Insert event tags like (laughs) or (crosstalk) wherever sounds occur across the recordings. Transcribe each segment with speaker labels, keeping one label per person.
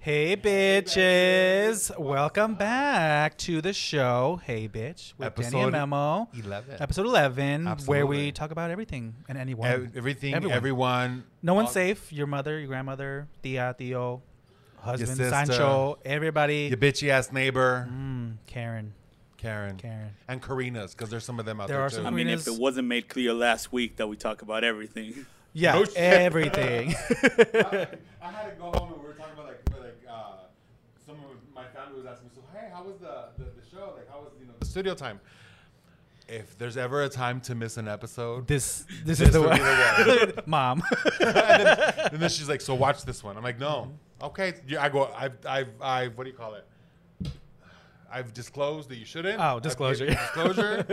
Speaker 1: Hey, bitches. Welcome back to the show. Hey, bitch. With Danny
Speaker 2: Episode
Speaker 1: and Memo.
Speaker 2: 11.
Speaker 1: Episode 11, where we
Speaker 2: Absolutely.
Speaker 1: talk about everything and anyone.
Speaker 2: Ev- uh, everything,
Speaker 1: Everyone.
Speaker 2: everyone.
Speaker 1: no one's
Speaker 2: all-
Speaker 1: safe. Your mother, your grandmother, Tia, Tio, husband,
Speaker 2: sister.
Speaker 1: Sancho, everybody.
Speaker 2: Your bitchy ass neighbor,
Speaker 1: Mm, Karen.
Speaker 2: Karen.
Speaker 1: Karen.
Speaker 2: And Karina's, because there's some of them out
Speaker 1: There
Speaker 2: there,
Speaker 1: are
Speaker 2: too.
Speaker 1: some-
Speaker 3: I mean,
Speaker 1: Karina's-
Speaker 3: if it wasn't made clear last week that we talk about everything,
Speaker 1: Yeah,
Speaker 2: No shit. (laughs)
Speaker 1: everything.
Speaker 4: I had to go home and we were talking about like we're like uh, some of my family was asking me, so hey, how was the, the, the show? Like how was you know
Speaker 2: The studio time. If there's ever a time to miss an episode,
Speaker 1: this this, is
Speaker 2: This
Speaker 1: the
Speaker 2: would be
Speaker 1: one. (laughs) Mom.
Speaker 2: (laughs) and, (laughs) then, and then she's like, "So watch this one." I'm like, "No,
Speaker 1: Mm-hmm.
Speaker 2: okay." Yeah, I go, "I've, I've, I've, what do you call it? I've disclosed that you shouldn't."
Speaker 1: Oh,
Speaker 2: I've
Speaker 1: disclosure.
Speaker 2: given disclosure.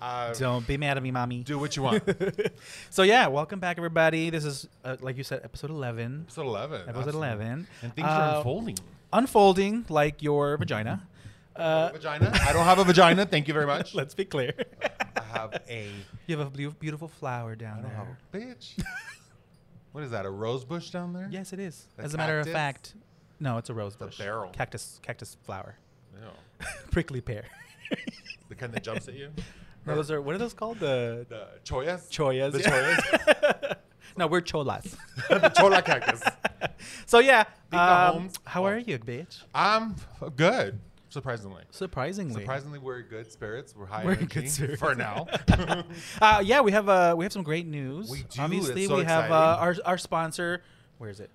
Speaker 2: uh,
Speaker 1: (laughs) Don't be mad at me, mommy.
Speaker 2: do what you (laughs) want. Episode
Speaker 1: So yeah, welcome back, everybody. This is uh, like you said, episode eleven.
Speaker 2: eleven.
Speaker 1: Episode
Speaker 2: Um, absolutely.
Speaker 1: eleven.
Speaker 2: And things
Speaker 1: Uh,
Speaker 2: are unfolding.
Speaker 1: unfolding like your vagina. Uh,
Speaker 2: vagina. I don't have a vagina. Thank you very much.
Speaker 1: (laughs) let's be clear.
Speaker 2: I have a
Speaker 1: you have a beau- beautiful flower down
Speaker 2: I don't
Speaker 1: there.
Speaker 2: have (laughs) a bitch. what is that? A rose bush down there?
Speaker 1: Yes, it is.
Speaker 2: A
Speaker 1: As a matter of
Speaker 2: cactus?
Speaker 1: fact, no, it's a rose
Speaker 2: a
Speaker 1: bush.
Speaker 2: barrel.
Speaker 1: Cactus, cactus flower, (laughs)
Speaker 2: Ew.
Speaker 1: prickly pear. (laughs)
Speaker 2: The kind that jumps at you.
Speaker 1: no, those are what are those called? The
Speaker 2: The choyas.
Speaker 1: choyas.
Speaker 2: The
Speaker 1: choyas. (laughs) no, we're cholas.
Speaker 2: (laughs)
Speaker 1: (laughs)
Speaker 2: the chola (laughs) cactus.
Speaker 1: So yeah,
Speaker 2: Dita
Speaker 1: um,
Speaker 2: Holmes.
Speaker 1: how are
Speaker 2: Oh.
Speaker 1: you, bitch?
Speaker 2: I'm f- good, surprisingly.
Speaker 1: Surprisingly.
Speaker 2: Surprisingly, we're good spirits. We're high
Speaker 1: We're in
Speaker 2: energy
Speaker 1: good spirits.
Speaker 2: for (laughs) now.
Speaker 1: (laughs) uh, yeah, we have uh, we have some great news.
Speaker 2: We do.
Speaker 1: Obviously,
Speaker 2: It's so
Speaker 1: we have uh, our
Speaker 2: exciting.
Speaker 1: our sponsor. Where is it?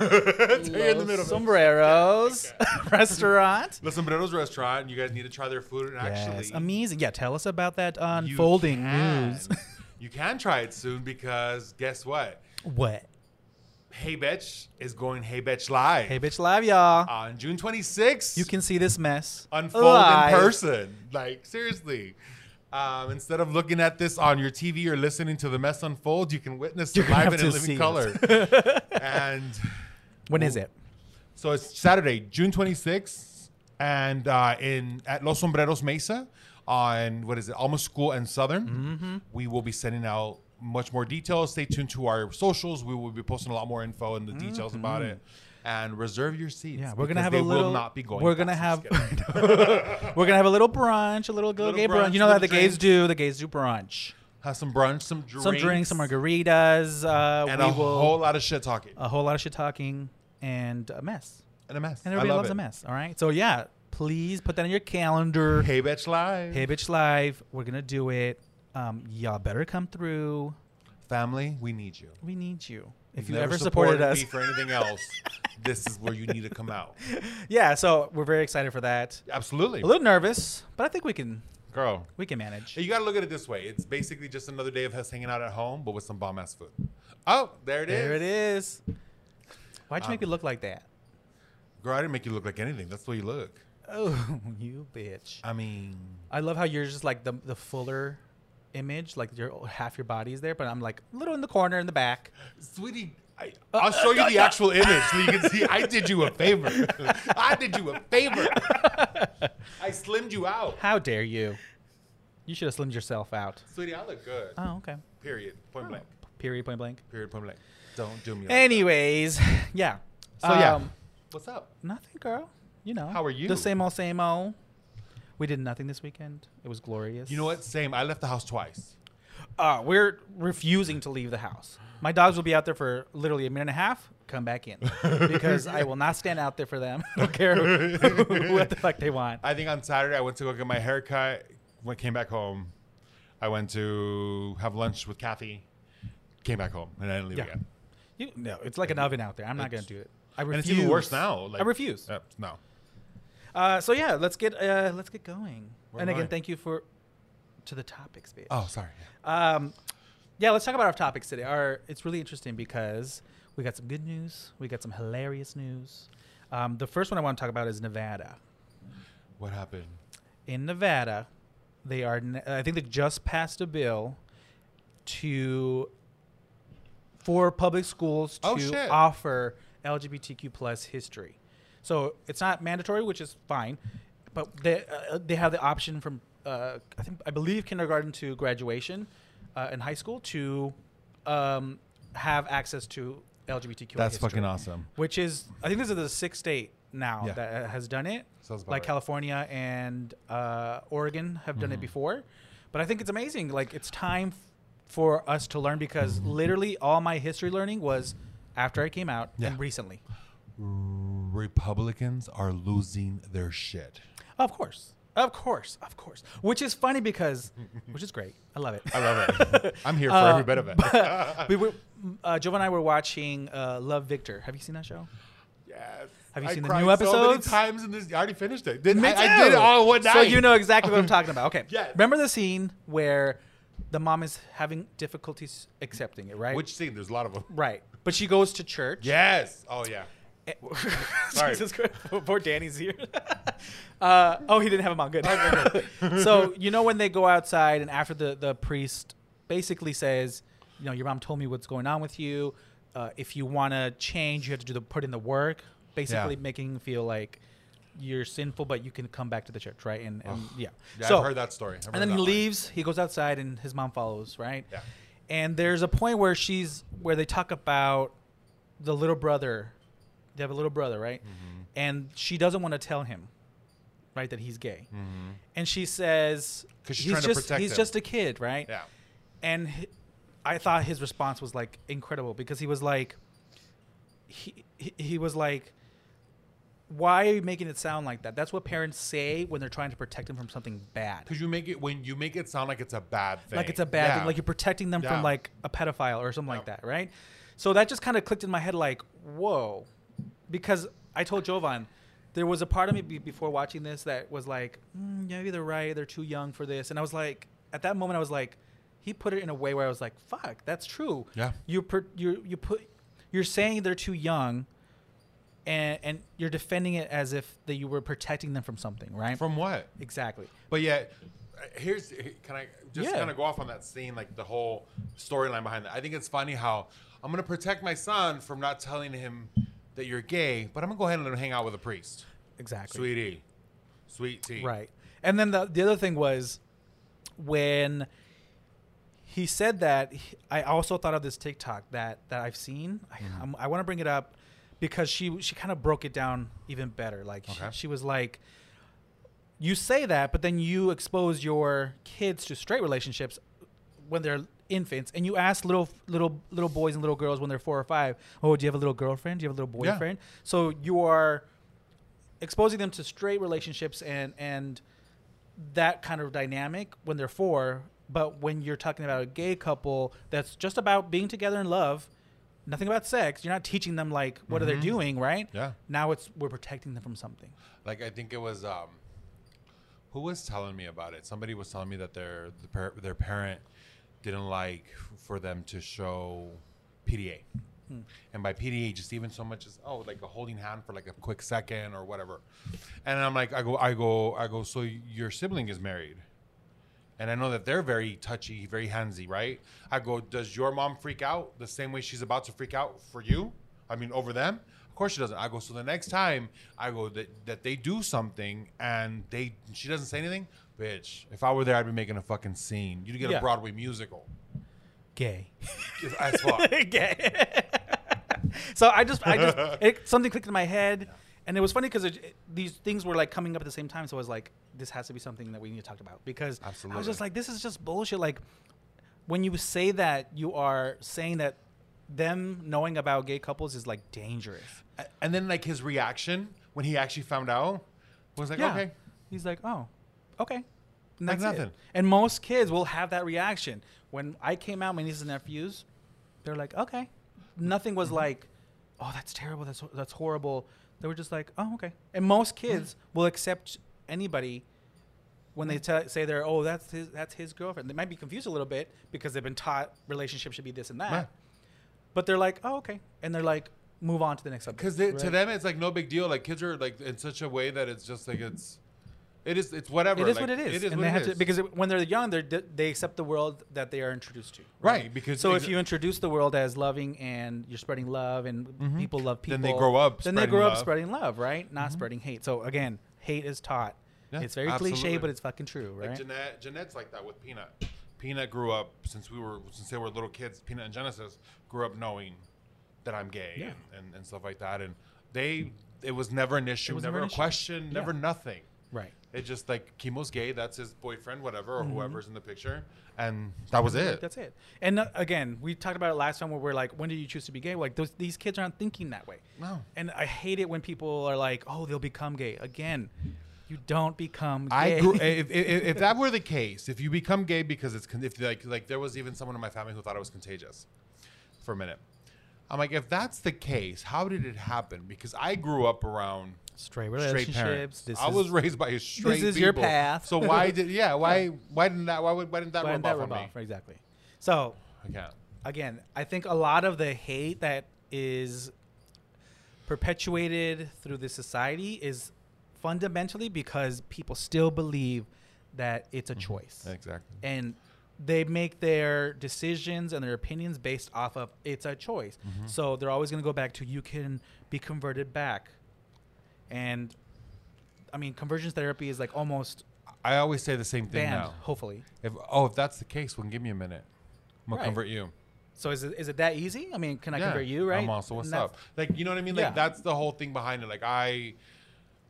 Speaker 2: It's here in the
Speaker 1: Los
Speaker 2: middle. of it.
Speaker 1: Sombreros (laughs) restaurant.
Speaker 2: Los Sombreros restaurant. You guys need to try their food. And
Speaker 1: yes,
Speaker 2: actually,
Speaker 1: amazing. Yeah, tell us about that
Speaker 2: you
Speaker 1: unfolding
Speaker 2: can- (laughs)
Speaker 1: news. (laughs)
Speaker 2: you can try it soon because guess what?
Speaker 1: what?
Speaker 2: Hey Betch is going Hey Uh, Betch live
Speaker 1: Hey, bitch, live, y'all.
Speaker 2: on June 26th.
Speaker 1: you can see this mess
Speaker 2: unfold
Speaker 1: live.
Speaker 2: in person. Like seriously, um, instead of looking at this on your TV or listening to the mess unfold, you can witness
Speaker 1: You're
Speaker 2: it
Speaker 1: gonna have
Speaker 2: live and
Speaker 1: to
Speaker 2: in
Speaker 1: see
Speaker 2: living
Speaker 1: it.
Speaker 2: color.
Speaker 1: (laughs)
Speaker 2: and
Speaker 1: When is it?
Speaker 2: so it's Saturday, June 26th, and uh, in at Los Sombreros Mesa on what is it, Alma School and Southern.
Speaker 1: Mm-hmm.
Speaker 2: We will be sending out much more details. Stay tuned to our socials. We will be posting a lot more info and the details about it. And reserve your seats.
Speaker 1: Mm-hmm. Yeah, we're gonna
Speaker 2: because
Speaker 1: have
Speaker 2: they
Speaker 1: a little.
Speaker 2: Will not be going
Speaker 1: we're gonna
Speaker 2: fast.
Speaker 1: have.
Speaker 2: I'm just kidding.
Speaker 1: (laughs) we're gonna have a little brunch, a little, little
Speaker 2: Little
Speaker 1: gay brunch.
Speaker 2: brunch,
Speaker 1: You know that the
Speaker 2: little
Speaker 1: gays
Speaker 2: drinks.
Speaker 1: do. The gays do brunch.
Speaker 2: have some brunch, some
Speaker 1: (laughs)
Speaker 2: drinks,
Speaker 1: Some drinks, some margaritas. Uh,
Speaker 2: and
Speaker 1: we
Speaker 2: a
Speaker 1: will Uh,
Speaker 2: whole lot of shit talking
Speaker 1: a whole lot of shit talking and a mess.
Speaker 2: and a mess.
Speaker 1: And everybody
Speaker 2: I love
Speaker 1: loves
Speaker 2: it.
Speaker 1: a mess. All right. So yeah, please put that in your calendar. Hey,
Speaker 2: Hey, bitch, live.
Speaker 1: bitch, live. We're gonna do it. Um, y'all better come through.
Speaker 2: family, we need you.
Speaker 1: We need you. If
Speaker 2: You've
Speaker 1: you
Speaker 2: never
Speaker 1: ever supported us,
Speaker 2: me for anything else, this is where you need to come out.
Speaker 1: (laughs) yeah. So we're very excited for that.
Speaker 2: Absolutely,
Speaker 1: A little nervous, but I think we can
Speaker 2: girl.
Speaker 1: we can manage.
Speaker 2: You gotta look at it this way. It's basically just another day of us hanging out at home, but with some bomb ass food. Oh, there it is.
Speaker 1: There it is. Why'd you make
Speaker 2: Um,
Speaker 1: me look like that?
Speaker 2: Girl, I didn't make you look like anything. That's the way you look.
Speaker 1: Oh,
Speaker 2: (laughs)
Speaker 1: you bitch.
Speaker 2: I mean,
Speaker 1: I love how you're just like the the fuller image, like your half your body's there, but I'm like a little in the corner in the back.
Speaker 2: sweetie. I,
Speaker 1: Uh,
Speaker 2: I'll show you the actual image so you can see. I did you a favor. I did you a
Speaker 1: (laughs)
Speaker 2: favor. I slimmed you out.
Speaker 1: How dare you? You should have slimmed yourself out.
Speaker 2: Sweetie, I look good.
Speaker 1: Oh, okay.
Speaker 2: Period. Point blank.
Speaker 1: Period, point blank.
Speaker 2: Period. Point blank. Don't do me. like
Speaker 1: Anyways, (laughs) yeah.
Speaker 2: that. So yeah.
Speaker 1: Um,
Speaker 2: What's up?
Speaker 1: nothing, girl. You know.
Speaker 2: How are you?
Speaker 1: The same old, same old. We did nothing this weekend. It was glorious.
Speaker 2: You know what? Same. I left the house twice.
Speaker 1: Uh, we're refusing to leave the house. My dogs will be out there for literally a minute and a half. Come back
Speaker 2: (laughs)
Speaker 1: in because I will not stand out there for them. (laughs) I don't care what the fuck they want.
Speaker 2: I think on Saturday I went to go get my haircut. When I came back home, I went to have lunch with Kathy. Came back home and I didn't leave
Speaker 1: Yeah.
Speaker 2: again.
Speaker 1: You, no, it's like an oven out there. I'm not gonna
Speaker 2: It's-
Speaker 1: do it. I
Speaker 2: And
Speaker 1: refuse.
Speaker 2: it's even worse now. Like,
Speaker 1: I refuse.
Speaker 2: uh, no.
Speaker 1: Uh, so yeah, let's get uh, let's get going.
Speaker 2: Where
Speaker 1: and
Speaker 2: am
Speaker 1: again,
Speaker 2: I?
Speaker 1: thank you for to the topics, bitch.
Speaker 2: Oh, sorry.
Speaker 1: Um, yeah, let's talk about our topics today. Our it's really interesting because we got some good news, we got some hilarious news. Um, the first one I want to talk about is Nevada.
Speaker 2: What happened?
Speaker 1: In Nevada, they are n- I think they just passed a bill to for public schools to
Speaker 2: Oh, shit.
Speaker 1: offer LGBTQ plus history. So it's not mandatory, which is fine, but they uh, they have the option from uh, I think I believe kindergarten to graduation uh, in high school to um, have access to LGBTQ.
Speaker 2: That's fucking awesome.
Speaker 1: Which is, I think this is the sixth state now
Speaker 2: Yeah.
Speaker 1: that uh, has done it.
Speaker 2: Sounds about
Speaker 1: like
Speaker 2: right.
Speaker 1: California and uh, Oregon have done it
Speaker 2: Mm-hmm.
Speaker 1: before, but I think it's amazing. Like it's time f- for us to learn because
Speaker 2: Mm-hmm.
Speaker 1: literally all my history learning was after I came out
Speaker 2: Yeah.
Speaker 1: and recently.
Speaker 2: Republicans are losing their shit.
Speaker 1: Of course. Of course, of course. Which is funny because, which is great. I love it. (laughs)
Speaker 2: I love it. I'm here for
Speaker 1: Uh,
Speaker 2: every bit
Speaker 1: (laughs)
Speaker 2: of it.
Speaker 1: we were, uh, Joe and I were watching uh, Love Victor. Have you seen that show?
Speaker 2: Yes.
Speaker 1: Have you
Speaker 2: I
Speaker 1: seen the
Speaker 2: cried
Speaker 1: new
Speaker 2: So many
Speaker 1: episodes?
Speaker 2: times in this, I already finished it. Didn't
Speaker 1: Me
Speaker 2: I, I did it
Speaker 1: too.
Speaker 2: all in one night.
Speaker 1: So you know exactly what I'm talking about. Okay.
Speaker 2: (laughs) Yes.
Speaker 1: Remember the scene where the mom is having difficulties accepting it, right?
Speaker 2: which scene? There's a lot of them.
Speaker 1: right. But she goes to church.
Speaker 2: Yes. Oh yeah.
Speaker 1: Eh, (laughs)
Speaker 2: Sorry.
Speaker 1: Jesus Christ. Poor Danny's here. (laughs) uh, oh, he didn't have him on.
Speaker 2: (laughs)
Speaker 1: Good. (laughs) so you know when they go outside and after the the priest basically says, you know, your mom told me what's going on with you. Uh, if you want to change, you have to do the put in the work. Basically,
Speaker 2: Yeah.
Speaker 1: making him feel like you're sinful, but you can come back to the church, right? And, and yeah.
Speaker 2: Yeah,
Speaker 1: so
Speaker 2: I've heard that story. I've heard
Speaker 1: and then he
Speaker 2: that one.
Speaker 1: leaves. He goes outside, and his mom follows, right?
Speaker 2: Yeah.
Speaker 1: And there's a point where she's where they talk about the little brother. They have a little brother, right?
Speaker 2: Mm-hmm.
Speaker 1: And she doesn't want to tell him, right, that he's gay. And she says,
Speaker 2: Mm-hmm. 'Cause she's
Speaker 1: he's
Speaker 2: trying to
Speaker 1: just
Speaker 2: protect
Speaker 1: he's
Speaker 2: him.
Speaker 1: just a kid, right?"
Speaker 2: Yeah.
Speaker 1: And hi- I thought his response was like incredible because he was like, he he, he was like. Why are you making it sound like that? That's what parents say when they're trying to protect them from something bad
Speaker 2: Because you make it when you make it sound like it's a bad thing.
Speaker 1: like it's a bad
Speaker 2: Yeah.
Speaker 1: thing like you're protecting them
Speaker 2: Yeah.
Speaker 1: from like a pedophile or something like
Speaker 2: Yeah.
Speaker 1: that right so that just kind of clicked in my head like whoa because i told jovan there was a part of me be- before watching this that was like mm, yeah, maybe they're right they're too young for this and i was like at that moment i was like he put it in a way where i was like fuck that's true
Speaker 2: Yeah.
Speaker 1: you per- you you put you're saying they're too young and and you're defending it as if that you were protecting them from something right
Speaker 2: From what?
Speaker 1: exactly
Speaker 2: But yeah, here's can I just
Speaker 1: Yeah.
Speaker 2: kind of go off on that scene, like the whole storyline behind that. I think it's funny how I'm gonna protect my son from not telling him that you're gay, but I'm gonna go ahead and let him hang out with a priest,
Speaker 1: exactly
Speaker 2: sweetie, sweet tea.
Speaker 1: Right. And then the the other thing was when he said that he- I also thought of this TikTok that that I've seen.
Speaker 2: Mm-hmm.
Speaker 1: I, I'm- I want to bring it up because she she kind of broke it down even better. Like she,
Speaker 2: Okay.
Speaker 1: she was like you say that but then you expose your kids to straight relationships when they're infants and you ask little little little boys and little girls when they're 4 or 5, "Oh, do you have a little girlfriend? Do you have a little
Speaker 2: Yeah.
Speaker 1: boyfriend?" So you are exposing them to straight relationships and and that kind of dynamic when they're four but when you're talking about a gay couple that's just about being together in love nothing about sex you're not teaching them like what are they doing right
Speaker 2: Yeah.
Speaker 1: now it's we're protecting them from something
Speaker 2: Like I think it was um, who was telling me about it? Somebody was telling me that their the par- their parent didn't like for them to show PDA, and by PDA just even so much as oh like a holding hand for like a quick second or whatever, and I'm like I go I go I go so your sibling is married. And I know that they're very touchy, very handsy, right? I go, does your mom freak out the same way she's about to freak out for you? I mean, over them? Of course she doesn't. I go, so the next time I go that, that they do something and they she doesn't say anything, bitch, if I were there, I'd be making a fucking scene. You'd get
Speaker 1: Yeah.
Speaker 2: a Broadway musical.
Speaker 1: gay (laughs)
Speaker 2: As fuck.
Speaker 1: gay so i just i just it, something clicked in my head and it was funny because these things were like coming up at the same time so i was like this has to be something that we need to talk about because i was
Speaker 2: Absolutely.
Speaker 1: just like this is just bullshit like when you say that you are saying that them knowing about gay couples is like dangerous
Speaker 2: and then like his reaction when he actually found out was like,
Speaker 1: yeah
Speaker 2: okay.
Speaker 1: he's like oh okay And
Speaker 2: Like
Speaker 1: that's it.
Speaker 2: nothing.
Speaker 1: and most kids will have that reaction when i came out my nieces and nephews they're like okay nothing was
Speaker 2: Mm-hmm.
Speaker 1: like oh that's terrible that's that's horrible they were just like oh okay and most kids will accept anybody when they tell say they're oh that's his that's his girlfriend they might be confused a little bit because they've been taught relationships should be this and that
Speaker 2: Yeah.
Speaker 1: but they're like oh okay and they're like move on to the next subject
Speaker 2: because to them it's like no big deal. Like kids are like in such a way that it's just like it's, it is it's whatever.
Speaker 1: It is
Speaker 2: Like,
Speaker 1: what it is.
Speaker 2: It is
Speaker 1: and
Speaker 2: what
Speaker 1: they
Speaker 2: it
Speaker 1: have to
Speaker 2: is.
Speaker 1: because it- when they're young, they they accept the world that they are introduced to.
Speaker 2: Right, because
Speaker 1: so
Speaker 2: exa-
Speaker 1: if you introduce the world as loving and you're spreading love and people love people,
Speaker 2: Mm-hmm. Then they grow up
Speaker 1: Then they
Speaker 2: spreading
Speaker 1: grow up
Speaker 2: love. Mm-hmm.
Speaker 1: spreading love, right? Not spreading hate. So again, hate is taught.
Speaker 2: Yeah,
Speaker 1: it's very cliche,
Speaker 2: absolutely.
Speaker 1: but it's fucking true, right?
Speaker 2: Like Jeanette, Jeanette's like that with Peanut. Peanut grew up since we were since they were little kids. Peanut and Genesis grew up knowing that I'm gay
Speaker 1: Yeah.
Speaker 2: and, and, and stuff like that. And they, it was never an issue,
Speaker 1: was
Speaker 2: never,
Speaker 1: never an
Speaker 2: a
Speaker 1: issue.
Speaker 2: question, never nothing.
Speaker 1: Right. Mm-hmm.
Speaker 2: It's just like Kimo's gay. That's his boyfriend, whatever, or whoever's in the picture, and that was it.
Speaker 1: That's it. And uh, again, we talked about it last time where we're like, when did you choose to be gay? Like, those, these kids aren't thinking that way.
Speaker 2: No.
Speaker 1: And I hate it when people are like, oh, they'll become gay. Again, you don't become gay. (laughs)
Speaker 2: I grew, eh, if, if, if if that were the case, if you become gay because it's con- if like like there was even someone in my family who thought I was contagious, for a minute, I'm like if that's the case, how did it happen? Because I grew up around
Speaker 1: Straight
Speaker 2: straight
Speaker 1: relationships.
Speaker 2: parents.
Speaker 1: This
Speaker 2: I
Speaker 1: is-
Speaker 2: was raised by a straight.
Speaker 1: is your
Speaker 2: people.
Speaker 1: path. (laughs)
Speaker 2: So why did yeah why why didn't that why would why didn't that
Speaker 1: why
Speaker 2: why
Speaker 1: didn't that
Speaker 2: on
Speaker 1: rub
Speaker 2: me?
Speaker 1: off? Exactly. So
Speaker 2: I can't.
Speaker 1: again, I think a lot of the hate that is perpetuated through this society is fundamentally because people still believe that it's a
Speaker 2: Mm-hmm.
Speaker 1: choice.
Speaker 2: Exactly.
Speaker 1: And they make their decisions and their opinions based off of it's a choice.
Speaker 2: Mm-hmm.
Speaker 1: So they're always going to go back to you can be converted back. And I mean, conversion therapy is like almost
Speaker 2: I always say the same thing
Speaker 1: banned,
Speaker 2: now.
Speaker 1: hopefully.
Speaker 2: If oh if that's the case, well, give me a minute. I'm gonna
Speaker 1: Right.
Speaker 2: convert you.
Speaker 1: So is it, is it that easy? I mean, can I
Speaker 2: Yeah.
Speaker 1: convert you, right?
Speaker 2: I'm also what's
Speaker 1: And that's-
Speaker 2: up. Like you know what I mean? Like
Speaker 1: Yeah.
Speaker 2: that's the whole thing behind it. Like I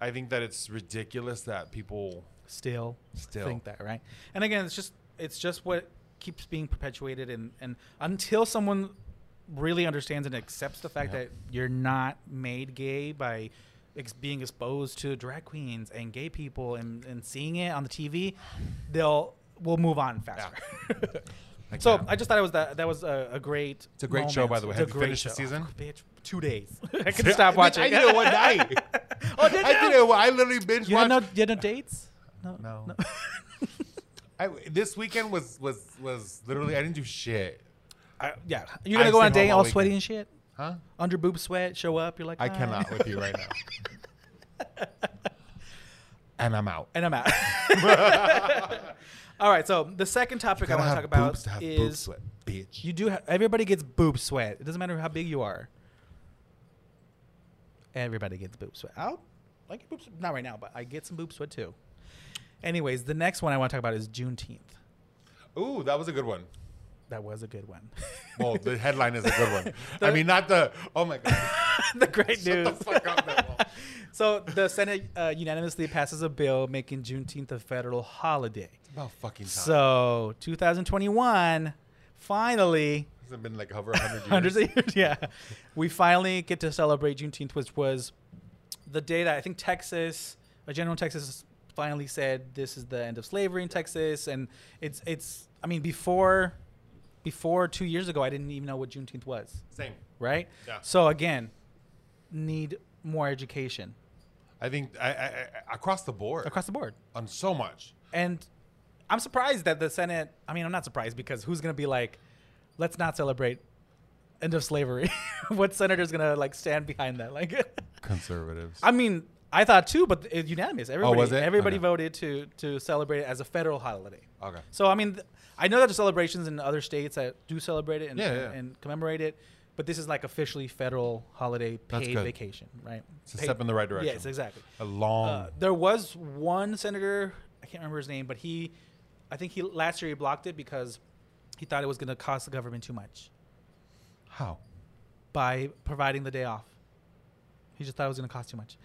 Speaker 2: I think that it's ridiculous that people
Speaker 1: still
Speaker 2: Still.
Speaker 1: think that right and again it's just it's just what keeps being perpetuated and and until someone really understands and accepts the fact
Speaker 2: Yep.
Speaker 1: that you're not made gay by ex- being exposed to drag queens and gay people and, and seeing it on the TV they'll we'll move on faster
Speaker 2: (laughs) Like,
Speaker 1: so
Speaker 2: yeah.
Speaker 1: I just thought it was that that was a, a great
Speaker 2: It's a great
Speaker 1: moment.
Speaker 2: show, by the way.
Speaker 1: It's
Speaker 2: Have
Speaker 1: a
Speaker 2: you
Speaker 1: great
Speaker 2: finished the
Speaker 1: show. Oh,
Speaker 2: season?
Speaker 1: bitch two days (laughs) I couldn't stop watching
Speaker 2: (laughs) I did it one night.
Speaker 1: (laughs) oh did you?
Speaker 2: I did it. I literally binge
Speaker 1: you had
Speaker 2: watched.
Speaker 1: no, you had no dates (laughs)
Speaker 2: no. I, this weekend was was was literally I didn't do shit.
Speaker 1: I, yeah, you're gonna
Speaker 2: I
Speaker 1: go on a
Speaker 2: stayed
Speaker 1: date
Speaker 2: home all
Speaker 1: all sweaty
Speaker 2: weekend.
Speaker 1: and shit,
Speaker 2: Huh?
Speaker 1: under boob sweat. Show up, you're like, "Hi."
Speaker 2: I cannot with you right now. and I'm out.
Speaker 1: (laughs) and I'm
Speaker 2: (laughs)
Speaker 1: out. all right, so the second topic I
Speaker 2: Gotta
Speaker 1: want to
Speaker 2: have
Speaker 1: talk about
Speaker 2: boobs to have boob
Speaker 1: is
Speaker 2: sweat, bitch.
Speaker 1: you do. Ha- everybody gets boob sweat. It doesn't matter how big you are. Everybody gets boob sweat. Out, like boob sweat. Not right now, but I get some boob sweat too. Anyways, the next one I want to talk about is Juneteenth.
Speaker 2: Ooh, that was a good one.
Speaker 1: That was a good one. (laughs)
Speaker 2: Well, the headline is a good one. I mean, not the. Oh my god.
Speaker 1: the (laughs) great news.
Speaker 2: Shut the fuck up, Manuel.
Speaker 1: So the Senate uh, unanimously passes a bill making Juneteenth a federal holiday.
Speaker 2: About fucking time.
Speaker 1: So 2021, finally,
Speaker 2: it's been like over a hundred years.
Speaker 1: hundreds of years, (laughs) yeah, we finally get to celebrate Juneteenth, which was the day that I think Texas, a general in Texas, finally said this is the end of slavery in Texas, and it's it's. I mean, before before two years ago, I didn't even know what Juneteenth was,
Speaker 2: Same.
Speaker 1: right?
Speaker 2: Yeah.
Speaker 1: So again, need more education
Speaker 2: I think I, I, I, across the board
Speaker 1: across the board.
Speaker 2: on so much.
Speaker 1: And I'm surprised that the Senate. I mean, I'm not surprised because who's going to be like, let's not celebrate end of slavery? (laughs) what senator's going to like stand behind that? Like, (laughs)
Speaker 2: Conservatives.
Speaker 1: I mean, I thought too, but it's unanimous. Everybody,
Speaker 2: Oh, was it?
Speaker 1: everybody
Speaker 2: Okay.
Speaker 1: voted to to celebrate it as a federal holiday.
Speaker 2: okay.
Speaker 1: So I mean, th- I know that there's celebrations in other states that do celebrate it and,
Speaker 2: Yeah, yeah.
Speaker 1: and commemorate it, but this is like officially federal holiday
Speaker 2: That's
Speaker 1: paid
Speaker 2: good.
Speaker 1: vacation, right?
Speaker 2: It's a
Speaker 1: Paid-
Speaker 2: step in the right direction.
Speaker 1: Yes, exactly.
Speaker 2: A long.
Speaker 1: Uh, there was one senator, I can't remember his name, but he, I think he last year he blocked it because he thought it was going to cost the government too much
Speaker 2: how?
Speaker 1: by providing the day off. He just thought it was going to cost too much,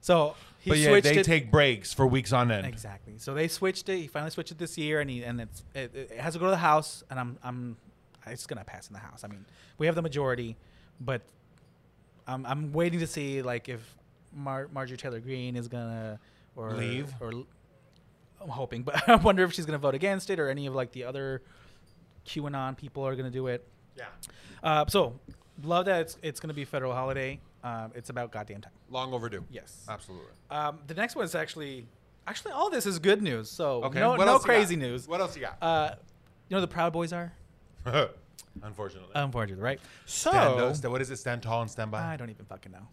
Speaker 1: so he
Speaker 2: but yeah,
Speaker 1: switched
Speaker 2: they
Speaker 1: it.
Speaker 2: take breaks for weeks on end.
Speaker 1: exactly. So they switched it. He finally switched it this year, and he and it's it, it has to go to the House, and I'm I'm it's going to pass in the House. I mean, we have the majority, but I'm I'm waiting to see like if Mar- Marjorie Taylor Greene is gonna or
Speaker 2: Leave?
Speaker 1: or l- I'm hoping, (laughs) but I wonder if she's gonna vote against it or any of like the other QAnon people are gonna do it.
Speaker 2: Yeah.
Speaker 1: Uh, so love that it's it's gonna be a federal holiday. Um, it's about goddamn time.
Speaker 2: Long overdue.
Speaker 1: Yes.
Speaker 2: Absolutely.
Speaker 1: Um, the next one is actually actually all this is good news. So
Speaker 2: Okay.
Speaker 1: no
Speaker 2: what
Speaker 1: no
Speaker 2: else you got?
Speaker 1: crazy news.
Speaker 2: What else you got?
Speaker 1: Uh, you know who the Proud Boys are
Speaker 2: (laughs) Unfortunately.
Speaker 1: unfortunately right. uh, So
Speaker 2: Stand- uh, sta- what is it? Stand tall and stand by.
Speaker 1: I don't even fucking know.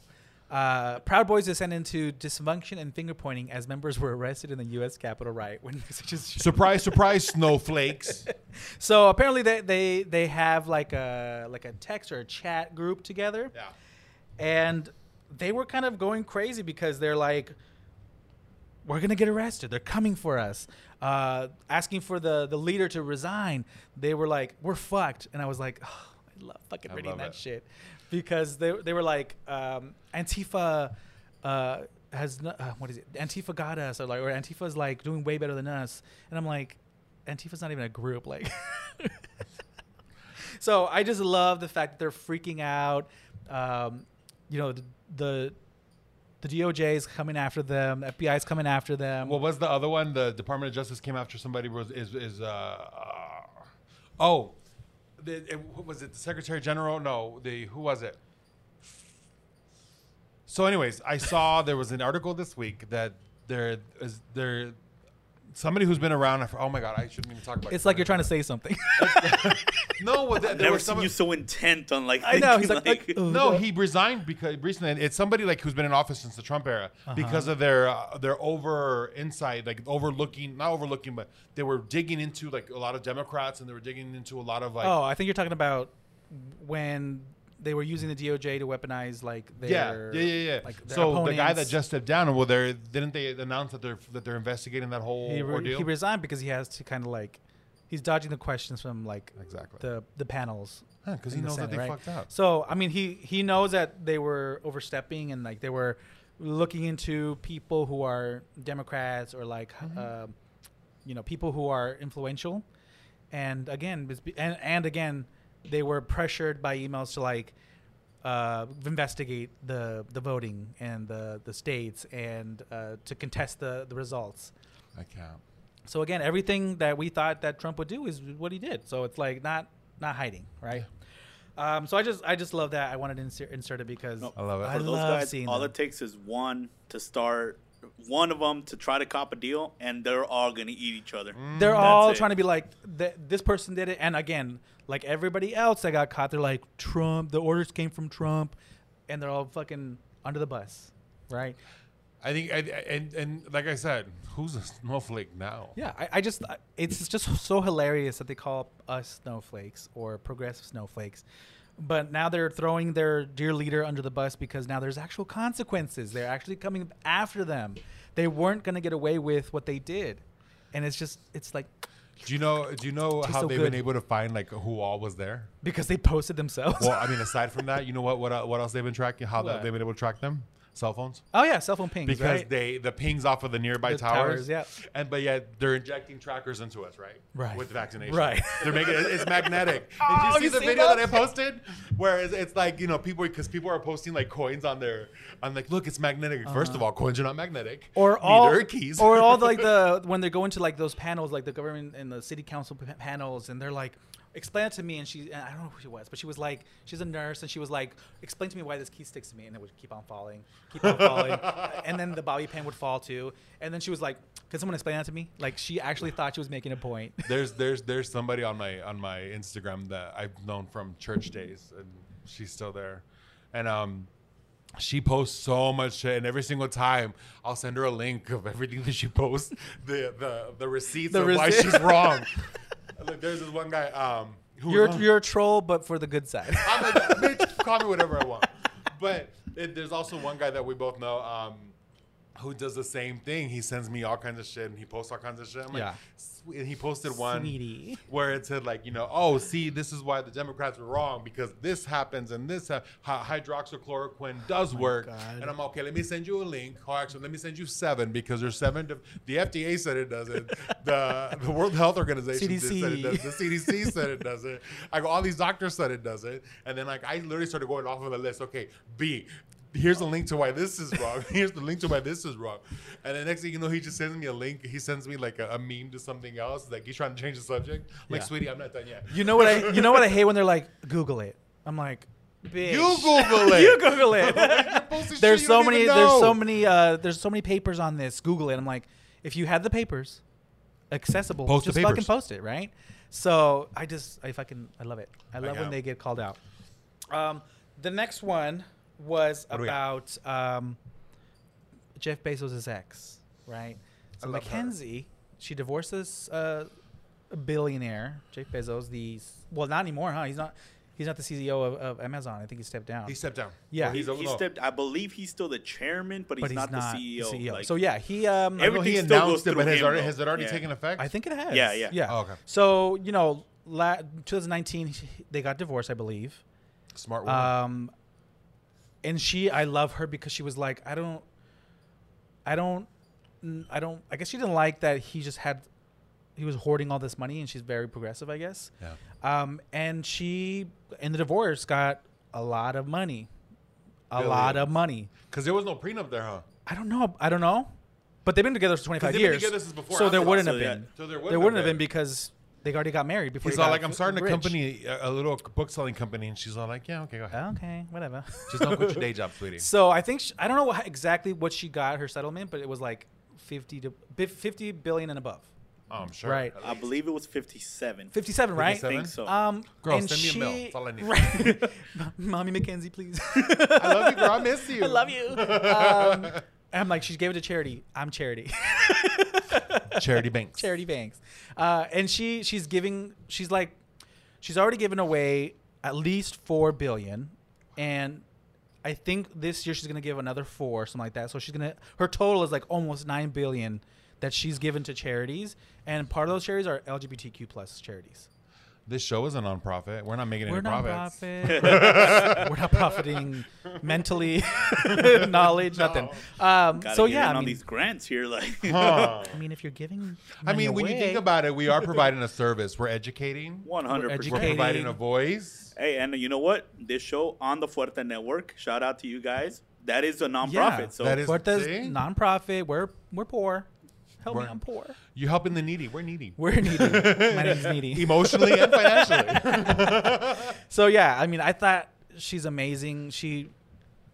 Speaker 1: Uh, Proud Boys descend into dysfunction and finger pointing as members were arrested in the U.S. Capitol riot when (laughs) messages.
Speaker 2: Surprise, surprise,
Speaker 1: (laughs)
Speaker 2: (laughs) snowflakes.
Speaker 1: So apparently they, they they have like a like a text or a chat group together,
Speaker 2: Yeah.
Speaker 1: and they were kind of going crazy because they're like, "We're gonna get arrested. They're coming for us." Uh, asking for the the leader to resign. They were like, "We're fucked," and I was like, oh, "I love fucking
Speaker 2: I
Speaker 1: reading
Speaker 2: love
Speaker 1: that
Speaker 2: it.
Speaker 1: shit." because they they were like um, Antifa uh, has no, uh, what is it? Antifa got us, or like, or Antifa's like doing way better than us. And I'm like, Antifa's not even a group, like. (laughs) so I just love the fact that they're freaking out. Um, you know, the, the the DOJ is coming after them. FBI is coming after them.
Speaker 2: What was the other one? The Department of Justice came after somebody was is is uh, uh oh, the, it, what was it the Secretary General? No, the who was it? So, anyways, I saw there was an article this week that there is there somebody who's been around. For, oh my god, I shouldn't even talk about.
Speaker 1: it's like you're trying to say something. (laughs)
Speaker 2: to. No, well, there, there
Speaker 3: (laughs) Never
Speaker 2: was
Speaker 3: seen
Speaker 2: someone-
Speaker 3: you so intent on like.
Speaker 1: I know.
Speaker 3: thinking,
Speaker 1: He's like, "Uh,
Speaker 3: (laughs)
Speaker 1: uh,
Speaker 2: No, he resigned because recently. and It's somebody like who's been in office since the Trump era
Speaker 1: Uh-huh.
Speaker 2: because of their uh, their over insight, like overlooking, not overlooking, but they were digging into like a lot of Democrats and they were digging into a lot of like
Speaker 1: Oh, I think you're talking about when they were using the DOJ to weaponize like
Speaker 2: yeah,
Speaker 1: their
Speaker 2: yeah, yeah, yeah.
Speaker 1: Like their
Speaker 2: so the guy that
Speaker 1: opponents.
Speaker 2: just stepped down, well, they didn't they announce that they're that they're investigating that whole
Speaker 1: he, re-
Speaker 2: ordeal?
Speaker 1: he resigned because he has to kind of like he's dodging the questions from like
Speaker 2: Exactly.
Speaker 1: the the panels
Speaker 2: Huh, 'cause
Speaker 1: in
Speaker 2: he
Speaker 1: the
Speaker 2: knows that they
Speaker 1: right?
Speaker 2: fucked up.
Speaker 1: So I mean, he he knows that they were overstepping and like they were looking into people who are Democrats or like
Speaker 2: Mm-hmm.
Speaker 1: um, you know people who are influential, and again it's be- and and again they were pressured by emails to like uh, investigate the the voting and the the states and uh, to contest the the results.
Speaker 2: I can't.
Speaker 1: So again, everything that we thought that Trump would do is what he did. So it's like not not hiding, right? Um, so I just I just love that. I wanted to insert, insert it because
Speaker 3: No,
Speaker 2: I love it.
Speaker 1: I
Speaker 3: for those
Speaker 1: love
Speaker 3: guys,
Speaker 1: seeing
Speaker 3: all
Speaker 1: them.
Speaker 3: it takes is one to start, one of them to try to cop a deal, and they're all gonna eat each other.
Speaker 1: they're
Speaker 3: That's
Speaker 1: all
Speaker 3: it.
Speaker 1: trying to be like th- this person did it, and again, like everybody else that got caught, they're like Trump. The orders came from Trump, and they're all fucking under the bus, right?
Speaker 2: I think I, and and like I said, who's a (laughs) snowflake now?
Speaker 1: Yeah, I, I just I- it's just so hilarious that they call us snowflakes or progressive snowflakes, but now they're throwing their dear leader under the bus because now there's actual consequences. They're actually coming after them. They weren't gonna get away with what they did, and it's just it's like
Speaker 2: Do you know? Do you know how
Speaker 1: so
Speaker 2: they've
Speaker 1: good.
Speaker 2: been able to find like who all was there?
Speaker 1: because they posted themselves.
Speaker 2: Well, I mean, aside from that, you know what? What el- what else they've been tracking? How
Speaker 1: What?
Speaker 2: they've been able to track them? Cell phones,
Speaker 1: (laughs) oh yeah, cell phone pings
Speaker 2: because
Speaker 1: right?
Speaker 2: they the pings off of the nearby
Speaker 1: The towers,
Speaker 2: towers,
Speaker 1: yeah.
Speaker 2: And but yet they're injecting trackers into us, right?
Speaker 1: Right.
Speaker 2: With vaccination,
Speaker 1: Right.
Speaker 2: They're making it,
Speaker 1: (laughs)
Speaker 2: it's magnetic.
Speaker 1: Oh,
Speaker 2: Did you see
Speaker 1: you
Speaker 2: the
Speaker 1: see
Speaker 2: video that I
Speaker 1: those?
Speaker 2: posted? Where it's, it's like you know people because people are posting like coins on their. I'm like, look, it's magnetic. First of all, coins are not magnetic.
Speaker 1: or all
Speaker 2: Neither are keys. (laughs)
Speaker 1: or all the, like the when they go into like those panels like the government and the city council p- panels and they're like explain it to me and she and i don't know who she was but she was like she's a nurse and she was like explain to me why this key sticks to me and it would keep on falling keep on falling and then the bobby pin would fall too and then she was like can someone explain that to me like she actually thought she was making a point
Speaker 2: there's there's there's somebody on my on my Instagram that I've known from church days, and she's still there, and um, she posts so much shit, and every single time I'll send her a link of everything that she posts, the the the receipts
Speaker 1: The
Speaker 2: of why
Speaker 1: receipt. (laughs)
Speaker 2: she's wrong. Like there's this one guy um who
Speaker 1: you're you're a troll but for the good side (laughs)
Speaker 2: I'm like, bitch, call me whatever I want. But it, there's also one guy that we both know um, who does the same thing. He sends me all kinds of shit and he posts all kinds of shit. I'm like,
Speaker 1: Yeah.
Speaker 2: "Sweet." And he posted one
Speaker 1: Sweetie.
Speaker 2: where it said, like, you know, oh, see, this is why the Democrats were wrong because this happens and this ha- hy- hydroxychloroquine does work.
Speaker 1: Oh God.
Speaker 2: And I'm okay, let me send you a link. Or actually, let me send you seven because there's seven. diff- the FDA said it doesn't. the, the World Health Organization did- said it
Speaker 1: CDC.
Speaker 2: doesn't. The CDC said it doesn't. I go, all these doctors said it doesn't. And then like I literally started going off of the list. Okay, B, here's the link to why this is wrong. (laughs) Here's the link to why this is wrong. And the next thing you know, he just sends me a link. He sends me like a, a meme to something else. Like he's trying to change the subject. I'm Like,
Speaker 1: Yeah.
Speaker 2: sweetie, I'm not done yet.
Speaker 1: you know what i you know
Speaker 2: (laughs)
Speaker 1: what i hate when they're like google it i'm like Bitch.
Speaker 2: You Google
Speaker 1: (laughs)
Speaker 2: it.
Speaker 1: you Google it.
Speaker 2: (laughs) posting shit
Speaker 1: there's
Speaker 2: you
Speaker 1: so
Speaker 2: don't
Speaker 1: many.
Speaker 2: even
Speaker 1: There's
Speaker 2: know.
Speaker 1: so many. Uh, there's so many papers on this. Google it. I'm like, if you had the papers accessible,
Speaker 2: Post the
Speaker 1: just fucking
Speaker 2: papers.
Speaker 1: post it, right? So I just, I fucking, I love it. I love
Speaker 2: am.
Speaker 1: when they get called out. Um, the next one was
Speaker 2: do we got?
Speaker 1: about um, Jeff Bezos' ex, right? So
Speaker 2: love her.
Speaker 1: Mackenzie, she divorced this uh, billionaire, Jeff Bezos. The well, not anymore, huh? He's not. He's not the CEO of, of Amazon. I think he stepped down.
Speaker 2: He stepped down.
Speaker 1: Yeah.
Speaker 2: Or
Speaker 3: He,
Speaker 2: he's over.
Speaker 3: he
Speaker 2: no.
Speaker 3: stepped. I believe he's still the chairman, but he's,
Speaker 1: but he's
Speaker 3: not,
Speaker 1: not, E
Speaker 3: the CEO. Like,
Speaker 1: so yeah, he. Um,
Speaker 2: No, he
Speaker 3: Everything still
Speaker 2: announced
Speaker 3: goes
Speaker 2: it, but
Speaker 3: through
Speaker 2: has
Speaker 3: him,
Speaker 2: already,
Speaker 3: though.
Speaker 2: has it already
Speaker 3: Yeah.
Speaker 2: taken effect?
Speaker 1: I think it has.
Speaker 3: Yeah, yeah.
Speaker 1: yeah.
Speaker 2: Oh, okay.
Speaker 1: So you know, la- 2019, they got divorced, I believe.
Speaker 2: Smart woman.
Speaker 1: Um, and she, I love her because she was like, I don't, I don't, n- I don't. I guess she didn't like that he just had, he was hoarding all this money, and she's very progressive, I guess.
Speaker 2: Yeah.
Speaker 1: Um, and she, in the divorce, got a lot of money, a lot of money.
Speaker 2: Because there was no prenup there, huh?
Speaker 1: I don't know. I don't know. But they've been together for 25
Speaker 2: they've been
Speaker 1: years.
Speaker 2: together since before
Speaker 1: so there
Speaker 2: Alcatraz,
Speaker 1: wouldn't
Speaker 3: so
Speaker 1: have
Speaker 3: yeah.
Speaker 1: been.
Speaker 2: So there
Speaker 1: there
Speaker 2: wouldn't
Speaker 1: wouldn't,
Speaker 2: have
Speaker 1: have been
Speaker 2: been.
Speaker 1: because they already got married before.
Speaker 2: He's
Speaker 1: they
Speaker 2: all
Speaker 1: got
Speaker 2: like, I'm starting a
Speaker 1: rich."
Speaker 2: company, a, a little book selling company. And she's all like, yeah, okay, go ahead.
Speaker 1: Okay, whatever.
Speaker 2: (laughs) Just don't quit your day job, (laughs) sweetie.
Speaker 1: So I think sh I don't know wha- exactly what she got her settlement, but it was like 50 to bi- 50 billion and above.
Speaker 2: Oh, I'm sure.
Speaker 1: Right.
Speaker 3: I believe it was 57.
Speaker 1: 57, right?
Speaker 2: 57?
Speaker 3: I think so.
Speaker 1: Um,
Speaker 2: Girl,
Speaker 1: and
Speaker 2: send me a
Speaker 1: she,
Speaker 2: bill. That's all I need.
Speaker 1: (laughs)
Speaker 2: (laughs)
Speaker 1: Right. Mommy McKenzie, please.
Speaker 2: I love you, girl. I miss
Speaker 1: (laughs)
Speaker 2: you.
Speaker 1: I love you. Um, (laughs) and I'm like, she gave it to charity. I'm charity. (laughs)
Speaker 2: Charity Banks.
Speaker 1: charity banks. Uh, and she she's giving. She's like, she's already given away at least four billion, and I think this year she's gonna give another four, something like that. So she's gonna her total is like almost nine billion that she's given to charities, and part of those charities are LGBTQ plus charities.
Speaker 2: This show is a nonprofit. We're not making
Speaker 1: We're
Speaker 2: any
Speaker 1: not
Speaker 2: profits.
Speaker 1: profit. (laughs) We're
Speaker 3: (laughs)
Speaker 1: not profiting mentally, (laughs) knowledge, nothing. Um,
Speaker 3: Gotta
Speaker 1: so
Speaker 3: get
Speaker 1: yeah,
Speaker 3: in
Speaker 1: I
Speaker 3: on
Speaker 1: mean,
Speaker 3: these grants
Speaker 1: (laughs)
Speaker 3: here, like
Speaker 2: Huh.
Speaker 1: I mean, if you're giving,
Speaker 2: I mean, when you think about it, we are providing a service. We're educating.
Speaker 3: one hundred
Speaker 2: We're
Speaker 1: educating.
Speaker 3: percent.
Speaker 2: providing a voice.
Speaker 3: Hey, and you know what? This show on the Fuerte Network. Shout out to you guys. That is a nonprofit.
Speaker 1: Yeah,
Speaker 3: so
Speaker 2: that is-
Speaker 1: Fuerte's
Speaker 2: See?
Speaker 1: nonprofit. We're we're poor. Help
Speaker 2: We're-
Speaker 1: me, I'm poor.
Speaker 2: You're helping the needy. (laughs) We're needy.
Speaker 1: We're needy. My (laughs) name's Needy.
Speaker 2: Emotionally and financially.
Speaker 1: So yeah, I mean, I thought she's amazing. She,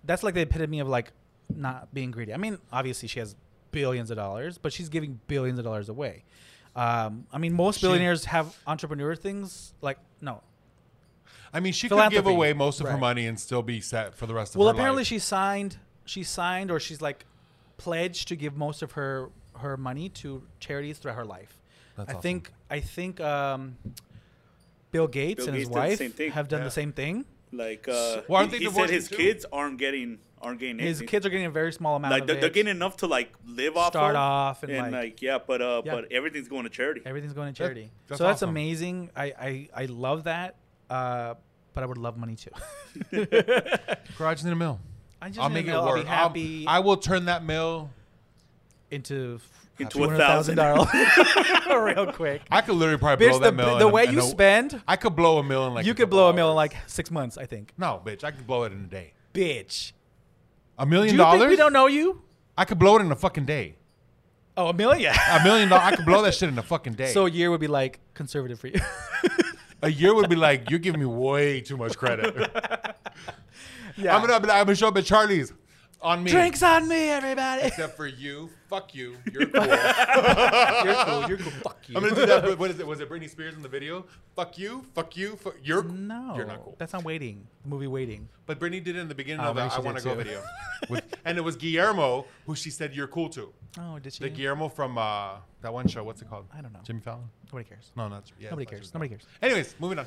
Speaker 1: that's like the epitome of like not being greedy. I mean, obviously she has billions of dollars, but she's giving billions of dollars away. Um, I mean, most
Speaker 2: She-
Speaker 1: billionaires have entrepreneur things. Like no,
Speaker 2: I mean, she could give
Speaker 1: Philanthropy.
Speaker 2: away most of her
Speaker 1: Right.
Speaker 2: money and still be set for the rest of
Speaker 1: well
Speaker 2: her
Speaker 1: apparently
Speaker 2: life.
Speaker 1: she signed she signed or she's like pledged to give most of her her money to charities throughout her life
Speaker 2: That's
Speaker 1: i
Speaker 2: awesome.
Speaker 1: think i think um bill gates
Speaker 3: Bill
Speaker 1: and his
Speaker 3: Gates did the
Speaker 1: wife
Speaker 3: same thing.
Speaker 1: have done
Speaker 2: Yeah.
Speaker 1: the same thing
Speaker 3: like uh,
Speaker 2: Well, aren't
Speaker 3: he,
Speaker 2: they
Speaker 3: he said
Speaker 2: divorcing
Speaker 3: his
Speaker 2: too?
Speaker 3: kids aren't getting aren't getting
Speaker 1: his
Speaker 3: anything.
Speaker 1: kids are getting a very small amount
Speaker 3: like
Speaker 1: of
Speaker 3: they're,
Speaker 1: it.
Speaker 3: they're getting enough to like live off
Speaker 1: Start
Speaker 3: of,
Speaker 1: off and, like-
Speaker 3: yeah but uh
Speaker 1: Yeah.
Speaker 3: but everything's going to charity
Speaker 1: everything's going to charity
Speaker 2: that's
Speaker 1: so that's
Speaker 2: awesome.
Speaker 1: amazing I, I i love that uh but i would love
Speaker 3: (laughs)
Speaker 1: money too
Speaker 2: garage in a mill.
Speaker 1: i just
Speaker 2: I'll
Speaker 1: need
Speaker 2: make
Speaker 1: to
Speaker 2: it
Speaker 1: know I'll
Speaker 2: work.
Speaker 1: be happy
Speaker 2: I'll, I will turn that mill.
Speaker 1: into
Speaker 3: into a thousand dollars (laughs)
Speaker 1: $200000 (laughs) real quick
Speaker 2: I could literally probably blow
Speaker 1: bitch the,
Speaker 2: that mill.
Speaker 1: the
Speaker 2: in a-
Speaker 1: way
Speaker 2: in
Speaker 1: you
Speaker 2: a-
Speaker 1: spend
Speaker 2: I could blow a mill in like.
Speaker 1: you
Speaker 2: a
Speaker 1: could
Speaker 2: couple
Speaker 1: blow a mill in
Speaker 2: hours.
Speaker 1: like six months i think
Speaker 2: No, bitch. I could blow it in a day.
Speaker 1: bitch
Speaker 2: A
Speaker 1: Do
Speaker 2: million
Speaker 1: you
Speaker 2: dollars?
Speaker 1: think we don't know you?
Speaker 2: I could blow it in a fucking day.
Speaker 1: Oh, Amelia.
Speaker 2: A million dollars. I could blow that shit in a fucking
Speaker 1: (laughs)
Speaker 2: day.
Speaker 1: so
Speaker 2: So
Speaker 1: a year would be like conservative for you.
Speaker 2: a year would be like, you're giving me way too
Speaker 1: (laughs)
Speaker 2: much credit.
Speaker 1: (laughs) yeah.
Speaker 2: I'm gonna, I'm gonna show up at Charlie's on me.
Speaker 1: (laughs) Drinks on me, everybody.
Speaker 2: (laughs) Except for you. Fuck you. You're
Speaker 1: (laughs)
Speaker 2: cool. I'm
Speaker 1: you're cool. You're cool. (laughs) Fuck you.
Speaker 2: gonna do that. but What is it? Was it Britney Spears in the video? Fuck you. Fuck you. Fuck, you're
Speaker 1: no,
Speaker 2: You're not cool.
Speaker 1: That's not waiting. The movie Waiting.
Speaker 2: But Britney did it in the beginning
Speaker 1: Oh,
Speaker 2: of the
Speaker 1: maybe she
Speaker 2: I
Speaker 1: did
Speaker 2: Wanna Go
Speaker 1: too. (laughs)
Speaker 2: video. With, and it was Guillermo who she said you're cool to.
Speaker 1: Oh, did she?
Speaker 2: The Guillermo from uh, that one show. What's it called?
Speaker 1: I don't know.
Speaker 2: Jimmy Fallon?
Speaker 1: Nobody cares. (laughs)
Speaker 2: No, not yeah, it's
Speaker 1: Nobody
Speaker 2: not
Speaker 1: cares.
Speaker 2: Jimmy
Speaker 1: Nobody
Speaker 2: Fallon.
Speaker 1: cares.
Speaker 2: Anyways, moving on.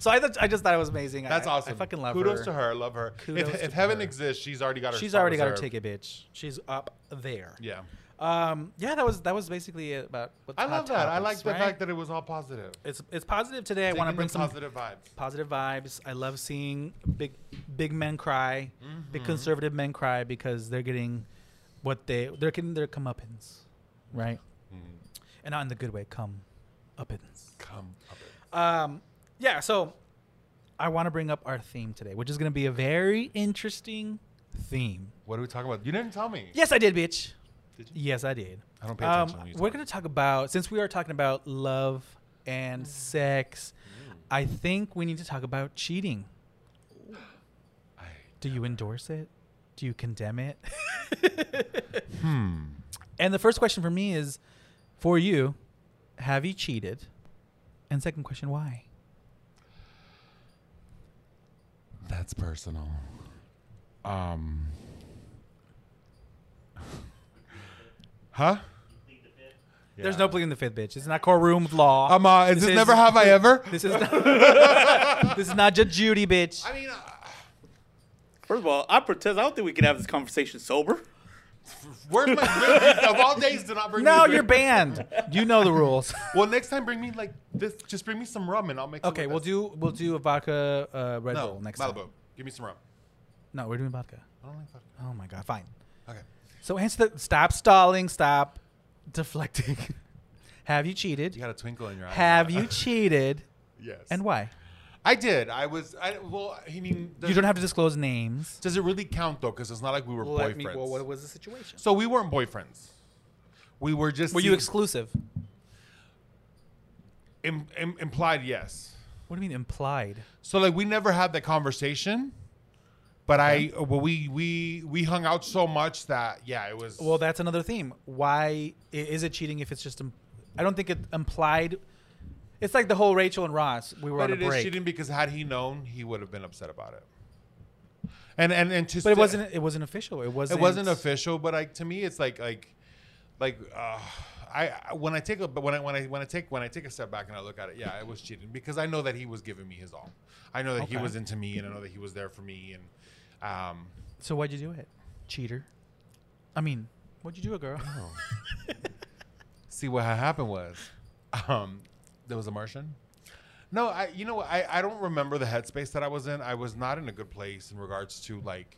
Speaker 1: So I, th- I just thought it was amazing.
Speaker 2: That's
Speaker 1: I,
Speaker 2: awesome.
Speaker 1: I fucking love
Speaker 2: Kudos
Speaker 1: her.
Speaker 2: to her. Love her.
Speaker 1: Kudos
Speaker 2: if if
Speaker 1: to
Speaker 2: heaven
Speaker 1: her.
Speaker 2: exists, she's already got her.
Speaker 1: She's
Speaker 2: spot
Speaker 1: already got her
Speaker 2: reserved.
Speaker 1: ticket, bitch. She's up there.
Speaker 2: Yeah.
Speaker 1: Um. Yeah. That was that was basically it about. What
Speaker 2: I
Speaker 1: hot
Speaker 2: love that. I like
Speaker 1: topics,
Speaker 2: the
Speaker 1: right?
Speaker 2: fact that it was all positive.
Speaker 1: it's it's positive today. I want to
Speaker 2: Taking
Speaker 1: bring
Speaker 2: the
Speaker 1: some
Speaker 2: positive vibes.
Speaker 1: positive vibes. I love seeing big big men cry, big conservative men cry because they're getting what they they're getting their comeuppance, right? Mm-hmm. And not in the good way, come uppins.
Speaker 2: Come. up it.
Speaker 1: Um, yeah. So I want to bring up our theme today, which is going to be a very interesting theme.
Speaker 2: What are we talking about? You didn't tell me.
Speaker 1: Yes, I did, bitch.
Speaker 2: Did you?
Speaker 1: Yes, I did.
Speaker 2: I don't pay attention when you
Speaker 1: Um, we're
Speaker 2: talk.
Speaker 1: going to talk about since we are talking about love and sex. I think we need to talk about cheating.
Speaker 2: I-
Speaker 1: Do you endorse it? Do you condemn it? (laughs)
Speaker 2: hmm.
Speaker 1: and the first question for me is for you, have you cheated? And second question, why?
Speaker 2: That's personal. Um. huh?
Speaker 1: There's no pleading the fifth, bitch. It's not courtroom law.
Speaker 2: Um. Uh, is this,
Speaker 1: is-
Speaker 2: never have
Speaker 1: (laughs)
Speaker 2: I ever?
Speaker 1: This is
Speaker 2: (laughs)
Speaker 1: this is not Judge Judy, bitch.
Speaker 2: I mean, uh,
Speaker 3: first of all i protest i don't think we can have this conversation sober
Speaker 2: Where's my drink? of all days to not bring me
Speaker 1: Now
Speaker 2: a drink.
Speaker 1: you're banned. You know the
Speaker 2: (laughs)
Speaker 1: rules.
Speaker 2: Well, next time bring me like this. Just bring me some rum and I'll make. some
Speaker 1: Okay,
Speaker 2: with
Speaker 1: we'll
Speaker 2: us.
Speaker 1: do we'll do a vodka uh, Red
Speaker 2: no
Speaker 1: Bull next
Speaker 2: Malibu.
Speaker 1: time.
Speaker 2: Give me some rum.
Speaker 1: No, we're doing vodka.
Speaker 2: I don't like vodka.
Speaker 1: Oh my god, fine.
Speaker 2: Okay.
Speaker 1: So answer the stop stalling, stop deflecting. (laughs) Have you cheated?
Speaker 2: You got a twinkle in your eye.
Speaker 1: Have
Speaker 2: (laughs)
Speaker 1: you cheated?
Speaker 2: yes.
Speaker 1: And why?
Speaker 2: I did. I was. I well. I mean, does,
Speaker 1: You don't have to disclose names.
Speaker 2: does it really count though? Because it's not like we were boyfriends.
Speaker 1: was the situation?
Speaker 2: so we weren't boyfriends. We were just.
Speaker 1: Were you
Speaker 2: ex-
Speaker 1: exclusive?
Speaker 2: im- im- implied? Yes.
Speaker 1: What do you mean implied?
Speaker 2: So like we never had that conversation. But I, uh, well, we we we hung out so much that yeah, it was.
Speaker 1: Well, that's another theme. Why i- is it cheating if it's just? Im- I don't think it implied. It's like the whole Rachel and Ross. We were on
Speaker 2: But it
Speaker 1: a
Speaker 2: is
Speaker 1: break,
Speaker 2: cheating because had he known, he would have been upset about it. And and and to
Speaker 1: but it
Speaker 2: sti-
Speaker 1: wasn't. It wasn't official. It wasn't.
Speaker 2: it wasn't official, but like to me, it's like like like uh, I I- when I take a but when I when I when I take when I take a step back and I look at it, yeah, it was cheating because I know that he was giving me his all. I know that he
Speaker 1: Okay.
Speaker 2: was into me, and I know that he was there for me, and um,
Speaker 1: So why'd you do it, cheater? Um. I mean, what'd you do, it, girl?
Speaker 2: see what had happened was um, there was a Martian. No, I you know what, I I don't remember the headspace that I was in. I was not in a good place in regards to like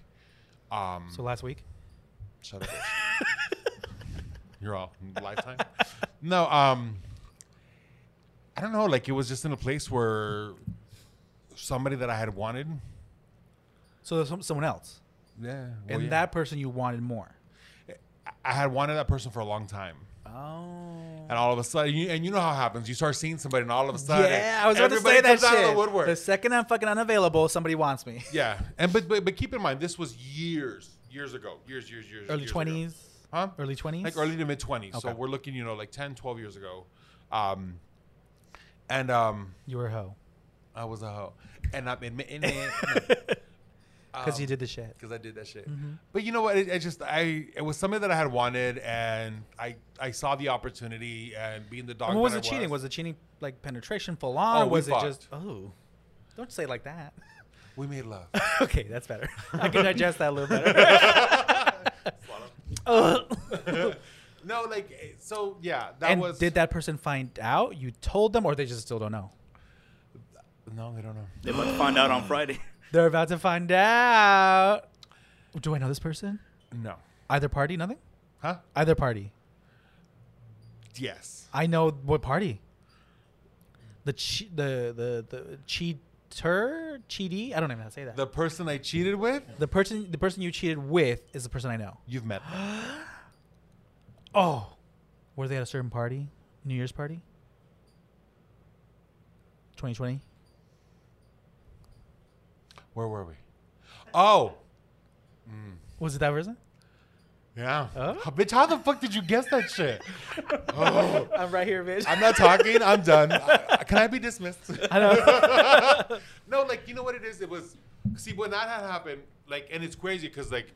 Speaker 2: um
Speaker 1: (laughs) so last week.
Speaker 2: Shut up. (laughs) You're all lifetime. No, um, I don't know. Like it was just in a place where somebody that I had wanted.
Speaker 1: So there's some, someone else,
Speaker 2: Yeah, well,
Speaker 1: and
Speaker 2: yeah.
Speaker 1: that person you wanted more.
Speaker 2: I had wanted that person for a long time,
Speaker 1: Oh.
Speaker 2: and all of a sudden, you, and you know how it happens. You start seeing somebody, and all of a sudden,
Speaker 1: Yeah, I was about to
Speaker 2: everybody
Speaker 1: say that
Speaker 2: comes
Speaker 1: shit.
Speaker 2: out of the woodwork.
Speaker 1: the second I'm fucking unavailable, somebody wants me.
Speaker 2: yeah, and but, but but keep in mind, this was years, years ago, years, years, years,
Speaker 1: Early
Speaker 2: years ago.
Speaker 1: twenties,
Speaker 2: huh?
Speaker 1: early twenties.
Speaker 2: like early to mid 20s so
Speaker 1: Okay.
Speaker 2: we're looking you know like 10 12 years ago um and um
Speaker 1: You were a hoe
Speaker 2: i was a hoe and i'm admitting
Speaker 1: (laughs)
Speaker 2: it
Speaker 1: because
Speaker 2: Um,
Speaker 1: you did Mm-hmm. the shit.
Speaker 2: because i did that shit but you know what it, I just i it was something that i had wanted and i i saw the opportunity and being the dog
Speaker 1: And what was
Speaker 2: that
Speaker 1: the
Speaker 2: I
Speaker 1: cheating? Was
Speaker 2: was
Speaker 1: the cheating like penetration full on,
Speaker 2: Oh,
Speaker 1: or
Speaker 2: we
Speaker 1: was it
Speaker 2: fucked.
Speaker 1: just oh? Don't say it like that. (laughs)
Speaker 2: we made love
Speaker 1: okay, that's better. I can digest that a little
Speaker 2: (laughs)
Speaker 1: better. Ugh.
Speaker 2: no like eh, so yeah that
Speaker 1: and
Speaker 2: was
Speaker 1: did that person find out you told them, or they just still don't know?
Speaker 2: no they don't know
Speaker 3: They must find out on Friday. (laughs)
Speaker 1: They're about to find out. Do I know this person?
Speaker 2: no
Speaker 1: Either party, nothing.
Speaker 2: huh
Speaker 1: Either party.
Speaker 2: yes
Speaker 1: I know what party. The che- the the the cheater cheaty. I don't even know how to say that.
Speaker 2: the person i cheated with
Speaker 1: the person the person you cheated with is the person I know.
Speaker 2: you've met
Speaker 1: (gasps)
Speaker 2: them.
Speaker 1: Oh, were they at a certain party? New Year's party? 2020?
Speaker 2: where were we oh
Speaker 1: Was it that person?
Speaker 2: Yeah.
Speaker 1: Huh?
Speaker 2: How- Bitch, how the fuck did you guess
Speaker 1: (laughs)
Speaker 2: that shit? Oh.
Speaker 1: I'm right here, (laughs) bitch.
Speaker 2: I'm not talking. I'm done. I- can I be dismissed?
Speaker 1: I know.
Speaker 2: (laughs) no, like, you know what it is? It was, see, when that had happened, like, and it's crazy because, like,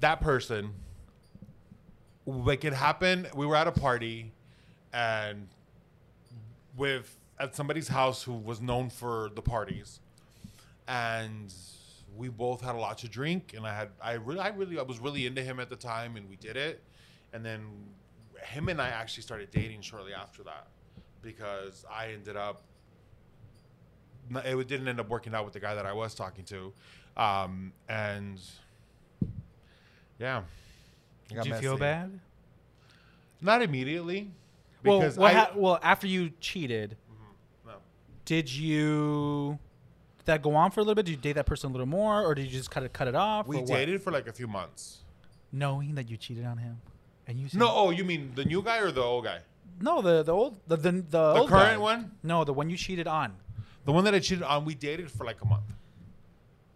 Speaker 2: that person, like, it happened. We were at a party and with, at somebody's house who was known for the parties. and we both had a lot to drink and i had i really i really i was really into him at the time and we did it and then him and i actually started dating shortly after that because i ended up no, it didn't end up working out with the guy that i was talking to um and yeah It got
Speaker 1: Did you
Speaker 2: messy.
Speaker 1: feel bad?
Speaker 2: not immediately
Speaker 1: Well,
Speaker 2: because
Speaker 1: what
Speaker 2: I,
Speaker 1: ha- well, after you cheated,
Speaker 2: no.
Speaker 1: did you did that go on for a little bit? Did you date that person a little more, or did you just kind of cut it off?
Speaker 2: we
Speaker 1: or what?
Speaker 2: dated for like a few months
Speaker 1: knowing that you cheated on him, and you said,
Speaker 2: no oh you mean the new guy or the old guy
Speaker 1: no, the the old the the, the,
Speaker 2: the
Speaker 1: old
Speaker 2: current
Speaker 1: guy.
Speaker 2: one
Speaker 1: no, the one you cheated on.
Speaker 2: The one that I cheated on, we dated for like a month.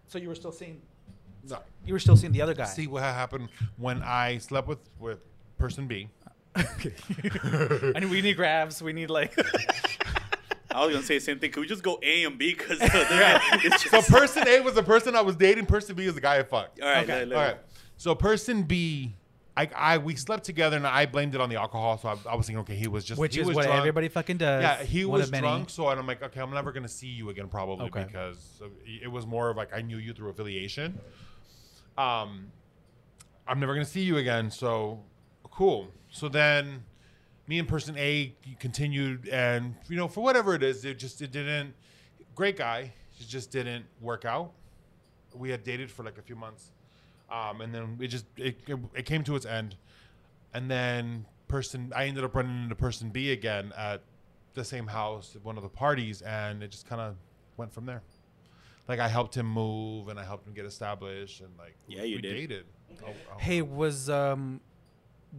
Speaker 1: So you were still seeing
Speaker 2: No.
Speaker 1: you were still seeing the other guy. (laughs)
Speaker 2: See what happened when I slept with with person B.
Speaker 3: (laughs)
Speaker 2: (laughs)
Speaker 1: and we need grabs. We need like
Speaker 3: I was gonna say the same thing. Can we just go A and B? Because
Speaker 1: (laughs)
Speaker 3: it's
Speaker 2: So
Speaker 3: just
Speaker 2: person A was the person I was dating. Person B is the guy I fucked.
Speaker 3: all right.
Speaker 1: Okay,
Speaker 3: let-
Speaker 2: All
Speaker 3: let-
Speaker 2: right. So person B, I, I we slept together and I blamed it on the alcohol. So I, I was thinking, okay, he was just
Speaker 1: which
Speaker 2: he
Speaker 1: is
Speaker 2: was
Speaker 1: what
Speaker 2: drunk.
Speaker 1: everybody fucking does.
Speaker 2: Yeah, he
Speaker 1: One
Speaker 2: was
Speaker 1: of many.
Speaker 2: drunk. So and I'm like, okay, I'm never gonna see you again probably
Speaker 1: Okay.
Speaker 2: because it was more of like I knew you through affiliation. Um, I'm never going to see you again. So cool. So then me and person A continued, and you know, for whatever it is, it just it didn't. Great guy, it just didn't work out. We had dated for like a few months, um, and then it just it, it, it came to its end. And then person I ended up running into person B again at the same house at one of the parties, and it just kind of went from there. Like I helped him move, and I helped him get established, and like
Speaker 3: Yeah, you
Speaker 2: we
Speaker 3: did.
Speaker 2: dated. Oh, oh.
Speaker 1: Hey, was um,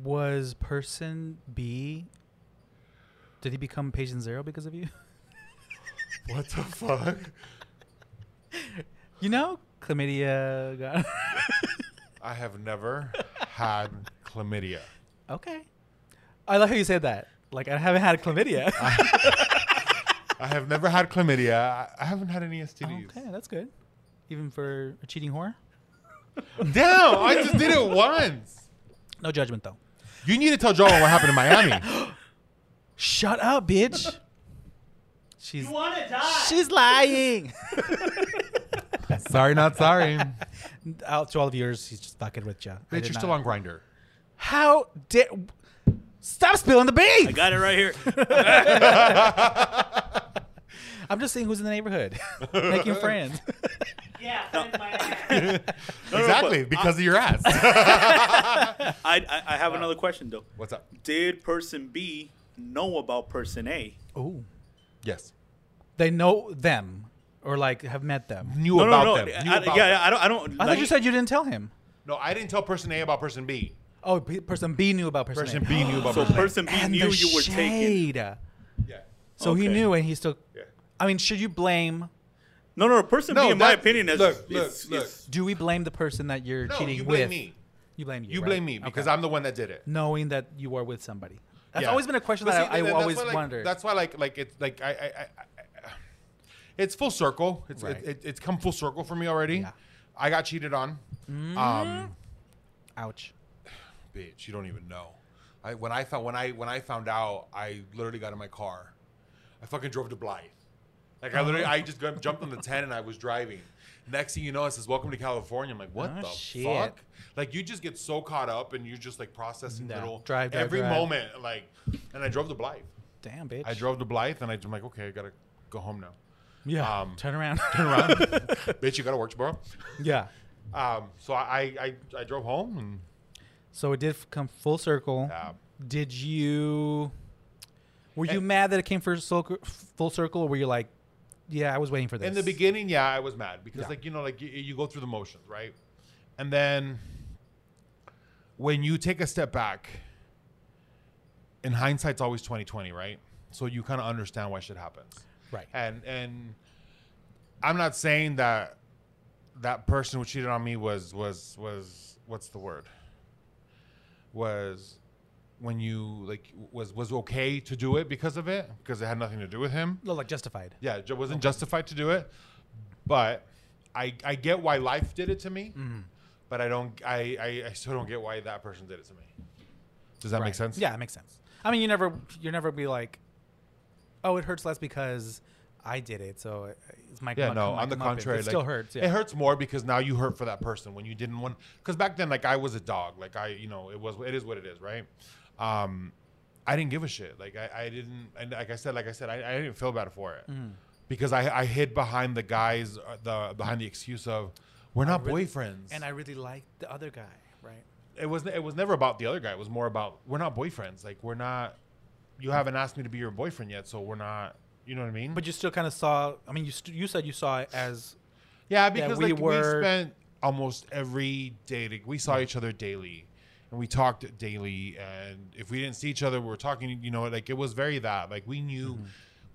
Speaker 1: was person B? Did he become patient zero because of you? (laughs)
Speaker 2: what the fuck?
Speaker 1: You know, chlamydia. Got (laughs)
Speaker 2: I have never had chlamydia.
Speaker 1: okay. I like how you said that. Like I haven't had
Speaker 2: (laughs)
Speaker 1: chlamydia.
Speaker 2: I have never had chlamydia. I- I haven't had any STDs.
Speaker 1: okay, that's good. Even for a cheating whore.
Speaker 2: Damn, I just did it once.
Speaker 1: No judgment though.
Speaker 2: You need to tell Joel what happened in Miami.
Speaker 1: Shut up, bitch. She's
Speaker 5: want to die?
Speaker 1: she's lying.
Speaker 2: sorry, not sorry.
Speaker 1: (laughs) Out to all the viewers, he's just fucking with you.
Speaker 2: Bitch, you're still on grinder.
Speaker 1: How did? Stop spilling the beans.
Speaker 3: I got it right
Speaker 1: (laughs)
Speaker 3: here.
Speaker 1: I'm just seeing who's in the neighborhood, making friends.
Speaker 5: Yeah, that's my ass.
Speaker 2: Exactly, because of your ass.
Speaker 3: (laughs) I, I, I have another question though.
Speaker 2: What's up?
Speaker 3: Did person B know about person A?
Speaker 1: oh,
Speaker 2: Yes.
Speaker 1: they know them or like have met them.
Speaker 2: Knew
Speaker 3: no,
Speaker 2: about
Speaker 3: no, no.
Speaker 2: them. Knew
Speaker 3: I,
Speaker 2: about
Speaker 3: yeah,
Speaker 2: them.
Speaker 3: I don't. I don't.
Speaker 1: I
Speaker 3: like-
Speaker 1: thought you said you didn't tell him.
Speaker 2: No, I didn't tell person A about person B.
Speaker 1: Oh, P- person B knew about person,
Speaker 2: Person
Speaker 1: A.
Speaker 2: B knew about
Speaker 3: So
Speaker 2: person A.
Speaker 3: person B
Speaker 1: and
Speaker 3: knew
Speaker 1: the
Speaker 3: you were taken.
Speaker 1: shade.
Speaker 2: Yeah.
Speaker 1: So he
Speaker 3: Okay.
Speaker 1: knew, and he still.
Speaker 2: Yeah.
Speaker 1: I mean, should you blame?
Speaker 3: No, no. Person
Speaker 2: No,
Speaker 3: B, in my
Speaker 2: that-
Speaker 3: opinion, is
Speaker 2: look, look,
Speaker 3: is-
Speaker 2: look.
Speaker 3: is-
Speaker 1: Do we blame the person that you're
Speaker 2: No,
Speaker 1: cheating
Speaker 2: you
Speaker 1: with?
Speaker 2: blame me.
Speaker 1: You blame you.
Speaker 2: You
Speaker 1: right?
Speaker 2: blame me because
Speaker 1: Okay.
Speaker 2: I'm the one that did it.
Speaker 1: knowing that you are with somebody. That's
Speaker 2: Yeah.
Speaker 1: always been a question
Speaker 2: But
Speaker 1: that
Speaker 2: see,
Speaker 1: I,
Speaker 2: and
Speaker 1: I
Speaker 2: that's
Speaker 1: always
Speaker 2: why, like,
Speaker 1: wonder.
Speaker 2: That's why, like, like it's like I, I, I, I it's full circle. It's
Speaker 1: Right.
Speaker 2: it, it, it's come full circle for me already.
Speaker 1: Yeah.
Speaker 2: I got cheated on. Um,
Speaker 1: Ouch.
Speaker 2: bitch, you don't even know. I when I found when I when I found out, I literally got in my car. I fucking drove to Blythe. Like I literally, I just got- jumped on the ten and I was driving. Next thing you know, it says "Welcome to California." I'm like, "What
Speaker 1: Oh,
Speaker 2: the
Speaker 1: shit.
Speaker 2: fuck?" Like you just get so caught up and you're just like processing
Speaker 1: No.
Speaker 2: little
Speaker 1: Drive, drive,
Speaker 2: every
Speaker 1: drive.
Speaker 2: moment. Like, and I drove to Blythe.
Speaker 1: Damn, bitch.
Speaker 2: I drove to Blythe and I, am like, okay, I gotta go
Speaker 1: (laughs)
Speaker 2: home now.
Speaker 1: Yeah.
Speaker 2: um,
Speaker 1: turn around.
Speaker 2: (laughs) Turn around, bitch, you gotta work tomorrow.
Speaker 1: (laughs) yeah.
Speaker 2: Um, so I, I, I, I drove home and
Speaker 1: So it did f- come full circle.
Speaker 2: Yeah.
Speaker 1: Did you? Were you
Speaker 2: Eh.
Speaker 1: mad that it came for circle, full circle, or were you like, "Yeah, I was waiting for this"?
Speaker 2: in the beginning, yeah, I was mad because
Speaker 1: Yeah.
Speaker 2: like you know, like you, you go through the motions, right? And then when you take a step back, in hindsight's always twenty twenty, right? So you kind of understand why shit happens.
Speaker 1: right?
Speaker 2: and and I'm not saying that that person who cheated on me was was was what's the word was when you like was was okay to do it because of it because it had nothing to do with him
Speaker 1: No, like justified.
Speaker 2: yeah it wasn't justified to do it but I I get why life did it to me
Speaker 1: Mm-hmm.
Speaker 2: but I don't I, I I still don't get why that person did it to me does that make
Speaker 1: Right.
Speaker 2: sense
Speaker 1: Yeah, it makes sense. I mean, you never, you never be like, "Oh, it hurts less because I did it." So it- it's my
Speaker 2: Yeah,
Speaker 1: my-
Speaker 2: no.
Speaker 1: my
Speaker 2: On the
Speaker 1: comeuppance.
Speaker 2: contrary,
Speaker 1: it
Speaker 2: like,
Speaker 1: still hurts. Yeah.
Speaker 2: It hurts more because now you hurt for that person when you didn't want. Because back then, like I was a dog. Like I, you know, it was it is what it is, right? Um, I didn't give a shit. Like I, I didn't. And like I said, like I said, I, I didn't feel bad for it
Speaker 1: Mm-hmm.
Speaker 2: because I, I hid behind the guys, uh, the behind the excuse of we're not boyfriends.
Speaker 1: And I really liked the other guy, right?
Speaker 2: it was it was never about the other guy. It was more about we're not boyfriends. Like we're not. You haven't asked me to be your boyfriend yet, so we're not. You know what I mean?
Speaker 1: But you still kind of saw. I mean, you st- you said you saw it as
Speaker 2: Yeah, because
Speaker 1: we
Speaker 2: like
Speaker 1: were-
Speaker 2: we spent almost every day. Like, we saw each other daily, and we talked daily. And if we didn't see each other, we were talking. You know, like it was very that. Like we knew,
Speaker 1: Mm-hmm.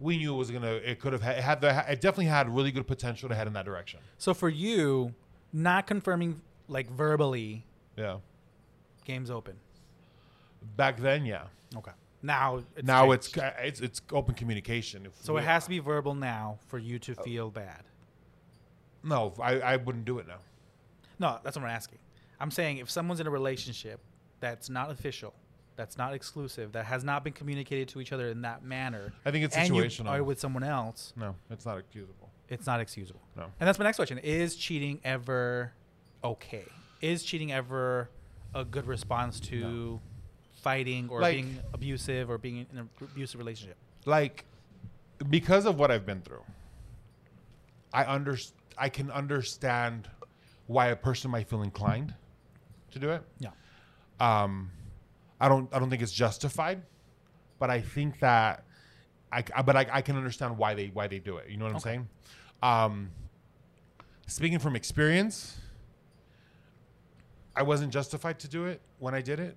Speaker 2: we knew it was gonna. It could have had, it had the. It definitely had really good potential to head in that direction.
Speaker 1: so for you, not confirming like verbally,
Speaker 2: Yeah.
Speaker 1: game's open.
Speaker 2: Back then, yeah.
Speaker 1: Okay. Now it's
Speaker 2: now
Speaker 1: changed.
Speaker 2: it's ca- it's it's open communication. If
Speaker 1: so
Speaker 2: we-
Speaker 1: it has to be verbal now for you
Speaker 2: Oh.
Speaker 1: to feel bad.
Speaker 2: No, I I wouldn't do it now.
Speaker 1: No, that's what I'm asking. I'm saying if someone's in a relationship that's not official, that's not exclusive, that has not been communicated to each other in that manner.
Speaker 2: I think it's
Speaker 1: and you
Speaker 2: situational.
Speaker 1: are with someone else,
Speaker 2: No, it's not accusable.
Speaker 1: it's not excusable.
Speaker 2: No.
Speaker 1: And that's my next question: Is cheating ever okay? Is cheating ever a good response to
Speaker 2: No.
Speaker 1: fighting or
Speaker 2: Like-
Speaker 1: being abusive or being in an abusive relationship.
Speaker 2: like because of what I've been through, I under I can understand why a person might feel inclined to do it.
Speaker 1: Yeah.
Speaker 2: Um, I don't I don't think it's justified, but I think that I, I- but I, I can understand why they why they do it. You know what
Speaker 1: Okay.
Speaker 2: I'm saying? Um, speaking from experience, I wasn't justified to do it when I did it.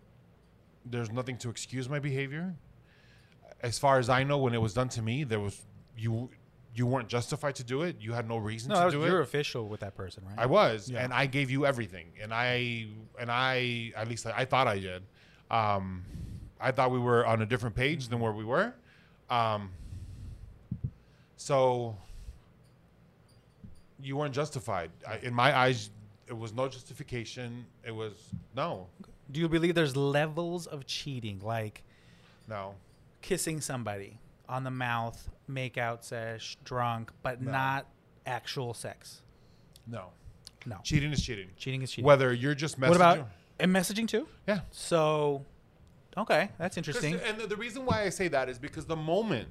Speaker 2: There's nothing to excuse my behavior as far as I know, when it was done to me, there was you you weren't justified to do it. You had no reason
Speaker 1: No,
Speaker 2: to
Speaker 1: that was,
Speaker 2: do
Speaker 1: you're
Speaker 2: it.
Speaker 1: official with that person, right?
Speaker 2: I was,
Speaker 1: Yeah.
Speaker 2: and I gave you everything, and I and I at least I, I thought I did. Um, I thought we were on a different page than where we were. Um, so you weren't justified I, in my eyes. It was no justification. It was no,
Speaker 1: Do you believe there's levels of cheating, like
Speaker 2: no.
Speaker 1: kissing somebody on the mouth, makeout sesh, drunk, but
Speaker 2: No.
Speaker 1: not actual sex?
Speaker 2: No.
Speaker 1: No.
Speaker 2: Cheating is cheating.
Speaker 1: Cheating is cheating.
Speaker 2: Whether you're just messaging.
Speaker 1: what about and messaging too?
Speaker 2: Yeah.
Speaker 1: So, okay, that's
Speaker 2: Chris,
Speaker 1: interesting.
Speaker 2: And the, the reason why I say that is because the moment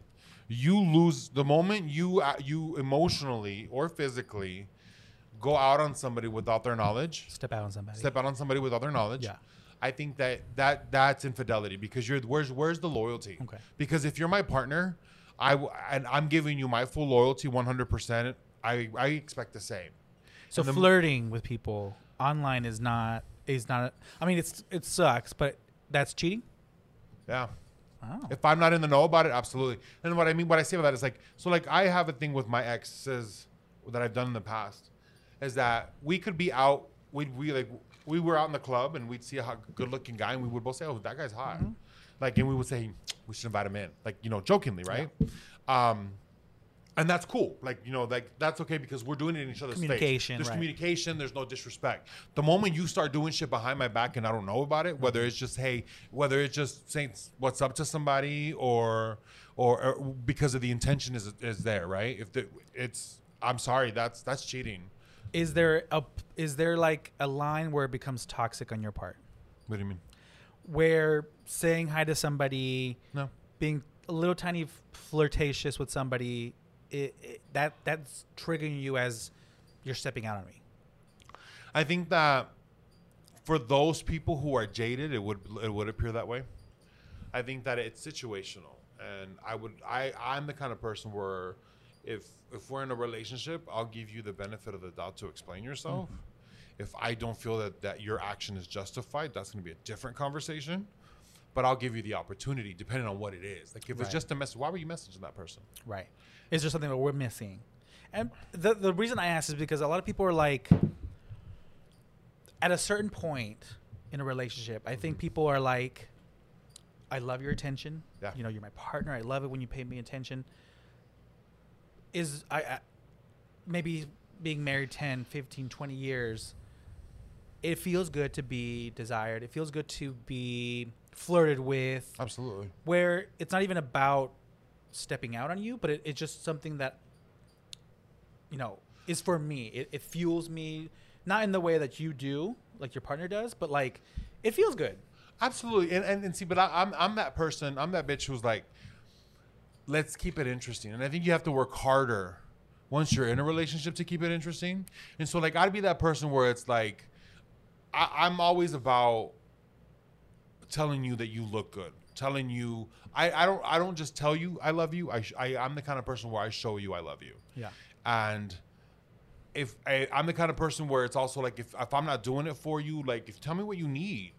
Speaker 2: you lose, the moment you uh, you emotionally or physically go out on somebody without their knowledge,
Speaker 1: Step out on somebody.
Speaker 2: step out on somebody without their knowledge.
Speaker 1: Yeah.
Speaker 2: I think that that that's infidelity because you're where's where's the loyalty?
Speaker 1: Okay.
Speaker 2: Because if you're my partner, I w- and I'm giving you my full loyalty 100%, I I expect the same.
Speaker 1: so
Speaker 2: and the-
Speaker 1: flirting with people online is not is not. I mean, it's it sucks, but that's cheating.
Speaker 2: Yeah.
Speaker 1: Wow.
Speaker 2: If I'm not in the know about it, absolutely. And what I mean, what I say by that is like, so like I have a thing with my exes that I've done in the past, is that we could be out, we'd we like we were out in the club and we'd see a hot, good-looking guy and we would both say, oh, that guy's hot, like, and we would say we should invite him in, like you know, jokingly, right? Um, and that's cool, like you know, like that's okay because we're doing it in each other's
Speaker 1: Communication,
Speaker 2: Space. There's
Speaker 1: right.
Speaker 2: communication. There's no disrespect. The moment you start doing shit behind my back and I don't know about it, whether it's just hey, whether it's just saying what's up to somebody or or, or because of the intention is is there, right? If the, it's I'm sorry, that's that's cheating.
Speaker 1: Is there a is there like a line where it becomes toxic on your part,
Speaker 2: What do you mean?
Speaker 1: where saying hi to somebody,
Speaker 2: No.
Speaker 1: being a little tiny flirtatious with somebody, it, it, that that's triggering you as you're stepping out on me.
Speaker 2: I think that for those people who are jaded, it would it would appear that way. I think that it's situational, and I would I I'm the kind of person where if if we're in a relationship, I'll give you the benefit of the doubt to explain yourself. If I don't feel that that your action is justified, that's going to be a different conversation. But I'll give you the opportunity, depending on what it is. Like if
Speaker 1: Right.
Speaker 2: it's just a message, why were you messaging that person?
Speaker 1: Right. Is there something that we're missing? And the the reason I ask is because a lot of people are like at a certain point in a relationship, I think people are like I love your attention.
Speaker 2: Yeah.
Speaker 1: You know, you're my partner. I love it when you pay me attention. Is I, I maybe being married 10, 15, 20 years it feels good to be desired. It feels good to be flirted with
Speaker 2: Absolutely.
Speaker 1: where it's not even about stepping out on you, but it, it's just something that, you know, is for me. It, it fuels me, not in the way that you do, like your partner does, but like it feels good.
Speaker 2: Absolutely, and and, and see, but I, I'm I'm that person. I'm that bitch who's like, let's keep it interesting. And I think you have to work harder once you're in a relationship to keep it interesting. And so, like, I'd be that person where it's like, I, I'm always about telling you that you look good, telling you I, I don't I don't just tell you I love you. I, sh- I I'm the kind of person where I show you I love you.
Speaker 1: Yeah.
Speaker 2: And if I, I'm the kind of person where it's also like if, if I'm not doing it for you, like if tell me what you need,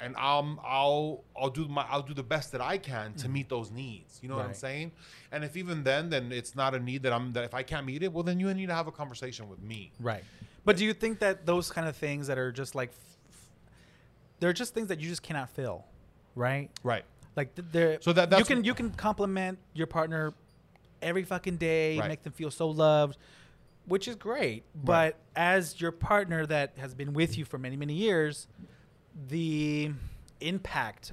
Speaker 2: and I'll I'll I'll do my I'll do the best that I can to meet those needs. You know what I'm
Speaker 1: Mm-hmm. Right.
Speaker 2: saying? And if even then, then it's not a need that I'm that if I can't meet it, well then you need to have a conversation with me.
Speaker 1: Right. But do you think that those kind of things that are just like, f- f- they're just things that you just cannot fill, right?
Speaker 2: Right.
Speaker 1: Like th- they're
Speaker 2: So that- that's-
Speaker 1: you can you can compliment your partner every fucking day,
Speaker 2: Right.
Speaker 1: make them feel so loved, which is great.
Speaker 2: Right.
Speaker 1: But as your partner that has been with you for many many years, the impact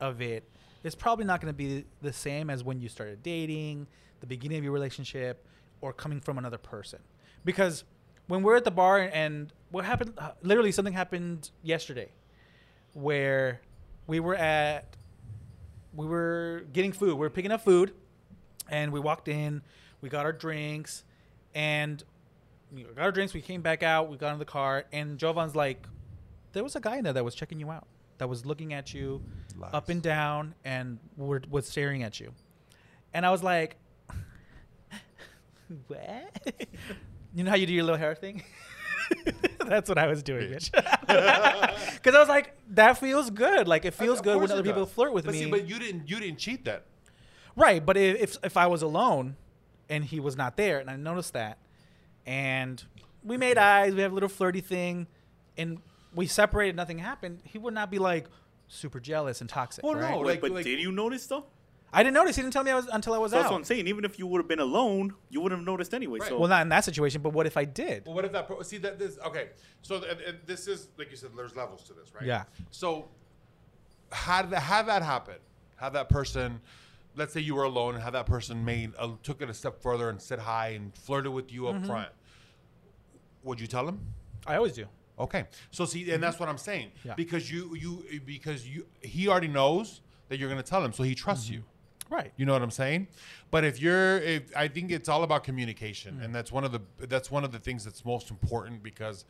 Speaker 1: of it is probably not going to be the same as when you started dating, the beginning of your relationship, or coming from another person. uh, Because when we're at the bar and what happened, literally something happened yesterday where we were at we were getting food. We were picking up food, and we walked in. We got our drinks, and we got our drinks. We came back out. We got in the car, and Jovan's like, "There was a guy in there that was checking you out, that was looking at you, up and down, and were, was staring at you." And I was like, (laughs) "What?" (laughs) you know how you do your little hair thing? (laughs) That's what I was doing, bitch. (laughs) Because I was like, "That feels good. Like it feels
Speaker 2: Of
Speaker 1: good when
Speaker 2: course it
Speaker 1: other people
Speaker 2: does.
Speaker 1: flirt with
Speaker 2: but
Speaker 1: me."
Speaker 2: See, but you didn't. You didn't cheat that.
Speaker 1: Right, but if if- if I was alone and he was not there, and I noticed that, and we made eyes, we have a little flirty thing, and we separated, nothing happened, he would not be like super jealous and toxic.
Speaker 2: Well,
Speaker 1: right?
Speaker 2: no,
Speaker 3: Wait,
Speaker 2: like-
Speaker 3: but
Speaker 2: like-
Speaker 3: did you notice though?
Speaker 1: I didn't notice. He didn't tell me I was until I was
Speaker 3: So that's
Speaker 1: out.
Speaker 3: what I'm saying. Even if you would have been alone, you wouldn't have noticed anyway.
Speaker 2: Right.
Speaker 3: So
Speaker 1: Well, not in that situation, but what if I did?
Speaker 2: Well, what if that? Pro- see that this? Okay, so th- and- and this is like you said. There's levels to this, right?
Speaker 1: Yeah.
Speaker 2: So, how did that, have that happen? Have that person? Let's say you were alone, and how that person made uh, took it a step further and said hi and flirted with you
Speaker 1: Mm-hmm.
Speaker 2: up front. Would you tell them?
Speaker 1: I always do.
Speaker 2: Okay. So see, and that's what I'm saying
Speaker 1: Yeah.
Speaker 2: because you you because you he already knows that you're going to tell him, so he trusts
Speaker 1: Mm-hmm.
Speaker 2: you.
Speaker 1: Right.
Speaker 2: You know what I'm saying? But if you're, if I think it's all about communication,
Speaker 1: Mm.
Speaker 2: and that's one of the that's one of the things that's most important because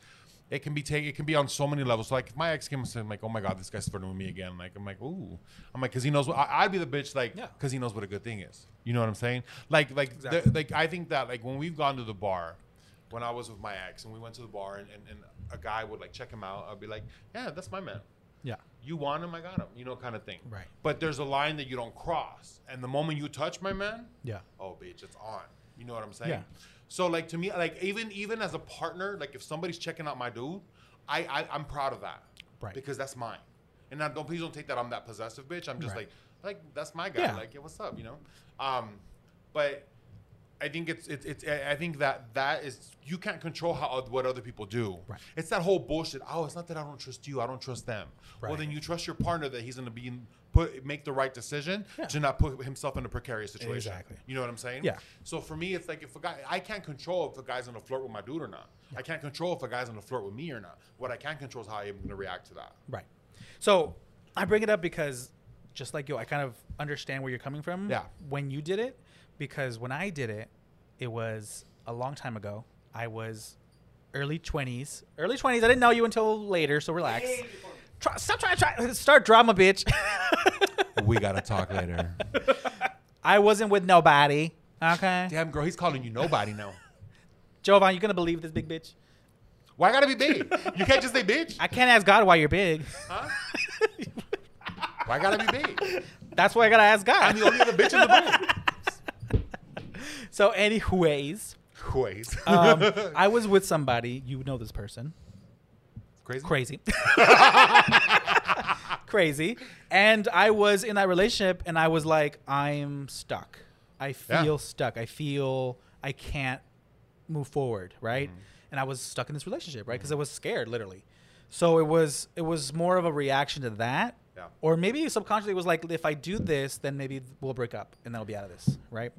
Speaker 2: it can be take it can be on so many levels. Like if my ex came and said, like, oh my god, this guy's flirting with me again. Like I'm like, ooh, I'm like, cause he knows. What, I, I'd be the bitch, like,
Speaker 1: Yeah.
Speaker 2: cause he knows what a good thing is. You know what I'm saying? Like, like, the-
Speaker 1: Exactly.
Speaker 2: like I think that like when we've gone to the bar. When I was with my ex and we went to the bar and, and, and a guy would like check him out, I'd be like, "Yeah, that's my man."
Speaker 1: Yeah.
Speaker 2: you want him, I got him, you know, kind of thing.
Speaker 1: Right.
Speaker 2: But there's a line that you don't cross, and the moment you touch my man,
Speaker 1: Yeah.
Speaker 2: oh bitch, it's on. You know what I'm saying?
Speaker 1: Yeah.
Speaker 2: So like to me, like even even as a partner, like if somebody's checking out my dude, I, I I'm proud of that,
Speaker 1: Right.
Speaker 2: Because that's mine. And now don't please don't take that I'm that possessive bitch. I'm just
Speaker 1: Right.
Speaker 2: like like that's my guy.
Speaker 1: Yeah.
Speaker 2: Like yeah, what's up? You know, um, but I think it's it's it's I I think that that is you can't control how oth- what other people do.
Speaker 1: Right.
Speaker 2: It's that whole bullshit. Oh, it's not that I don't trust you. I don't trust them. Well,
Speaker 1: Right.
Speaker 2: then you trust your partner that he's going to be in, put make the right decision
Speaker 1: Yeah.
Speaker 2: to not put himself in a precarious situation.
Speaker 1: Exactly.
Speaker 2: You know what I'm saying?
Speaker 1: Yeah.
Speaker 2: So for me, it's like if a guy, I can't control if a guy's going to flirt with my dude or not. I can't control if a guy's going to flirt with me or not. What I can control is how I'm going to react to that.
Speaker 1: Right. So I bring it up because just like you, I kind of understand where you're coming from.
Speaker 2: Yeah.
Speaker 1: When you did it, because when I did it, it was a long time ago. I was early 20s. Early 20s. I didn't know you until later, so relax. Try, stop trying to try, start drama, bitch. (laughs)
Speaker 2: we got to talk later.
Speaker 1: I wasn't with nobody. Okay.
Speaker 2: (laughs) Damn girl, he's calling you nobody now.
Speaker 1: Jovan, you going to believe this big bitch?
Speaker 2: Why I gotta be big? You can't just say bitch.
Speaker 1: I can't ask God why you're big. (laughs)
Speaker 2: Why I gotta be big?
Speaker 1: That's why I got to ask God.
Speaker 2: I'm the only other bitch in the band.
Speaker 1: (laughs) so,
Speaker 2: (laughs)
Speaker 1: anyways, (laughs)
Speaker 2: Crazy.
Speaker 1: um, I was with somebody. You know this person.
Speaker 2: (laughs) crazy.
Speaker 1: crazy (laughs) crazy and i was in that relationship and i was like i'm stuck i
Speaker 2: Yeah.
Speaker 1: feel stuck i feel i can't move forward right and i was stuck in this relationship right because i was scared literally so it was it was more of a reaction to that
Speaker 2: Yeah.
Speaker 1: or maybe subconsciously it was like if i do this then maybe we'll break up and then i'll be out of this right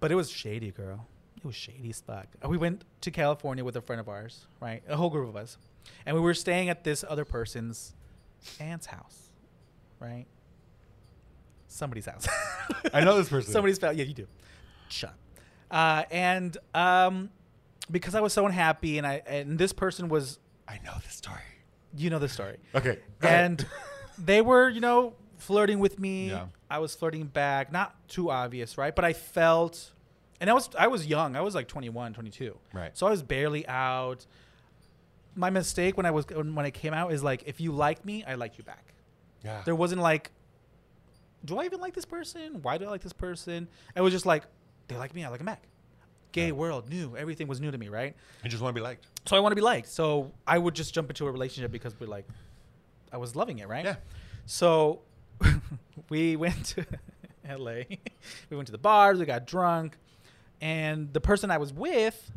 Speaker 1: but it was shady, girl. It was shady as fuck. And We went to California with a friend of ours, right? A whole group of us. And we were staying at this other person's aunt's house, right? Somebody's house. (laughs)
Speaker 2: I know this person.
Speaker 1: Somebody's family. Yeah, you do. Shut up. Uh, and um, because I was so unhappy, and I and this person was,
Speaker 2: I know this story.
Speaker 1: you know the story
Speaker 2: Okay. go ahead.
Speaker 1: and (laughs) they were, you know, flirting with me.
Speaker 2: Yeah.
Speaker 1: I was flirting back, not too obvious, right? But I felt, and I was, I was young. I was like 21, 22.
Speaker 2: Right.
Speaker 1: So I was barely out. My mistake when I was when I came out is like, if you like me, I like you back.
Speaker 2: yeah.
Speaker 1: There wasn't like, do I even like this person? Why do I like this person? It was just like, they like me, I like them back. Gay world, new. Everything was new to me, right?
Speaker 2: I just want to be liked.
Speaker 1: so I want to be liked. So I would just jump into a relationship because we're like, I was loving it, right?
Speaker 2: Yeah.
Speaker 1: So (laughs) we went to (laughs) LA. (laughs) we went to the bars. We got drunk, and the person I was with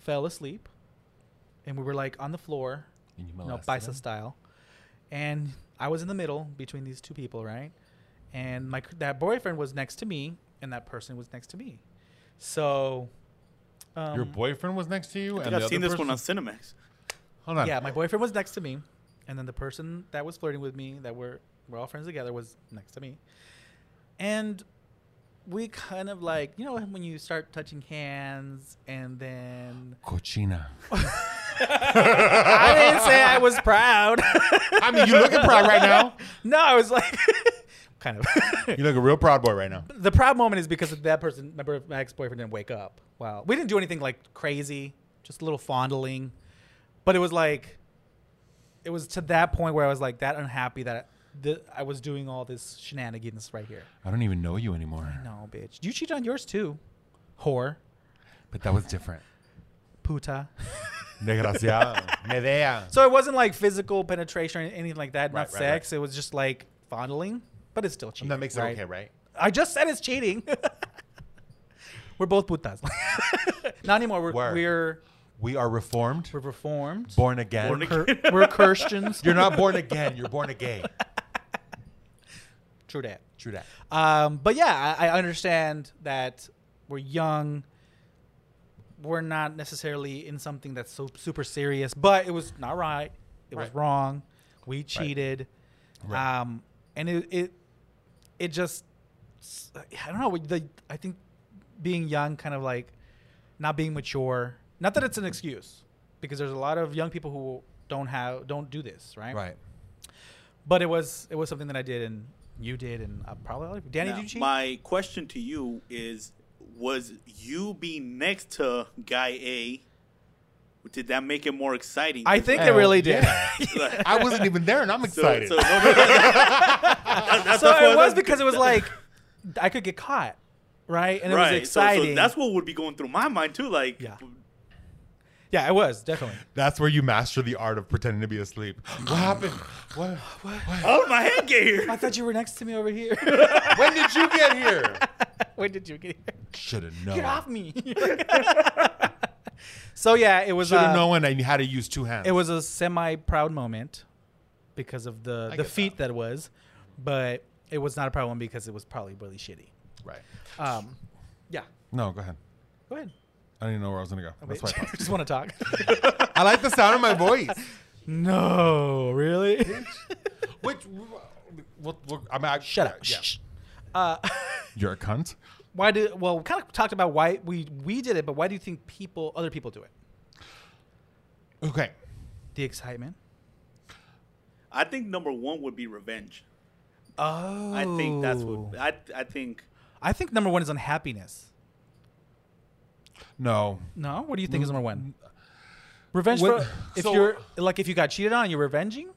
Speaker 1: fell asleep, and we were like on the floor,
Speaker 2: And you
Speaker 1: you know,
Speaker 2: molested
Speaker 1: bicep
Speaker 2: him?
Speaker 1: style, and I was in the middle between these two people, right? And my that boyfriend was next to me, and that person was next to me. So um,
Speaker 2: Your boyfriend was next to you, and
Speaker 3: I think
Speaker 2: the
Speaker 3: I've
Speaker 2: other
Speaker 3: seen this
Speaker 2: person.
Speaker 3: one on Cinemax.
Speaker 2: Hold on.
Speaker 1: yeah, my boyfriend was next to me. and then the person that was flirting with me, that we're we're all friends together, was next to me, and we kind of like you know when you start touching hands and
Speaker 2: (laughs)
Speaker 1: then
Speaker 2: (laughs) Cochina.
Speaker 1: I didn't say I was proud.
Speaker 2: (laughs) I mean, you looking proud right now.
Speaker 1: (laughs) no, I was like kind of. (laughs)
Speaker 2: You look a real proud boy right now.
Speaker 1: the proud moment is because that person, remember, my ex boyfriend didn't wake up. Wow. We didn't do anything like crazy, just a little fondling. But it was like, it was to that point where I was like that unhappy that the, I was doing all this shenanigans right here.
Speaker 2: I don't even know you anymore.
Speaker 1: No, bitch. You cheated on yours too, whore,
Speaker 2: But that was different.
Speaker 1: puta.
Speaker 2: (laughs) Desgraciado. Medea.
Speaker 1: So it wasn't like physical penetration or anything like that,
Speaker 2: Right,
Speaker 1: not
Speaker 2: right,
Speaker 1: sex. It was just like fondling, but it's still cheating.
Speaker 2: that makes it okay, right?
Speaker 1: I just said it's cheating. (laughs) we're both putas. (laughs) Not anymore. We're
Speaker 2: Word.
Speaker 1: we're,
Speaker 2: We are reformed,
Speaker 1: we're reformed.
Speaker 2: born again.
Speaker 3: Born again.
Speaker 1: Cur- (laughs) we're Christians.
Speaker 2: (laughs) You're not born again. You're born again.
Speaker 1: true that.
Speaker 2: True that.
Speaker 1: Um, but yeah, I, I understand that we're young. We're not necessarily in something that's so super serious, but it was not right. It was
Speaker 2: Right.
Speaker 1: wrong. We cheated.
Speaker 2: Right.
Speaker 1: Um, and it, it, it just, I don't know. The, I think being young, kind of like not being mature, not that it's an excuse because there's a lot of young people who don't have, don't do this. Right.
Speaker 2: Right.
Speaker 1: But it was, it was something that I did and you did. And uh, probably, other people- Danny,
Speaker 3: Now,
Speaker 1: did you cheat?
Speaker 3: My question to you is: Was you being next to guy A? Did that make it more exciting?
Speaker 1: I think it
Speaker 2: Hell
Speaker 1: really did.
Speaker 2: yeah.
Speaker 1: (laughs)
Speaker 2: (laughs)
Speaker 3: Like,
Speaker 2: I wasn't even there, and I'm
Speaker 3: so-
Speaker 2: excited.
Speaker 3: so- no, (laughs) no, no, that- that's-
Speaker 1: so
Speaker 3: that's
Speaker 1: it
Speaker 3: what-
Speaker 1: was because it
Speaker 3: (laughs)
Speaker 1: was like I could get caught, right? And it
Speaker 3: right.
Speaker 1: was
Speaker 3: so- so
Speaker 1: exciting.
Speaker 3: that's what would be going through my mind too. Like,
Speaker 1: Yeah. yeah, it was definitely.
Speaker 2: That's where you master the art of pretending to be asleep. What happened? What?
Speaker 3: how did my hand get
Speaker 1: I
Speaker 3: here?
Speaker 1: thought you were next to me over here. (laughs)
Speaker 2: When did you get (laughs) here?
Speaker 1: when did you get here?
Speaker 2: Should have known.
Speaker 1: Get off me! (laughs) so yeah, it was.
Speaker 2: Should have
Speaker 1: Uh,
Speaker 2: known I knew how to use two hands.
Speaker 1: It was a semi-proud moment because of the
Speaker 2: I
Speaker 1: the
Speaker 2: get
Speaker 1: feat that. was, but it was not a proud one because it was probably really shitty.
Speaker 2: right.
Speaker 1: Um, yeah.
Speaker 2: No, go ahead.
Speaker 1: Go ahead.
Speaker 2: I didn't know where I was gonna go.
Speaker 1: (laughs)
Speaker 2: That's why. I,
Speaker 1: I just want to
Speaker 2: (laughs)
Speaker 1: talk. (laughs)
Speaker 2: paused. I like the sound of my voice.
Speaker 1: no, really.
Speaker 2: Which, well, I mean, I,
Speaker 1: Shut up.
Speaker 2: yeah.
Speaker 1: Shh. Uh, (laughs)
Speaker 2: You're a cunt.
Speaker 1: why do well we kind of talked about why we we did it but why do you think people other people do it
Speaker 2: Okay.
Speaker 1: the excitement
Speaker 3: I think number one would be revenge.
Speaker 1: oh
Speaker 3: I think that's what I. I think
Speaker 1: i think number one is unhappiness
Speaker 2: No.
Speaker 1: no what do you think is number one revenge
Speaker 2: Mm. What-
Speaker 1: for if
Speaker 2: so-
Speaker 1: you're like if you got cheated on you're revenging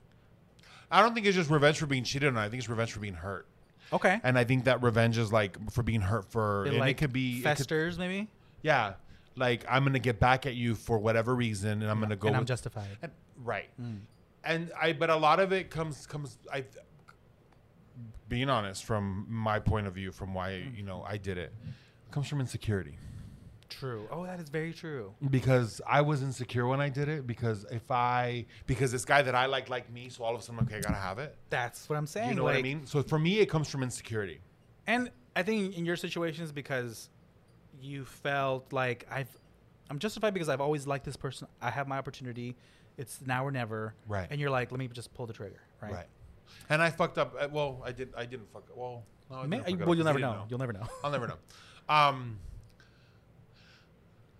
Speaker 2: I don't think it's just revenge for being cheated on. I think it's revenge for being hurt.
Speaker 1: okay
Speaker 2: And I think that revenge is like for being hurt for,
Speaker 1: It,
Speaker 2: and
Speaker 1: like,
Speaker 2: it could be it could-
Speaker 1: festers maybe
Speaker 2: yeah, like I'm gonna get back at you for whatever reason, and I'm gonna go.
Speaker 1: and
Speaker 2: with,
Speaker 1: i'm justified
Speaker 2: and- right.
Speaker 1: Hmm.
Speaker 2: And I, but a lot of it comes comes I, being honest from my point of view, from why
Speaker 1: Hmm.
Speaker 2: you know I did it, comes from insecurity
Speaker 1: true oh that is very true
Speaker 2: because I was insecure when I did it because if I because this guy that I like like me, so all of a sudden okay, I gotta have it.
Speaker 1: that's what i'm saying
Speaker 2: You know what I
Speaker 1: like-
Speaker 2: mean? So for me, it comes from insecurity.
Speaker 1: And I think in your situation is because you felt like I've I'm justified because I've always liked this person. I have my opportunity. It's now or never.
Speaker 2: Right.
Speaker 1: And you're like, let me just pull the trigger. Right.
Speaker 2: Right. And I fucked up. uh, Well, I did. I didn't fuck. up. Well, no, I
Speaker 1: May-
Speaker 2: didn't fuck it up
Speaker 1: well, you'll
Speaker 2: 'cause
Speaker 1: never
Speaker 2: he
Speaker 1: know.
Speaker 2: didn't
Speaker 1: You'll never know.
Speaker 2: I'll never know. Um.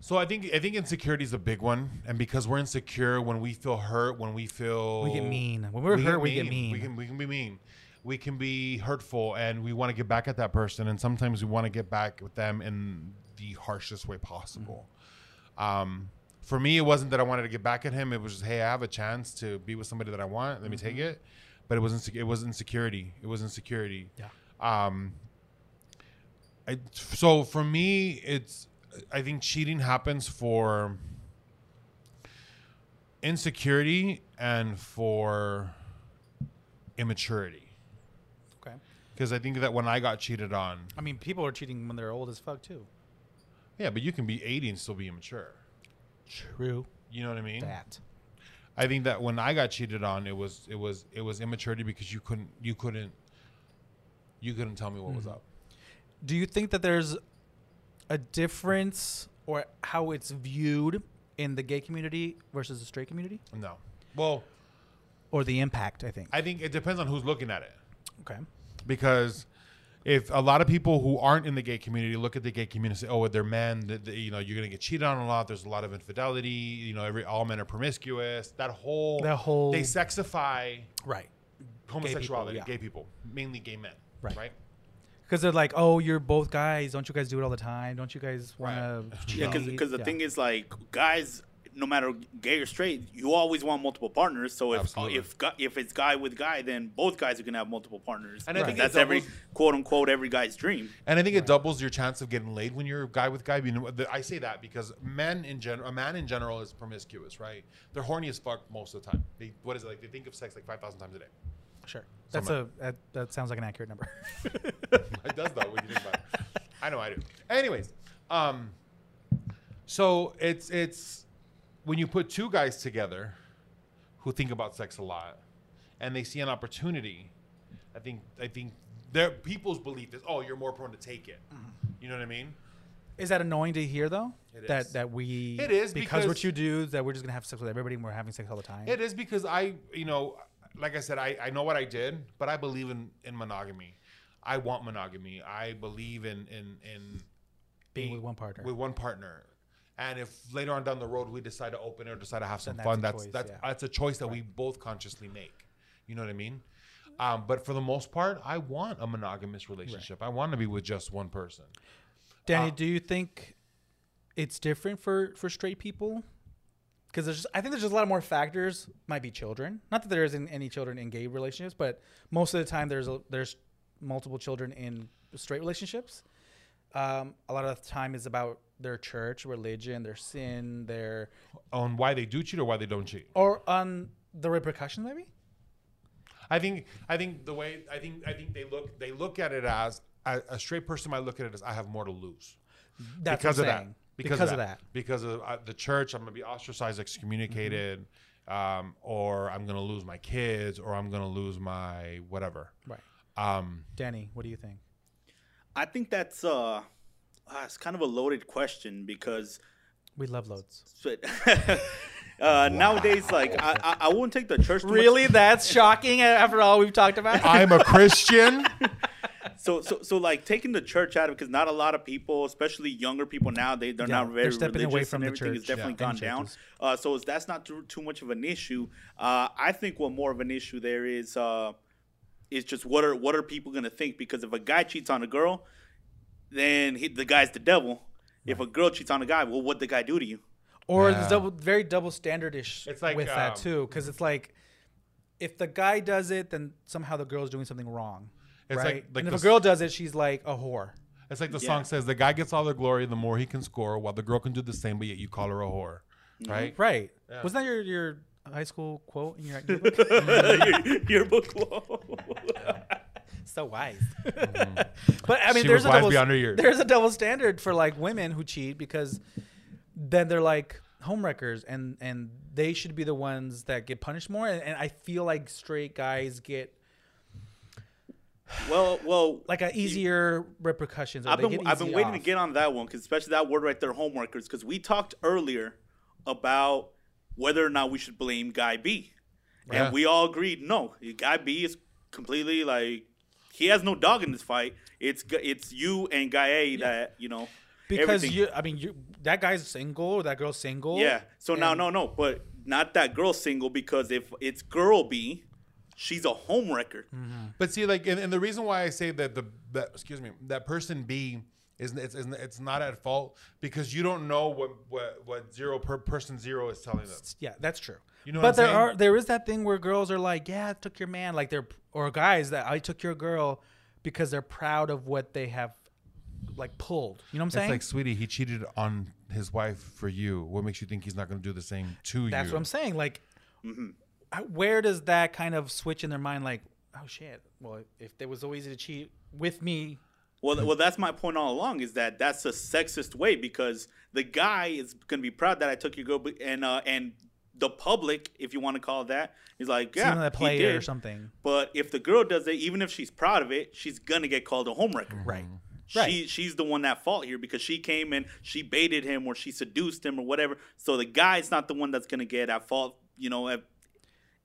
Speaker 2: So I think I think insecurity is a big one, and because we're insecure, when we feel hurt, when we feel
Speaker 1: We get mean. When we're hurt, we get mean.
Speaker 2: We can we can be mean. We can be hurtful, and we want to get back at that person, and sometimes we want to get back with them in the harshest way possible. Um, for me, it wasn't that I wanted to get back at him. It was just, hey, I have a chance to be with somebody that I want. Let me take
Speaker 1: Mm-hmm.
Speaker 2: it. But it wasn't. sec- It was insecurity. It was insecurity.
Speaker 1: Yeah.
Speaker 2: Um, I, so for me, it's I think cheating happens for insecurity and for immaturity.
Speaker 1: Okay.
Speaker 2: Because I think that when I got cheated on,
Speaker 1: I mean, people are cheating when they're old as fuck too.
Speaker 2: yeah, but you can be 80 and still be immature.
Speaker 1: True.
Speaker 2: You know what I mean?
Speaker 1: That.
Speaker 2: I think that when I got cheated on, it was it was it was immaturity because you couldn't you couldn't you couldn't tell me what was up.
Speaker 1: Do you think that there's a difference or how it's viewed in the gay community versus the straight community?
Speaker 2: No. Well,
Speaker 1: or the impact. I think.
Speaker 2: I think it depends on who's looking at it.
Speaker 1: okay.
Speaker 2: because if a lot of people who aren't in the gay community look at the gay community and say, "Oh, they're men," that they- you know, you're gonna get cheated on a lot. There's a lot of infidelity. You know, every all men are promiscuous. That whole
Speaker 1: That whole-
Speaker 2: they sexify
Speaker 1: Right.
Speaker 2: homosexuality,
Speaker 1: yeah.
Speaker 2: gay people, mainly gay men,
Speaker 1: Right.
Speaker 2: Right.
Speaker 1: Because they're like, oh, you're both guys. Don't you guys do it all the time? Don't you guys want
Speaker 2: Right.
Speaker 1: to?
Speaker 3: Yeah, because the thing is, like, guys, no matter gay or straight, you always want multiple partners. So if
Speaker 2: Absolutely.
Speaker 3: if gu- if it's guy with guy, then both guys are gonna have multiple partners.
Speaker 2: And I think it
Speaker 3: that's every
Speaker 2: doubles-
Speaker 3: quote unquote every guy's dream.
Speaker 2: And I think it doubles your chance of getting laid when you're a guy with guy. You know, the- I say that because men in general, a man in general is promiscuous, right? They're horny as fuck most of the time. They, what is it like? They think of sex like five thousand times a day.
Speaker 1: Sure. That's a
Speaker 2: Somewhere.
Speaker 1: that, that sounds like an accurate
Speaker 2: (laughs)
Speaker 1: number. (laughs)
Speaker 2: it does though when you think about it. I know I do. Anyways, um, so it's it's when you put two guys together who think about sex a lot and they see an opportunity. I think I think their people's belief is oh you're more prone to take it. You know what I mean?
Speaker 1: Is that annoying to hear though?
Speaker 2: It
Speaker 1: that
Speaker 2: is.
Speaker 1: that we
Speaker 2: It is
Speaker 1: because, what
Speaker 2: because-
Speaker 1: you do is that we're just gonna have sex with everybody and we're having sex all the time.
Speaker 2: It is because I you know like I said I I know what I did but I believe in in monogamy. I want monogamy. I believe in in in
Speaker 1: being with one partner.
Speaker 2: with one partner. And if later on down the road we decide to open or decide to have some
Speaker 1: Then that's
Speaker 2: fun,
Speaker 1: a
Speaker 2: that's
Speaker 1: choice,
Speaker 2: that's
Speaker 1: yeah.
Speaker 2: that's a choice that we both consciously make. You know what I mean? Um, but for the most part, I want a monogamous relationship. I want to be with just one person.
Speaker 1: Danny, do you think it's different for for straight people? Because there's, just, I think there's just a lot more factors. Might be children. Not that there isn't any children in gay relationships, but most of the time there's a, there's multiple children in straight relationships. Um, a lot of the time is about their church, religion, their sin, their
Speaker 2: On why they do cheat or why they don't cheat.
Speaker 1: or on the repercussions, maybe.
Speaker 2: I think I think the way I think I think they look they look at it as a, a straight person might look at it as I have more to lose.
Speaker 1: That's
Speaker 2: because
Speaker 1: what
Speaker 2: of
Speaker 1: I'm
Speaker 2: that.
Speaker 1: saying. Because, of that.
Speaker 2: Because of uh, the church, I'm going to be ostracized, excommunicated,
Speaker 1: Mm-hmm.
Speaker 2: um, or I'm going to lose my kids, or I'm going to lose my
Speaker 1: (laughs)
Speaker 2: whatever.
Speaker 1: Right.
Speaker 2: Um,
Speaker 1: Danny, what do you think?
Speaker 3: I think that's uh, uh it's kind of a loaded question because (laughs)
Speaker 1: We love loads.
Speaker 3: uh, nowadays, like I, I I won't take the church too much-
Speaker 1: That's shocking after all we've talked about?
Speaker 2: I'm a Christian.
Speaker 3: So, so, so, like taking the church out of because not a lot of people, especially younger people now, they they're
Speaker 1: Yeah,
Speaker 3: not very
Speaker 1: they're stepping
Speaker 3: religious
Speaker 1: away from
Speaker 3: and
Speaker 1: the
Speaker 3: everything has
Speaker 1: church. Yeah.
Speaker 3: definitely
Speaker 1: And
Speaker 3: gone down.
Speaker 1: churches.
Speaker 3: Uh, so it's, that's not too, too much of an issue. Uh, I think what more of an issue there is uh, is just what are what are people gonna think? Because if a guy cheats on a girl, then he, the guy's the devil. If a girl cheats on a guy, well, what the guy do
Speaker 1: (laughs)
Speaker 3: to you? (laughs)
Speaker 1: or
Speaker 2: Yeah.
Speaker 1: it's double, very double standardish
Speaker 2: It's like,
Speaker 1: with that
Speaker 2: um,
Speaker 1: too because it's like if the guy does it then somehow the girl's doing something wrong
Speaker 2: It's like-
Speaker 1: right
Speaker 2: like
Speaker 1: and if a
Speaker 2: the s-
Speaker 1: girl does it she's like a whore
Speaker 2: It's like the
Speaker 3: Yeah.
Speaker 2: song says: the guy gets all the glory, the more he can score, while the girl can do the same, but yet you call her a whore,
Speaker 1: Mm-hmm.
Speaker 2: right?
Speaker 1: right wasn't that your, your high school quote in
Speaker 2: (laughs)
Speaker 1: your yearbook?
Speaker 3: your, your book law.
Speaker 1: so wise (laughs) but i mean
Speaker 2: Mm-hmm. She
Speaker 1: there's
Speaker 2: was
Speaker 1: a
Speaker 2: wise
Speaker 1: double,
Speaker 2: beyond her years.
Speaker 1: there's a double standard for like women who cheat because then they're like homewreckers and and they should be the ones that get punished more and, and i feel like straight guys get
Speaker 3: (laughs) well, well,
Speaker 1: like a easier repercussions or
Speaker 3: I've
Speaker 1: they
Speaker 3: been
Speaker 1: get
Speaker 3: I've been
Speaker 1: easy
Speaker 3: waiting
Speaker 1: off.
Speaker 3: to get on that one because especially that word right there, homeworkers. Because we talked earlier about whether or not we should blame Guy B,
Speaker 2: Yeah.
Speaker 3: and we all agreed no, Guy B is completely like he has no dog in this fight. It's Gu- it's you and Guy A that you know
Speaker 1: because
Speaker 3: everything.
Speaker 1: you i mean you that guy's single or that girl's single
Speaker 3: yeah. So now
Speaker 1: and-
Speaker 3: no no, but not that girl single because if it's girl B, she's a homewrecker.
Speaker 1: Mm-hmm.
Speaker 2: But see, like, and, and the reason why I say that the that excuse me that person B is it's it's, it's not at fault because you don't know what what what zero per person zero is telling them.
Speaker 1: yeah that's true
Speaker 2: You know
Speaker 1: but
Speaker 2: what I'm
Speaker 1: there
Speaker 2: saying?
Speaker 1: are there is that thing where girls are like yeah i took your man like they're or guys that i took your girl because they're proud of what they have like pulled you know what i'm
Speaker 2: It's
Speaker 1: saying
Speaker 2: like, sweetie, he cheated on his wife for you. What makes you think he's not going to do the same to you?
Speaker 1: that's what i'm saying like
Speaker 3: Mm-hmm.
Speaker 1: I- where does that kind of switch in their mind like oh shit well if it was so easy to cheat with me
Speaker 3: Well,
Speaker 1: Hmm.
Speaker 3: well, that's my point all along is that that's a sexist way because the guy is gonna be proud that I took your girl, but- and uh, and the public, if you want to call it that, is like, yeah,
Speaker 1: seeing that
Speaker 3: he
Speaker 1: play
Speaker 3: did.
Speaker 1: or something
Speaker 3: But if the girl does it, even if she's proud of it, she's gonna get called a homewrecker.
Speaker 1: right
Speaker 3: She she's the one at fault here because she came and she baited him or she seduced him or whatever. So the guy's not the one that's gonna get at fault. You know, if-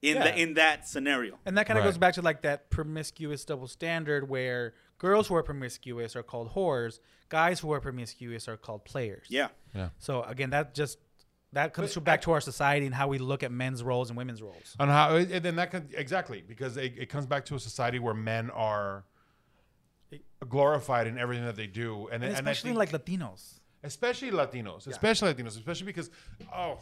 Speaker 3: in
Speaker 2: Yeah.
Speaker 3: the in that scenario.
Speaker 1: And that kind of
Speaker 2: Right.
Speaker 1: goes back to like that promiscuous double standard where girls who are promiscuous are called whores, guys who are promiscuous are called players.
Speaker 3: Yeah.
Speaker 1: So again, that just that comes back to our society and how we look at men's roles and women's roles.
Speaker 2: on how and then that could, exactly because it, it comes back to a society where men are eh, glorified in everything that they do
Speaker 1: And
Speaker 2: and, and I
Speaker 1: especially
Speaker 2: think-
Speaker 1: like Latinos.
Speaker 2: especially Latinos, especially Latinos, especially because oh,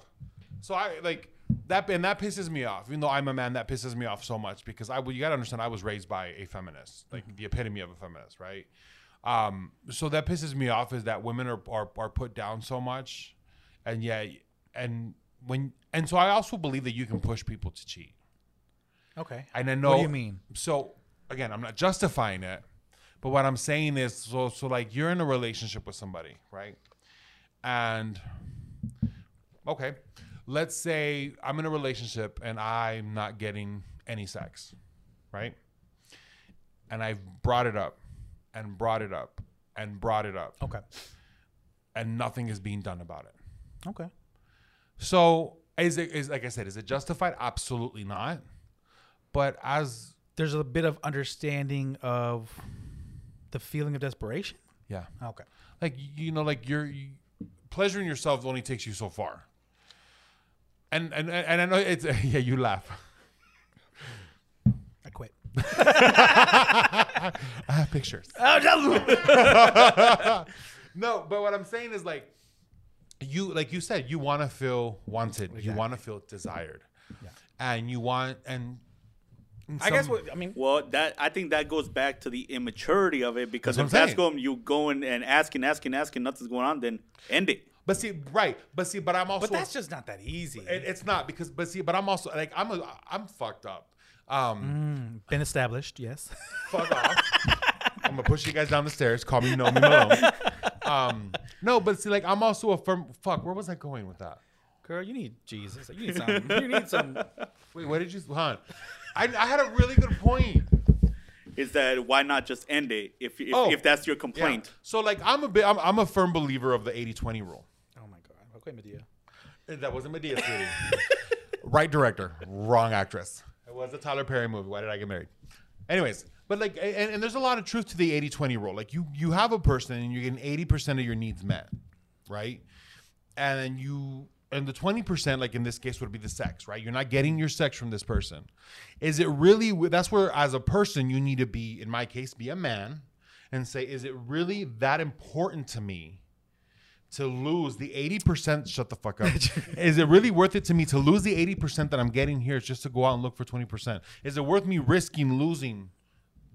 Speaker 2: so I like that and that pisses me off. Even though I'm a man, that pisses me off so much because I well, you gotta understand I was raised by a feminist, like the epitome of a feminist, right? Um, so that pisses me off is that women are are, are put down so much, and yeah, and when and so I also believe that you can push people to cheat.
Speaker 1: Okay.
Speaker 2: And I know
Speaker 1: What do you mean?
Speaker 2: So again, I'm not justifying it, but what I'm saying is so so like you're in a relationship with somebody, right? And okay, let's say I'm in a relationship and I'm not getting any sex, right? And I've brought it up and brought it up and brought it up
Speaker 1: Okay.
Speaker 2: and nothing is being done about it.
Speaker 1: Okay.
Speaker 2: So is it is like I said, is it justified? Absolutely not. But as
Speaker 1: There's a bit of understanding of the feeling of desperation.
Speaker 2: yeah.
Speaker 1: Okay.
Speaker 2: like you know like you're you, pleasuring yourself only takes you so far and and and i know it's (laughs) yeah you laugh
Speaker 1: I (laughs) quit.
Speaker 2: i have pictures no but what i'm saying is like you like you said you want to feel wanted you want to feel desired and you want and and
Speaker 1: I guess
Speaker 2: some-
Speaker 1: what I mean
Speaker 3: Well, that I think that goes back to the immaturity of it because
Speaker 2: That's what
Speaker 3: if
Speaker 2: I'm
Speaker 3: that's
Speaker 2: saying.
Speaker 3: going you going and asking, asking, asking, nothing's going on, then end it.
Speaker 2: but see right but see but i'm also
Speaker 1: but that's just not that easy.
Speaker 2: it, it's not because but see but i'm also like i'm a i'm fucked up um
Speaker 1: Been established, yes.
Speaker 2: fuck off. I'm gonna push you guys down the stairs. Call me Nomi Malone. Um, no, but see, like I'm also a firm. Fuck, where was I going with that?
Speaker 1: Girl, you need Jesus. You need (laughs) some you need some
Speaker 2: Wait, what did you? Huh? I, I had a really good point.
Speaker 3: Is that why not just end it if if,
Speaker 2: Oh.
Speaker 3: if that's your
Speaker 2: Yeah.
Speaker 3: complaint?
Speaker 2: So like I'm a bit. I'm, I'm a firm believer of the 80-20 rule.
Speaker 1: Oh my god. Okay, Medea.
Speaker 2: That wasn't Medea, sweetie. (laughs) right director, wrong actress. It was a Tyler Perry movie. Why did I get married? Anyways, but like, a- and, and there's a lot of truth to the 80-20 rule. Like you, you have a person and you're getting 80% of your needs met, right? And then you, and the 20%, like in this case, would be the sex, right? You're not getting your sex from this person. Is it really, that's where as a person, you need to be, in my case, be a man and say, is it really that important to me to lose the 80% shut the fuck
Speaker 1: (laughs)
Speaker 2: up is it really worth it to me to lose the 80% that i'm getting here just to go out and look for 20% is it worth me risking losing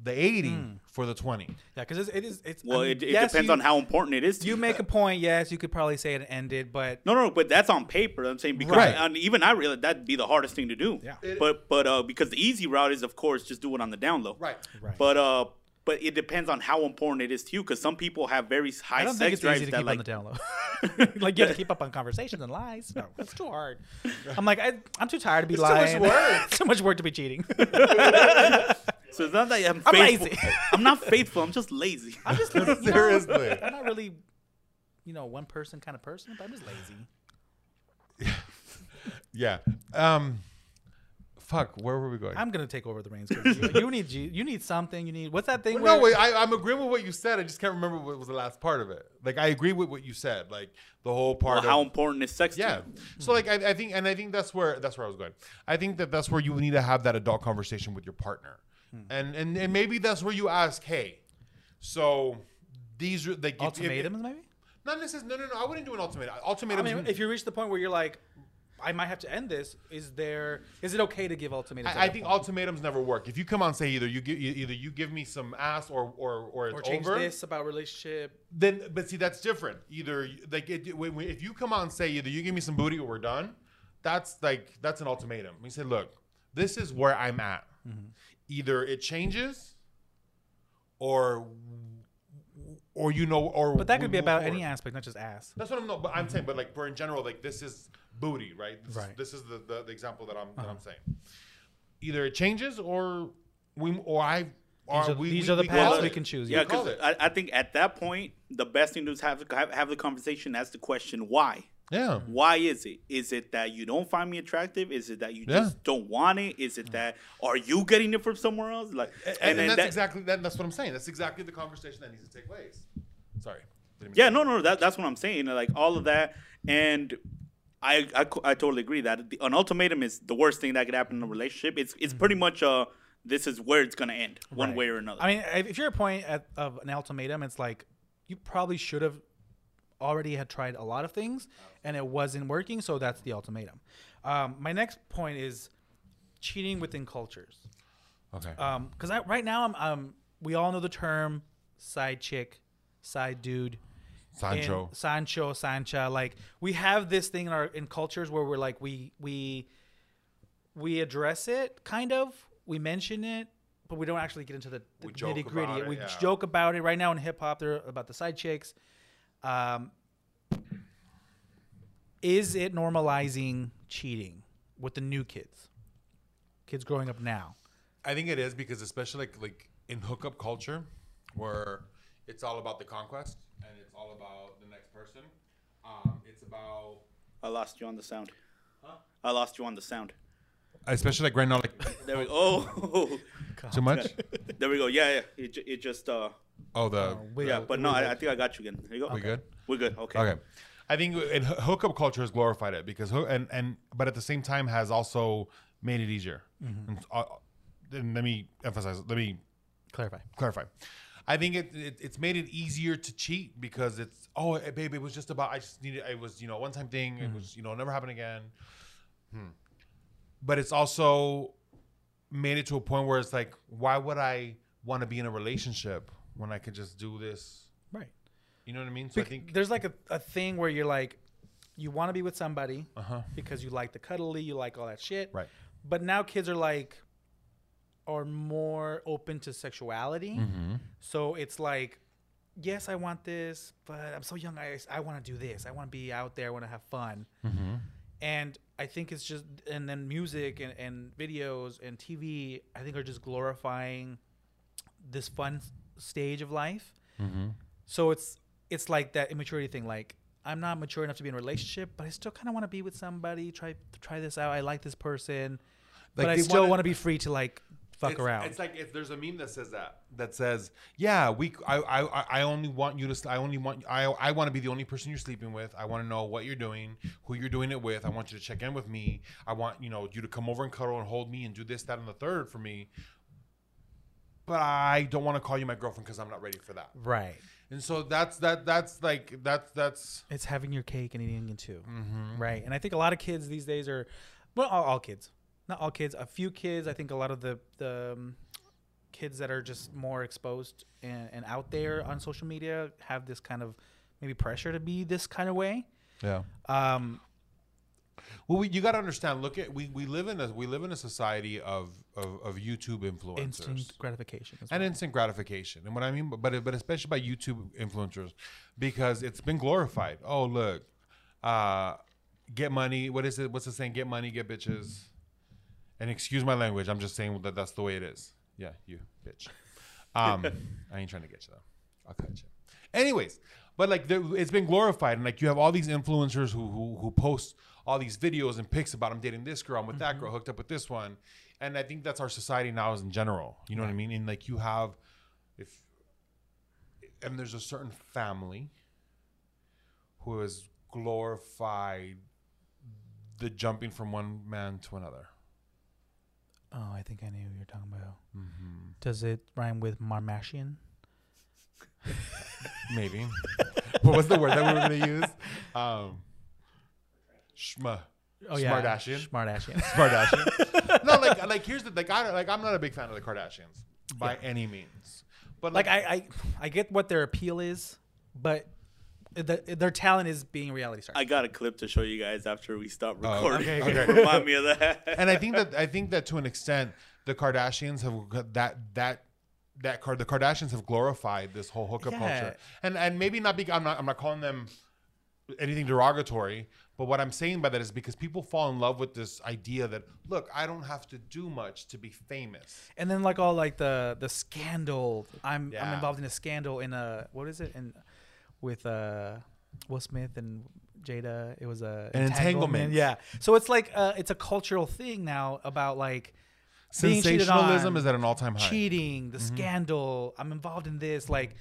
Speaker 2: the 80
Speaker 1: Hmm.
Speaker 2: for the 20
Speaker 1: Yeah, because it is. It's I
Speaker 3: Well,
Speaker 1: mean,
Speaker 3: it, it
Speaker 1: yes,
Speaker 3: depends
Speaker 1: you-
Speaker 3: on how important it is to you.
Speaker 1: you make a point. Yes, you could probably say it ended, but
Speaker 3: (laughs) No, no, but that's on paper. I'm saying because
Speaker 2: Right.
Speaker 3: and even I realize that'd be the hardest thing to do.
Speaker 1: Yeah.
Speaker 3: But but uh, because the easy route is, of course, just do it on the down low.
Speaker 2: Right.
Speaker 1: Right.
Speaker 3: But uh, but it depends on how important it is to you because some people have very high
Speaker 1: I don't
Speaker 3: sex
Speaker 1: think it's
Speaker 3: drives
Speaker 1: easy to
Speaker 3: that
Speaker 1: keep on
Speaker 3: like
Speaker 1: the down low. (laughs) like you have to keep up on conversations and lies. No, it's too (laughs) hard. I'm like, I, I'm too tired to be
Speaker 2: It's too
Speaker 1: lying. (laughs)
Speaker 2: much work.
Speaker 1: too much work to be cheating.
Speaker 3: So it's not that I'm,
Speaker 1: I'm
Speaker 3: faithful.
Speaker 1: lazy.
Speaker 3: (laughs) I'm not faithful. I'm
Speaker 1: (laughs)
Speaker 3: just lazy.
Speaker 1: I'm
Speaker 2: (laughs)
Speaker 1: just lazy. you know?
Speaker 2: Seriously.
Speaker 1: I'm not really, you know, one person kind of person, but I'm just lazy.
Speaker 2: yeah um fuck where were we going
Speaker 1: I'm gonna take over the reins. (laughs) 'cause You, you need you, you need something. You need what's that thing?
Speaker 2: no
Speaker 1: where,
Speaker 2: wait I, i'm agreeing with what you said i just can't remember what was the last part of it like i agree with what you said like the whole part
Speaker 3: Well,
Speaker 2: of
Speaker 3: how important is sex?
Speaker 2: yeah
Speaker 3: To you?
Speaker 2: so like I, I think and i think that's where that's where i was going i think that that's where you need to have that adult conversation with your partner
Speaker 1: Hmm.
Speaker 2: and, and and maybe that's where you ask hey so these are like if- if-
Speaker 1: ultimatums maybe.
Speaker 2: not necessarily no no no i wouldn't do an ultimatum
Speaker 1: I
Speaker 2: ultimatums
Speaker 1: mean, if you reach the point where you're like, I might have to end this. Is there? Is it okay to give ultimatums? at
Speaker 2: I, I
Speaker 1: that
Speaker 2: think
Speaker 1: point?
Speaker 2: ultimatums never work. If you come out and say either you give either you give me some ass or or or it's
Speaker 1: or change
Speaker 2: over,
Speaker 1: this about relationship.
Speaker 2: then but see that's different either like it, when, when- if you come out and say either you give me some booty or we're done that's like that's an ultimatum we say look this is where i'm at
Speaker 1: Mm-hmm.
Speaker 2: either it changes or or you know or
Speaker 1: But that
Speaker 2: we
Speaker 1: could be
Speaker 2: move
Speaker 1: about
Speaker 2: forward.
Speaker 1: any aspect, not just ass.
Speaker 2: that's what i'm not but i'm saying but like for in general like this is booty right this is,
Speaker 1: Right. Uh-huh.
Speaker 2: this is the, the, the example that i'm that i'm saying either it changes or we or i or
Speaker 1: These are-
Speaker 2: we,
Speaker 1: these
Speaker 2: we,
Speaker 1: are the
Speaker 2: we call
Speaker 1: paths we
Speaker 2: it.
Speaker 1: can choose,
Speaker 3: Yeah,
Speaker 1: You
Speaker 2: called
Speaker 3: because
Speaker 2: it.
Speaker 3: I, I think at that point, the best thing to do is have have, have the conversation, ask the question why.
Speaker 2: Yeah.
Speaker 3: Why is it? Is it that you don't find me attractive? Is it that you
Speaker 2: Yeah.
Speaker 3: just don't want it? Is it that are you getting it from somewhere else? Like,
Speaker 2: And, and
Speaker 3: then
Speaker 2: that's
Speaker 3: that-
Speaker 2: exactly that, that's what I'm saying. That's exactly the conversation that needs to take place. Sorry. Didn't mean
Speaker 3: Yeah,
Speaker 2: to-
Speaker 3: no, no, that, that's what I'm saying. Like all of that, and I, I, co- I totally agree that the, an ultimatum is the worst thing that could happen in a relationship. It's, it's pretty
Speaker 2: Mm-hmm.
Speaker 3: much uh, this is where it's gonna end, one
Speaker 1: Right.
Speaker 3: way or another.
Speaker 1: I mean, if if you're at a point at, of an ultimatum, it's like you probably should have already had tried a lot of things and it wasn't working, so that's the ultimatum. Um, my next point is cheating within cultures.
Speaker 2: Okay.
Speaker 1: Because I right now, I'm, um, we all know the term side chick, side dude. in
Speaker 2: Sancho.
Speaker 1: Sancho, Sancha. Like we have this thing in our in cultures where we're like we we we address it kind of, we mention it, but we don't actually get into the, the
Speaker 2: We joke
Speaker 1: nitty
Speaker 2: about
Speaker 1: gritty.
Speaker 2: it,
Speaker 1: We
Speaker 2: yeah.
Speaker 1: joke about it right now in hip hop. They're about the side chicks. Um, is it normalizing cheating with the new kids, kids growing up now?
Speaker 2: I think it is because especially like like in hookup culture, where it's all about the conquest and it's all about the next person. Um, it's about
Speaker 3: I lost you on the sound. I lost you on the sound.
Speaker 2: especially like right now, like
Speaker 3: There we go. Oh, (laughs)
Speaker 2: too much.
Speaker 3: there we go. Yeah, yeah. It, ju- it just uh,
Speaker 2: Oh, the
Speaker 1: Wait,
Speaker 3: yeah. But no, I, I think I got you again. There you go.
Speaker 2: we good?
Speaker 3: We're good. Okay.
Speaker 2: Okay. I think and hoo- hookup culture has glorified it because hoo- and and but at the same time has also made it easier. And, uh, and let me emphasize. Let me
Speaker 1: clarify.
Speaker 2: clarify. I think it, it it's made it easier to cheat because it's oh eh, babe it was just about I just needed it was you know one time thing it was you know never happen again. Hmm. But it's also made it to a point where it's like why would I want to be in a relationship when I could just do this?
Speaker 1: Right.
Speaker 2: You know what I mean? So I
Speaker 1: Bec-
Speaker 2: think
Speaker 1: there's like a, a thing where you're like, you want to be with somebody
Speaker 2: Uh-huh.
Speaker 1: because you like the cuddly, you like all that shit.
Speaker 2: Right.
Speaker 1: But now kids are like, are more open to sexuality. So it's like, yes, I want this, but I'm so young. I, I want to do this. I want to be out there. I want to have fun. And I think it's just, and then music and, and videos and TV, I think are just glorifying this fun s- stage of life. So it's it's like that immaturity thing. Like I'm not mature enough to be in a relationship, but I still kind of want to be with somebody. Try try this out. I like this person, but
Speaker 2: Like,
Speaker 1: I
Speaker 2: they
Speaker 1: still
Speaker 2: wanna-
Speaker 1: want to be free to like fuck
Speaker 2: it's,
Speaker 1: around.
Speaker 2: It's like if there's a meme that says that that says, "Yeah, we I I, I- I only want you to s- I only want I I want to be the only person you're sleeping with. I want to know what you're doing, who you're doing it with. I want you to check in with me. I want you know you to come over and cuddle and hold me and do this that and the third for me. But I don't want to call you my girlfriend because I'm not ready for that.
Speaker 1: right.
Speaker 2: And so that's that that's like that's that's
Speaker 1: It's having your cake and eating it too.
Speaker 2: Mm-hmm.
Speaker 1: Right. And I think a lot of kids these days are, well, all, all kids, not all kids, a few kids. I think a lot of the the um, kids that are just more exposed and, and out there on social media have this kind of maybe pressure to be this kind of way.
Speaker 2: yeah.
Speaker 1: Um,
Speaker 2: Well, we, you got to understand. Look at we, we live in a we live in a society of of, of YouTube influencers.
Speaker 1: instant gratification. as
Speaker 2: and instant gratification. And what I mean, but but especially by YouTube influencers, because it's been glorified. Oh look, uh, get money. What is it? What's the saying? Get money, get bitches. And excuse my language. I'm just saying that that's the way it is. Yeah, you bitch. Um, I ain't trying to get you though. I'll cut you. Anyways, but like there, it's been glorified, and like you have all these influencers who who, who post all these videos and pics about I'm dating this girl, I'm with that girl, hooked up with this one, and I think that's our society now is in general. You know what I mean? And like you have, if and there's a certain family who has glorified the jumping from one man to another.
Speaker 1: Oh, I think I knew who you're talking about.
Speaker 2: Mm-hmm.
Speaker 1: Does it rhyme with Marmashian?
Speaker 2: Maybe. what was the word that we were going to use? Um, schma.
Speaker 1: Oh,
Speaker 2: Smartashian.
Speaker 1: Smartashian.
Speaker 2: Kardashian. no, like, like here's the like I like I'm not a big fan of the Kardashians by any means. But
Speaker 1: like I, I, I get what their appeal is, but the, their talent is being a reality star.
Speaker 3: I got a clip to show you guys after we stop recording.
Speaker 2: Oh, okay,
Speaker 3: (laughs)
Speaker 2: okay.
Speaker 3: Remind me of that.
Speaker 2: and I think that I think that to an extent the Kardashians have got that that that card the Kardashians have glorified this whole hookup
Speaker 1: Yeah.
Speaker 2: culture and and maybe not be I'm not I'm not calling them anything derogatory but what I'm saying by that is because people fall in love with this idea that look I don't have to do much to be famous
Speaker 1: and then like all like the the scandal. I'm I'm
Speaker 2: Yeah.
Speaker 1: involved in a scandal in a what is it in with uh Will Smith and Jada. It was a
Speaker 2: An entanglement.
Speaker 1: Yeah. So it's like uh, it's a cultural thing now about like being cheated on,
Speaker 2: Sensationalism is at Mm-hmm. an all-time high.
Speaker 1: cheating, the scandal. I'm involved in this. Like,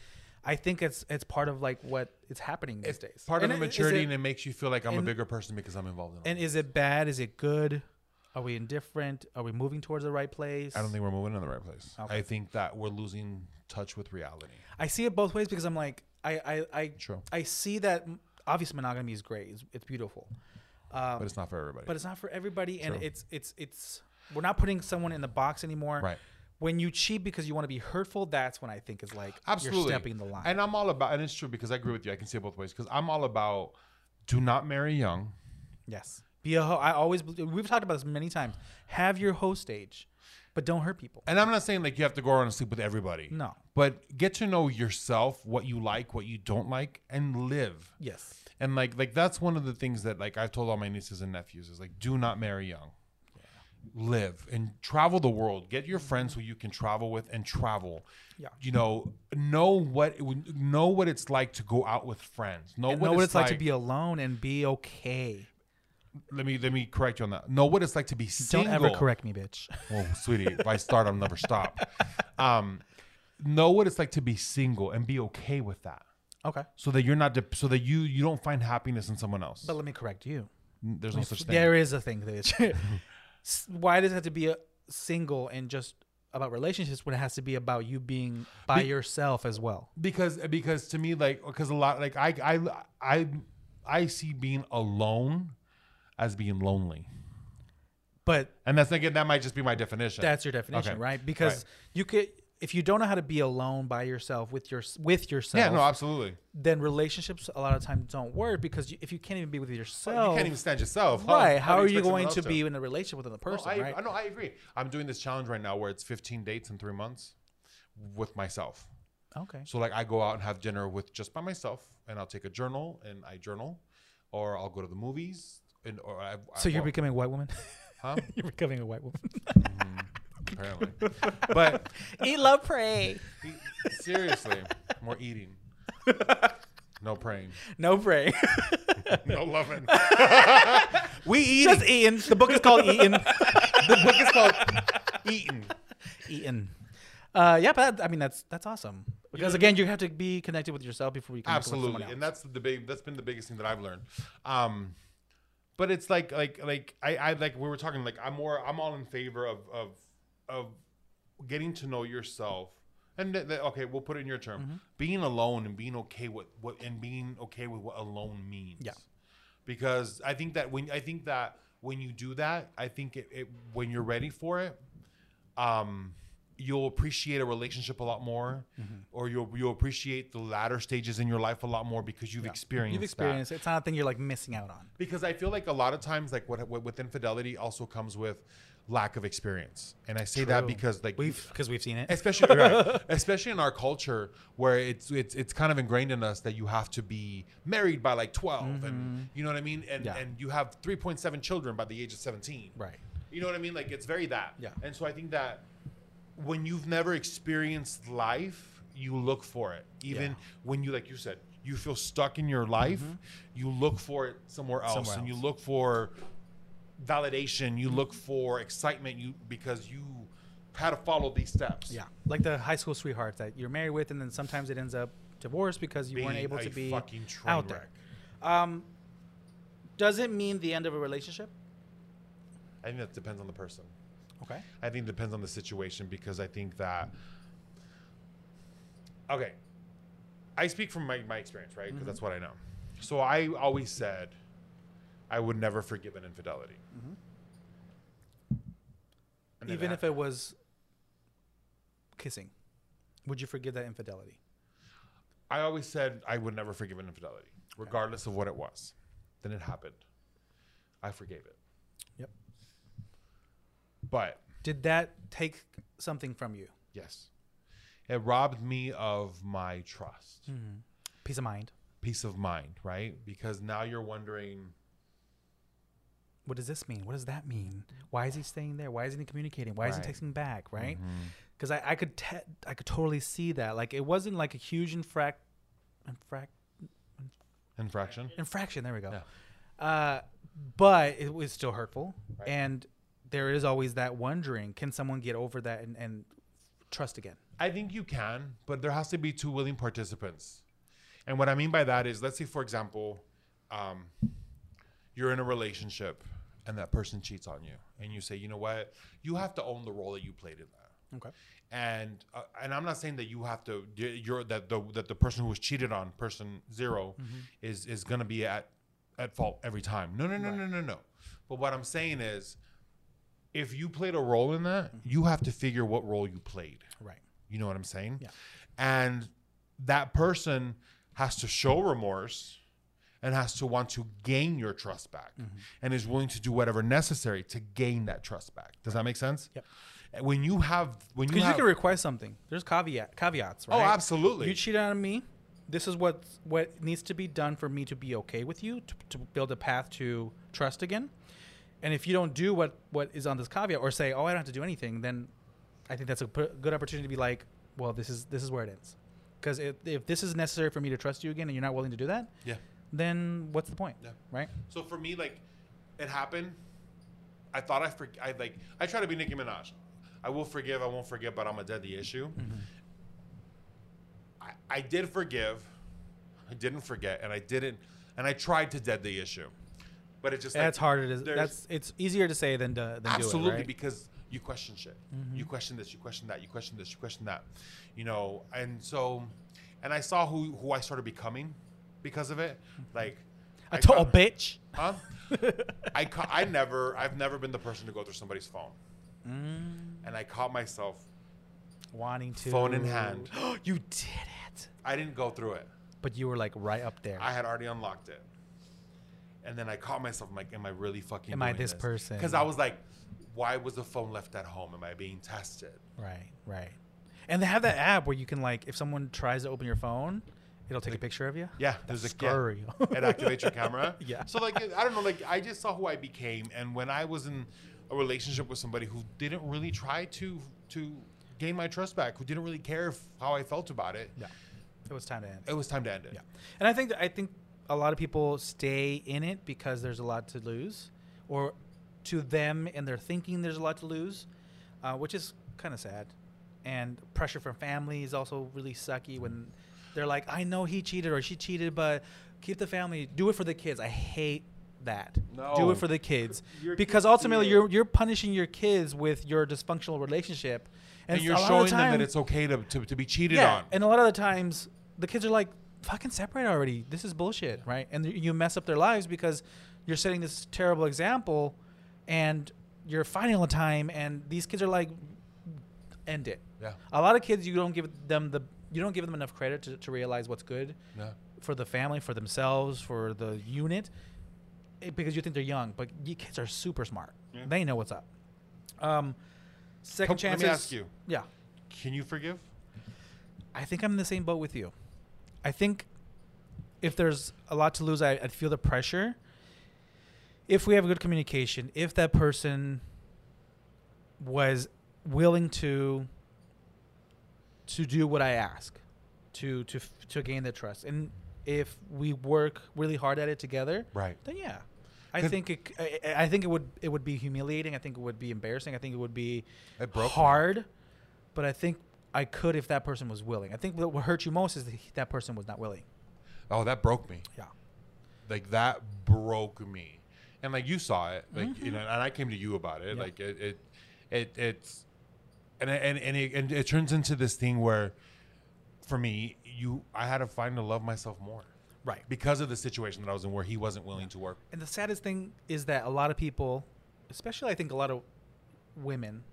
Speaker 1: I think it's it's part of like what is happening these
Speaker 2: It's
Speaker 1: days.
Speaker 2: part of
Speaker 1: And
Speaker 2: the
Speaker 1: it- is
Speaker 2: maturity,
Speaker 1: it-
Speaker 2: and it makes you feel like I'm a
Speaker 1: and-
Speaker 2: bigger person because I'm involved in all.
Speaker 1: And is it bad? Is it good? Are we indifferent? Are we moving towards the right place?
Speaker 2: I don't think we're moving in the right place.
Speaker 1: Okay.
Speaker 2: I think that we're losing touch with reality.
Speaker 1: I see it both ways because I'm like I I I,
Speaker 2: Sure.
Speaker 1: I see that m- obvious monogamy is great. It's, it's beautiful, um,
Speaker 2: But it's not for everybody.
Speaker 1: but it's not for everybody, and
Speaker 2: True.
Speaker 1: it's it's it's we're not putting someone in the box anymore.
Speaker 2: Right.
Speaker 1: When you cheat because you want to be hurtful, that's when I think is like
Speaker 2: Absolutely.
Speaker 1: you're stepping the line.
Speaker 2: And I'm all about, and it's true because I agree with you. I can see it both ways because I'm all about do not marry young.
Speaker 1: yes. Be a ho- I always bel- we've talked about this many times. Have your host stage, but don't hurt people.
Speaker 2: And I'm not saying like you have to go around and sleep with everybody.
Speaker 1: No.
Speaker 2: But get to know yourself, what you like, what you don't like, and live.
Speaker 1: Yes.
Speaker 2: And like like that's one of the things that like I've told all my nieces and nephews is like do not marry young. Live and travel the world. Get your friends who you can travel with and travel.
Speaker 1: Yeah.
Speaker 2: You know, know what know what it's like to go out with friends. Know,
Speaker 1: And
Speaker 2: what,
Speaker 1: know what
Speaker 2: it's, like
Speaker 1: to be alone and be okay.
Speaker 2: Let me let me correct you on that. Know what it's like to be single.
Speaker 1: Don't ever correct me,
Speaker 2: (laughs)
Speaker 1: bitch.
Speaker 2: Well, sweetie, if I start, I'll never
Speaker 1: (laughs)
Speaker 2: stop. Um, know what it's like to be single and be okay with that,
Speaker 1: Okay.
Speaker 2: so that you're not, dep so that you you don't find happiness in someone else.
Speaker 1: But let me correct you.
Speaker 2: There's no such thing.
Speaker 1: There is a thing,
Speaker 2: (laughs)
Speaker 1: bitch. S- Why does it have to be a single and just about relationships when it has to be about you being by yourself as well?
Speaker 2: because because to me like because a lot like I I I I see being alone as being lonely,
Speaker 1: But
Speaker 2: and that's again that might just be my definition.
Speaker 1: that's your definition,
Speaker 2: Okay.
Speaker 1: right? Because
Speaker 2: Right.
Speaker 1: you could, if you don't know how to be alone by yourself with your with yourself,
Speaker 2: yeah, no, absolutely.
Speaker 1: then relationships a lot of times don't work because you, if you can't even be with yourself,
Speaker 2: you can't even stand yourself. huh?
Speaker 1: Oh. right? How
Speaker 2: do
Speaker 1: are you
Speaker 2: expect someone
Speaker 1: going
Speaker 2: else
Speaker 1: to be in a relationship with another person?
Speaker 2: No, I,
Speaker 1: right?
Speaker 2: I, no, I agree. I'm doing this challenge right now where it's 15 dates in three months with myself.
Speaker 1: okay.
Speaker 2: So like I go out and have dinner with just by myself, and I'll take a journal and I journal, or I'll go to the movies. And or I,
Speaker 1: So
Speaker 2: I,
Speaker 1: you're
Speaker 2: well,
Speaker 1: becoming a white woman.
Speaker 2: Oh. huh?
Speaker 1: (laughs) you're becoming a white woman. (laughs)
Speaker 2: apparently, but
Speaker 1: Eat, love, pray.
Speaker 2: seriously, more
Speaker 1: (laughs)
Speaker 2: eating, no praying,
Speaker 1: No pray.
Speaker 2: no loving.
Speaker 1: We eating. Just eating. The book is called Eating.
Speaker 2: (laughs) the book is called Eating.
Speaker 1: eating. Uh, yeah, but that, I mean that's that's awesome because again you have to be connected with yourself before you can With
Speaker 2: absolutely
Speaker 1: someone
Speaker 2: and
Speaker 1: else.
Speaker 2: that's the big that's been the biggest thing that i've learned um but it's like like like i i like we were talking like i'm more i'm all in favor of of of getting to know yourself and th- th- okay we'll put it in your term
Speaker 1: Mm-hmm.
Speaker 2: being alone and being okay with what and being okay with what alone means
Speaker 1: Yeah.
Speaker 2: because i think that when i think that when you do that i think it, it when you're ready for it um, you'll appreciate a relationship a lot more,
Speaker 1: Mm-hmm.
Speaker 2: or you'll you'll appreciate the latter stages in your life a lot more because you've experienced
Speaker 1: you've
Speaker 2: that
Speaker 1: experienced. it. It's not a thing you're like missing out on.
Speaker 2: because I feel like a lot of times, like what, what with infidelity, also comes with lack of experience, and I say that because like
Speaker 1: We've because we've seen it.
Speaker 2: especially
Speaker 1: (laughs)
Speaker 2: right, especially in our culture where it's it's it's kind of ingrained in us that you have to be married by like 12 and you know what I mean, and
Speaker 1: Mm-hmm. Yeah.
Speaker 2: and you have three point seven children by the age of seventeen,
Speaker 1: Right.
Speaker 2: You know what I mean? Like it's very that,
Speaker 1: Yeah.
Speaker 2: And so I think that when you've never experienced life, you look for it, even
Speaker 1: Yeah.
Speaker 2: when you like you said. You feel stuck in your life, you look for it somewhere else,
Speaker 1: Mm-hmm. Somewhere
Speaker 2: and you
Speaker 1: else.
Speaker 2: look for validation, you look for excitement, you because you had to follow these steps.
Speaker 1: Yeah, like the high school sweetheart that you're married with, and then sometimes it ends up divorced because you weren't
Speaker 2: Being
Speaker 1: able
Speaker 2: a
Speaker 1: to be
Speaker 2: fucking train
Speaker 1: out there.
Speaker 2: wreck.
Speaker 1: Um, does it mean the end of a relationship?
Speaker 2: I think that depends on the person.
Speaker 1: Okay.
Speaker 2: I think it depends on the situation because I think that okay. I speak from my, my experience, right? Because
Speaker 1: Mm-hmm.
Speaker 2: that's what I know. So I always said I would never forgive an infidelity. And
Speaker 1: Even
Speaker 2: that-
Speaker 1: if it was kissing, would you forgive that infidelity?
Speaker 2: I always said I would never forgive an infidelity, regardless of what it was. Then it happened. I forgave it.
Speaker 1: Yep.
Speaker 2: But
Speaker 1: Did that take something from you?
Speaker 2: yes, it robbed me of my trust,
Speaker 1: Hmm. Peace of mind.
Speaker 2: peace of mind, right? Because now you're wondering,
Speaker 1: what does this mean? What does that mean? Why is he staying there? Why isn't he communicating? Why isn't he
Speaker 2: Right. Mm-hmm.
Speaker 1: texting back? Right? Because I, I could te- I could totally see that. Like it wasn't like a huge infract infract
Speaker 2: Infraction.
Speaker 1: infraction. There we go. Uh, but it was still hurtful, and there is always that wondering: Can someone get over that and, and trust again?
Speaker 2: I think you can, but there has to be two willing participants. And what I mean by that is, let's say, for example, um, you're in a relationship and that person cheats on you, and you say, you know what, you have to own the role that you played in that.
Speaker 1: Okay.
Speaker 2: And uh, and I'm not saying that you have to. You're that the that the person who was cheated on, person 0 is is gonna be at at fault every time. No, no, no, no, no, no. But what I'm saying is, if you played a role in that, you have to figure what role you played.
Speaker 1: Right.
Speaker 2: You know what I'm saying?
Speaker 1: Yeah.
Speaker 2: And that person has to show remorse and has to want to gain your trust back
Speaker 1: Mm-hmm.
Speaker 2: and is willing to do whatever necessary to gain that trust back. Does that make sense?
Speaker 1: Yep.
Speaker 2: And When you have when you
Speaker 1: Because you
Speaker 2: have Oh,
Speaker 1: can request something. There's caveat caveats, right?
Speaker 2: absolutely.
Speaker 1: You cheated on me. This is what what needs to be done for me to be okay with you to, to build a path to trust again. And if you don't do what what is on this caveat or say, "Oh, I don't have to do anything," then I think that's a p- good opportunity to be like, "Well, this is this is where it ends." Because if, if this is necessary for me to trust you again, and you're not willing to do that,
Speaker 2: Yeah.
Speaker 1: then what's the point,
Speaker 2: Yeah.
Speaker 1: right?
Speaker 2: So for me, like, it happened. I thought I forg I like. I try to be Nicki Minaj. I will forgive. I won't forget. But I'm a dead the issue.
Speaker 1: Mm-hmm.
Speaker 2: I, I did forgive. I didn't forget, and I didn't. And I tried to dead the issue, but it just like,
Speaker 1: that's harder. To,
Speaker 2: there's-
Speaker 1: that's it's easier to say than to than
Speaker 2: absolutely
Speaker 1: do it, right? Mm-hmm.
Speaker 2: because you question shit you question this you question that you question this you question that you know and so and i saw who who i started becoming because of it like
Speaker 1: Mm-hmm. a total
Speaker 2: found-
Speaker 1: bitch. (laughs)
Speaker 2: Huh? I ca- I never I've never been the person to go through somebody's phone.
Speaker 1: Mm.
Speaker 2: And I caught myself.
Speaker 1: Wanting to
Speaker 2: Phone in hand.
Speaker 1: (gasps) you did it.
Speaker 2: I didn't go through it.
Speaker 1: But you were like right up there.
Speaker 2: I had already unlocked it. And then I caught myself I'm like, am I really fucking?
Speaker 1: Am I this person?
Speaker 2: Because I was like, why was the phone left at home? Am I being tested?
Speaker 1: right, right. And they have that app where you can like, if someone tries to open your phone, it'll take a picture of you.
Speaker 2: Yeah, there's a (laughs)
Speaker 1: scary.
Speaker 2: Yeah, it activates your camera.
Speaker 1: (laughs) Yeah.
Speaker 2: So like, I don't know. Like, I just saw who I became, and when I was in a relationship with somebody who didn't really try to to gain my trust back, who didn't really care if, how I felt about it,
Speaker 1: Yeah. It was time to end.
Speaker 2: it was time to end it.
Speaker 1: Yeah. And I think I think a lot of people stay in it because there's a lot to lose, or to them and their thinking there's a lot to lose, uh, which is kind of sad. And pressure from family is also really sucky when they're like, I know he cheated or she cheated, but keep the family, do it for the kids. I hate that. Do
Speaker 2: No.
Speaker 1: it for the
Speaker 2: (laughs)
Speaker 1: kids
Speaker 4: Your
Speaker 1: because
Speaker 4: kids
Speaker 1: ultimately
Speaker 4: see it.
Speaker 1: you're you're punishing your kids with your dysfunctional relationship,
Speaker 2: And,
Speaker 1: a
Speaker 2: you're
Speaker 1: lot of the
Speaker 2: showing them
Speaker 1: time-
Speaker 2: that it's okay to, to, to be cheated
Speaker 1: yeah,
Speaker 2: on.
Speaker 1: and a lot of the times the kids are like, "Fucking separate already. This is bullshit, right?" And th- you mess up their lives because you're setting this terrible example, and you're fighting all the time. And these kids are like, "End it."
Speaker 2: Yeah.
Speaker 1: A lot of kids, you don't give them the you don't give them enough credit to, to realize what's good
Speaker 2: yeah.
Speaker 1: for the family, for themselves, for the unit, eh, because you think they're young. But you kids are super smart. They know what's up. Um, second
Speaker 2: Come- let
Speaker 1: chances.
Speaker 2: me ask you.
Speaker 1: Yeah.
Speaker 2: Can you forgive?
Speaker 1: I think I'm in the same boat with you. I think if there's a lot to lose, I, I'd feel the pressure. If we have good communication, if that person was willing to to do what I ask, to to f- to gain the trust, and if we work really hard at it together,
Speaker 2: Right.
Speaker 1: then yeah, I
Speaker 2: Could-
Speaker 1: think it, c- I- I- I think it would it would be humiliating. I think it would be embarrassing. I think it would be
Speaker 2: It broke me.
Speaker 1: hard. But I think I could if that person was willing. I think what would hurt you most is that he- that person was not willing.
Speaker 2: Oh, that broke me.
Speaker 1: Yeah.
Speaker 2: Like that broke me. And like you saw it, like you know, and I came to you about it.
Speaker 1: Mm-hmm. Yeah.
Speaker 2: Like it, it, it, it's, and and and it, and it turns into this thing where, for me, you, I had to find to love myself more
Speaker 1: Right.
Speaker 2: because of the situation that I was in, where he wasn't willing to work.
Speaker 1: And the saddest thing is that a lot of people, especially I think a lot of women,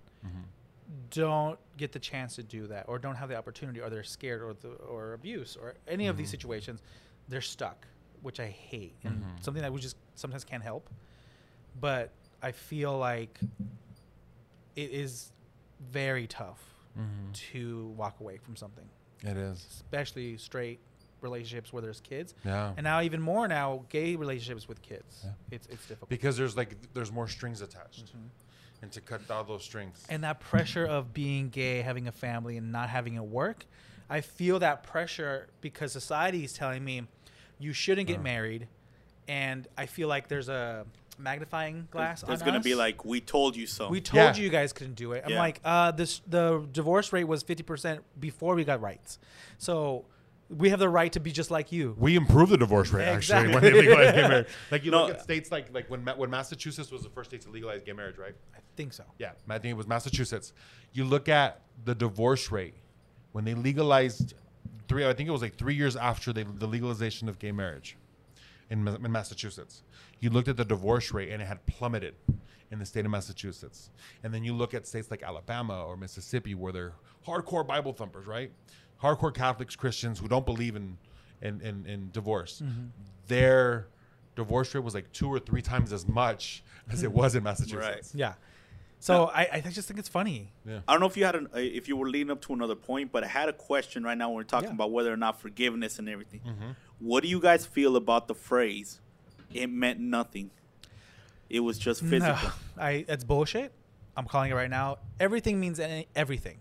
Speaker 1: don't get the chance to do that, or don't have the opportunity, or they're scared, or the, or abuse, or any of these
Speaker 2: Mm-hmm.
Speaker 1: situations. They're stuck, which I hate, and
Speaker 2: Mm-hmm.
Speaker 1: something that we just sometimes can't help. But I feel like it is very tough to walk away from something,
Speaker 2: Mm-hmm. It is.
Speaker 1: especially straight relationships where there's kids.
Speaker 2: Yeah.
Speaker 1: And now even more now, gay relationships with kids. It's it's difficult.
Speaker 2: Because there's like there's more strings attached,
Speaker 1: Mm-hmm.
Speaker 2: and to cut down those strings.
Speaker 1: and that pressure of being gay, having a family, and not having a work, I feel that pressure because society is telling me, you shouldn't
Speaker 3: Mm.
Speaker 1: get married, and I feel like there's a magnifying glass.
Speaker 3: There's
Speaker 1: on
Speaker 3: gonna be
Speaker 1: us.
Speaker 3: like, we told you so.
Speaker 1: We told
Speaker 2: Yeah.
Speaker 1: you you guys couldn't do it. I'm
Speaker 3: Yeah.
Speaker 1: like, uh, this the divorce rate was 50% before we got rights. So we have the right to be just like you.
Speaker 2: We improved the divorce rate
Speaker 1: Exactly.
Speaker 2: actually when they legalized gay marriage. (laughs) Like you
Speaker 3: No.
Speaker 2: look at states like like when Ma- when Massachusetts was the first state to legalize gay marriage, right?
Speaker 1: I think so.
Speaker 2: Yeah, I think it was Massachusetts. You look at the divorce rate when they legalized three. I think it was like three years after they, the legalization of gay marriage in, Ma- in Massachusetts. You looked at the divorce rate and it had plummeted in the state of Massachusetts. And then you look at states like Alabama or Mississippi where they're hardcore Bible thumpers, right? Hardcore Catholics, Christians who don't believe in in, in, in divorce. Their divorce rate was like two or three times as much as it was in Massachusetts.
Speaker 1: Yeah. So I, I just think it's funny.
Speaker 3: I don't know if you had an, uh, if you were leading up to another point, but I had a question right now when we're talking
Speaker 1: Yeah.
Speaker 3: about whether or not forgiveness and everything.
Speaker 2: Mm-hmm.
Speaker 3: What do you guys feel about the phrase "it meant nothing"? It was just
Speaker 1: No, (laughs)
Speaker 3: physical.
Speaker 1: I that's bullshit. I'm calling it right now. Everything means any, everything.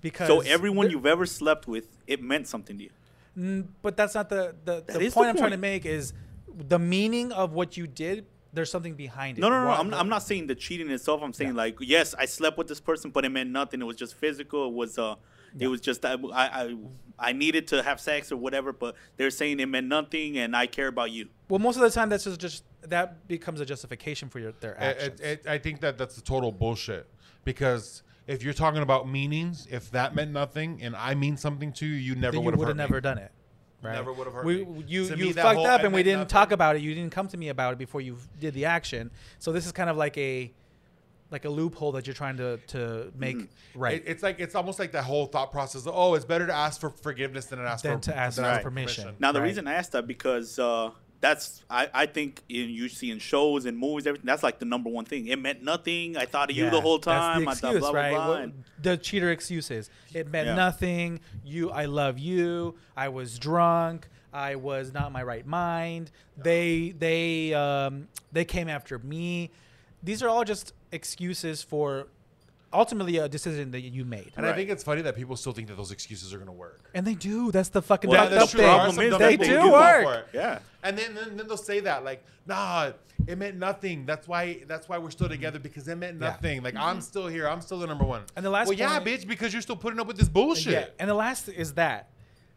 Speaker 1: Because
Speaker 3: So everyone you've ever slept with, it meant something to you.
Speaker 1: Mm, but that's not the the, the
Speaker 3: That is
Speaker 1: point
Speaker 3: the
Speaker 1: I'm trying to
Speaker 3: point.
Speaker 1: make is the meaning of what you did. There's something behind it.
Speaker 3: No, no, no. no.
Speaker 1: Why-
Speaker 3: I'm, I'm not saying the cheating itself. I'm saying like, yes, I slept with this person, but it meant nothing. It was just physical. It was uh, it was just I, I I- I needed to have sex or whatever. But they're saying it meant nothing, and I care about you.
Speaker 1: Well, most of the time, that's just, just that becomes a justification for your their
Speaker 2: I- I-
Speaker 1: actions.
Speaker 2: I- I think that that's the total bullshit because if you're talking about meanings, if that meant nothing and I mean something to you, you never
Speaker 1: then you
Speaker 2: would have
Speaker 1: would have never done it. Right?
Speaker 2: Never would've hurt
Speaker 1: we,
Speaker 2: me.
Speaker 1: You
Speaker 2: To
Speaker 1: you
Speaker 2: me, that
Speaker 1: fucked
Speaker 2: whole
Speaker 1: up
Speaker 2: I
Speaker 1: and we
Speaker 2: meant
Speaker 1: didn't
Speaker 2: nothing.
Speaker 1: talk about it. You didn't come to me about it before you did the action. So this is kind of like a like a loophole that you're trying to to make
Speaker 3: Mm.
Speaker 1: right.
Speaker 2: It, it's like it's almost like that whole thought process. Of, oh, it's better to ask for forgiveness than to ask
Speaker 1: Than
Speaker 2: for
Speaker 1: to ask
Speaker 2: than
Speaker 1: for
Speaker 2: ask
Speaker 1: permission.
Speaker 3: Now the
Speaker 1: Right.
Speaker 3: reason I asked that because uh, that's I, I think in you see in shows and movies everything that's like the number one thing. It meant nothing. I thought of you
Speaker 1: Yeah,
Speaker 3: the whole
Speaker 1: that's the
Speaker 3: time. I thought
Speaker 1: excuse,
Speaker 3: blah blah
Speaker 1: right?
Speaker 3: blah.
Speaker 1: What-
Speaker 3: and-
Speaker 1: the cheater excuses. It meant
Speaker 3: Yeah.
Speaker 1: nothing. You, I love you. I was drunk. I was not in my right mind. They, they, um, they came after me. These are all just excuses for ultimately a decision that you made.
Speaker 2: And I
Speaker 3: Right.
Speaker 2: think it's funny that people still think that those excuses are going to work.
Speaker 1: And they do. That's the fucking
Speaker 3: Well,
Speaker 1: fucked
Speaker 3: that's
Speaker 1: up
Speaker 3: true.
Speaker 1: thing.
Speaker 3: There are some dumb
Speaker 1: they
Speaker 3: people
Speaker 1: do
Speaker 3: who do
Speaker 2: go
Speaker 1: work.
Speaker 2: for it.
Speaker 3: Yeah.
Speaker 2: And then, then then they'll say that like, nah, it meant nothing. That's why that's why we're still together because it meant
Speaker 1: Yeah. Mm-hmm.
Speaker 2: nothing. Like I'm still here. I'm still the number one.
Speaker 1: And the last
Speaker 2: well, yeah,
Speaker 1: point-
Speaker 2: bitch, because you're still putting up with this bullshit.
Speaker 1: Yeah, and the last is that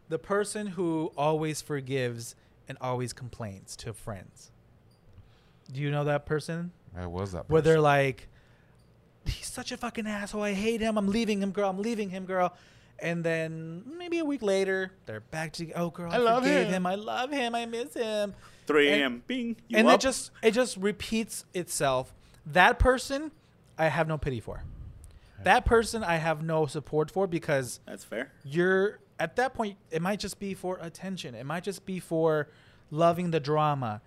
Speaker 1: the person who always forgives and always complains to friends. Do you know that person?
Speaker 2: I was that.
Speaker 1: Where they're like, he's such a fucking asshole. I hate him. I'm leaving him, girl. I'm leaving him, girl. And then maybe a week later, they're back to oh, girl. I,
Speaker 2: love
Speaker 1: forgave
Speaker 2: him.
Speaker 1: I love him. I miss him.
Speaker 3: 3
Speaker 1: And-
Speaker 3: a.m. Bing. You
Speaker 1: and
Speaker 3: up?
Speaker 1: it just it just repeats itself. That person, I have no pity for. That person, I have no support for because
Speaker 3: that's fair.
Speaker 1: you're at that point it might just be for attention it might just be for loving the drama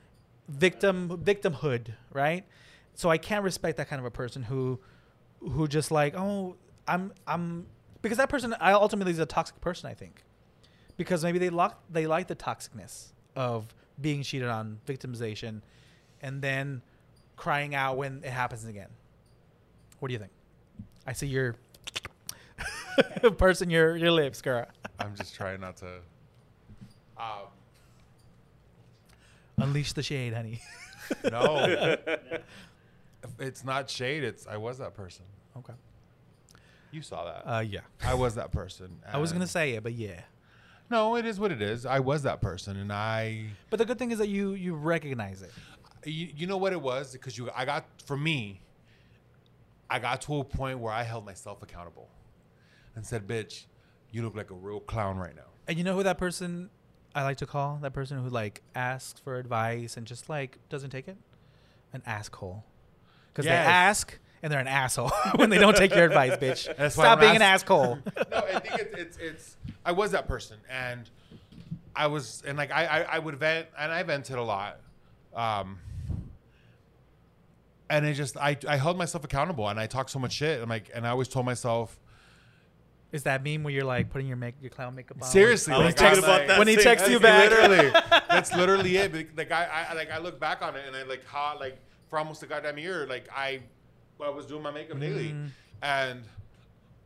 Speaker 1: victim victimhood right so i can't respect that kind of a person who who just like oh i'm i'm because that person i ultimately is a toxic person i think because maybe they like they like the toxicness of being cheated on victimization and then crying out when it happens again what do you think i see your (laughs) person your your lips girl
Speaker 2: I'm just trying not to. (laughs) Um,
Speaker 1: Unleash the shade, honey.
Speaker 2: no, it's not shade. It's I was that person.
Speaker 1: (laughs) Okay.
Speaker 2: You saw that.
Speaker 1: Uh, yeah.
Speaker 2: I was that person.
Speaker 1: I was gonna
Speaker 2: and-
Speaker 1: say it, but yeah.
Speaker 2: no. It is what it is. I was that person, and I.
Speaker 1: But the good thing is that you you recognize it.
Speaker 2: You, you know what it was because you. I got for me. I got to a point where I held myself accountable, and said, "Bitch, you look like a real clown right now."
Speaker 1: And you know who that person I like to call? That person who like asks for advice and just like doesn't take it? An asshole. Because
Speaker 2: Yes.
Speaker 1: they ask and they're an asshole (laughs) when they don't take your (laughs) advice, bitch.
Speaker 2: That's why
Speaker 1: Stop
Speaker 2: I'm
Speaker 1: being an
Speaker 2: ask-
Speaker 1: (laughs) asshole.
Speaker 2: (laughs) no, I think it's, it's it's I was that person, and I was and like I I, I would vent and I vented a lot, um, and it just I I held myself accountable and I talked so much shit and like and I always told myself
Speaker 1: Is that meme where you're like putting your make your clown makeup on?
Speaker 2: seriously
Speaker 3: I was
Speaker 2: like,
Speaker 3: thinking
Speaker 2: I'm
Speaker 3: about
Speaker 2: like-
Speaker 3: that
Speaker 1: When he
Speaker 3: That's it.
Speaker 1: texts you
Speaker 2: that's
Speaker 1: back.
Speaker 2: Literally,
Speaker 1: (laughs)
Speaker 2: that's literally it. Bec- Like I, I, like I look back on it and I like how, like
Speaker 1: Mm.
Speaker 2: for almost a goddamn year, like I, I was doing my makeup daily, and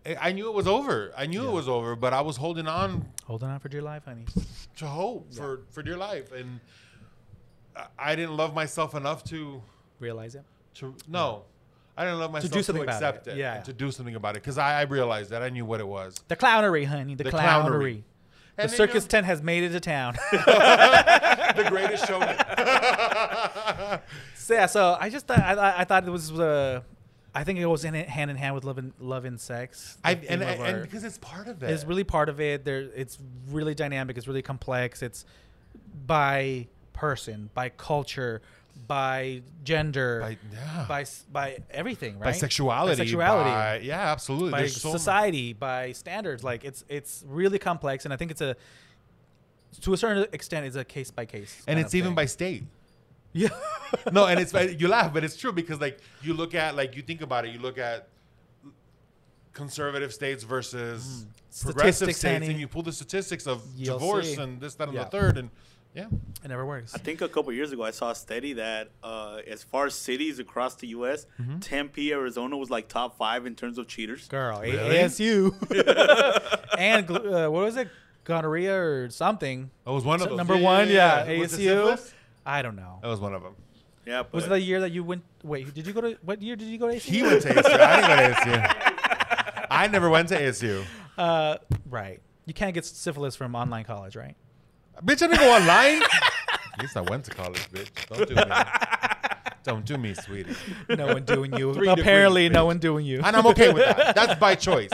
Speaker 2: I- I knew it was over. I knew it was over, but I was holding on
Speaker 1: Holding on for dear life, honey.
Speaker 2: to hope for for dear life, and I- I didn't love myself enough to
Speaker 1: Realize it.
Speaker 2: to no. I didn't love myself to,
Speaker 1: do something about
Speaker 2: accept
Speaker 1: it.
Speaker 2: it.
Speaker 1: Yeah.
Speaker 2: and to do something about it because I, I realized that I knew what it was.
Speaker 1: The clownery, honey. The,
Speaker 2: The
Speaker 1: clownery.
Speaker 2: clownery.
Speaker 1: The
Speaker 2: And then
Speaker 1: circus
Speaker 2: you're-
Speaker 1: tent has made it to town. (laughs)
Speaker 2: the greatest show. (laughs)
Speaker 1: so, yeah, so I just thought I, I, I thought it was uh, I think it goes in it- hand in hand with love and love and sex. the
Speaker 2: I,
Speaker 1: theme
Speaker 2: and,
Speaker 1: of
Speaker 2: and
Speaker 1: our-
Speaker 2: because it's part of it.
Speaker 1: it's really part of it. There, it's really dynamic. It's really complex. It's by person, by culture, by gender,
Speaker 2: By- yeah.
Speaker 1: by, s- by everything, right?
Speaker 2: by sexuality.
Speaker 1: by sexuality,
Speaker 2: by- yeah, absolutely.
Speaker 1: by
Speaker 2: There's so much-
Speaker 1: society, by standards. Like it's it's really complex, and I think it's a to a certain extent it's a case by case.
Speaker 2: and
Speaker 1: kind
Speaker 2: it's
Speaker 1: of
Speaker 2: even
Speaker 1: thing.
Speaker 2: by state. (laughs)
Speaker 1: yeah.
Speaker 2: No, and it's you laugh, but it's true because like you look at like you think about it, you look at conservative states versus progressive
Speaker 1: Mm-hmm. Statistics,
Speaker 2: states,
Speaker 1: honey.
Speaker 2: and you pull the statistics of
Speaker 1: You'll
Speaker 2: divorce
Speaker 1: see.
Speaker 2: and this, that, and
Speaker 1: Yeah.
Speaker 2: the third, and yeah,
Speaker 1: It never works.
Speaker 3: I think a couple years ago I saw a study that uh, as far as cities across the U.S., Tempe, Arizona was like top five in terms of cheaters.
Speaker 1: Mm-hmm. Girl, A-
Speaker 2: Really? (laughs)
Speaker 1: ASU (laughs) and gl- uh, what was it, gonorrhea or something?
Speaker 2: that was one of those.
Speaker 1: Number one, yeah,
Speaker 2: Was it
Speaker 1: ASU.
Speaker 2: syphilis?
Speaker 1: I don't know.
Speaker 2: That was one of them.
Speaker 3: Yeah, but
Speaker 1: Was it the year that you went? Wait, did you go to what year did you go to ASU?
Speaker 2: He went to ASU. I didn't go to ASU. I never went to ASU.
Speaker 1: uh, right. You can't get syphilis from online college,
Speaker 2: (laughs)
Speaker 1: right?
Speaker 2: Bitch, I didn't go online. At least I went to college, bitch. Don't do me. Don't do me, sweetie.
Speaker 1: No one doing you.
Speaker 2: Three
Speaker 1: Apparently,
Speaker 2: degrees,
Speaker 1: no
Speaker 2: bitch.
Speaker 1: one doing you.
Speaker 2: And I'm okay with
Speaker 1: (laughs)
Speaker 2: that. That's by choice.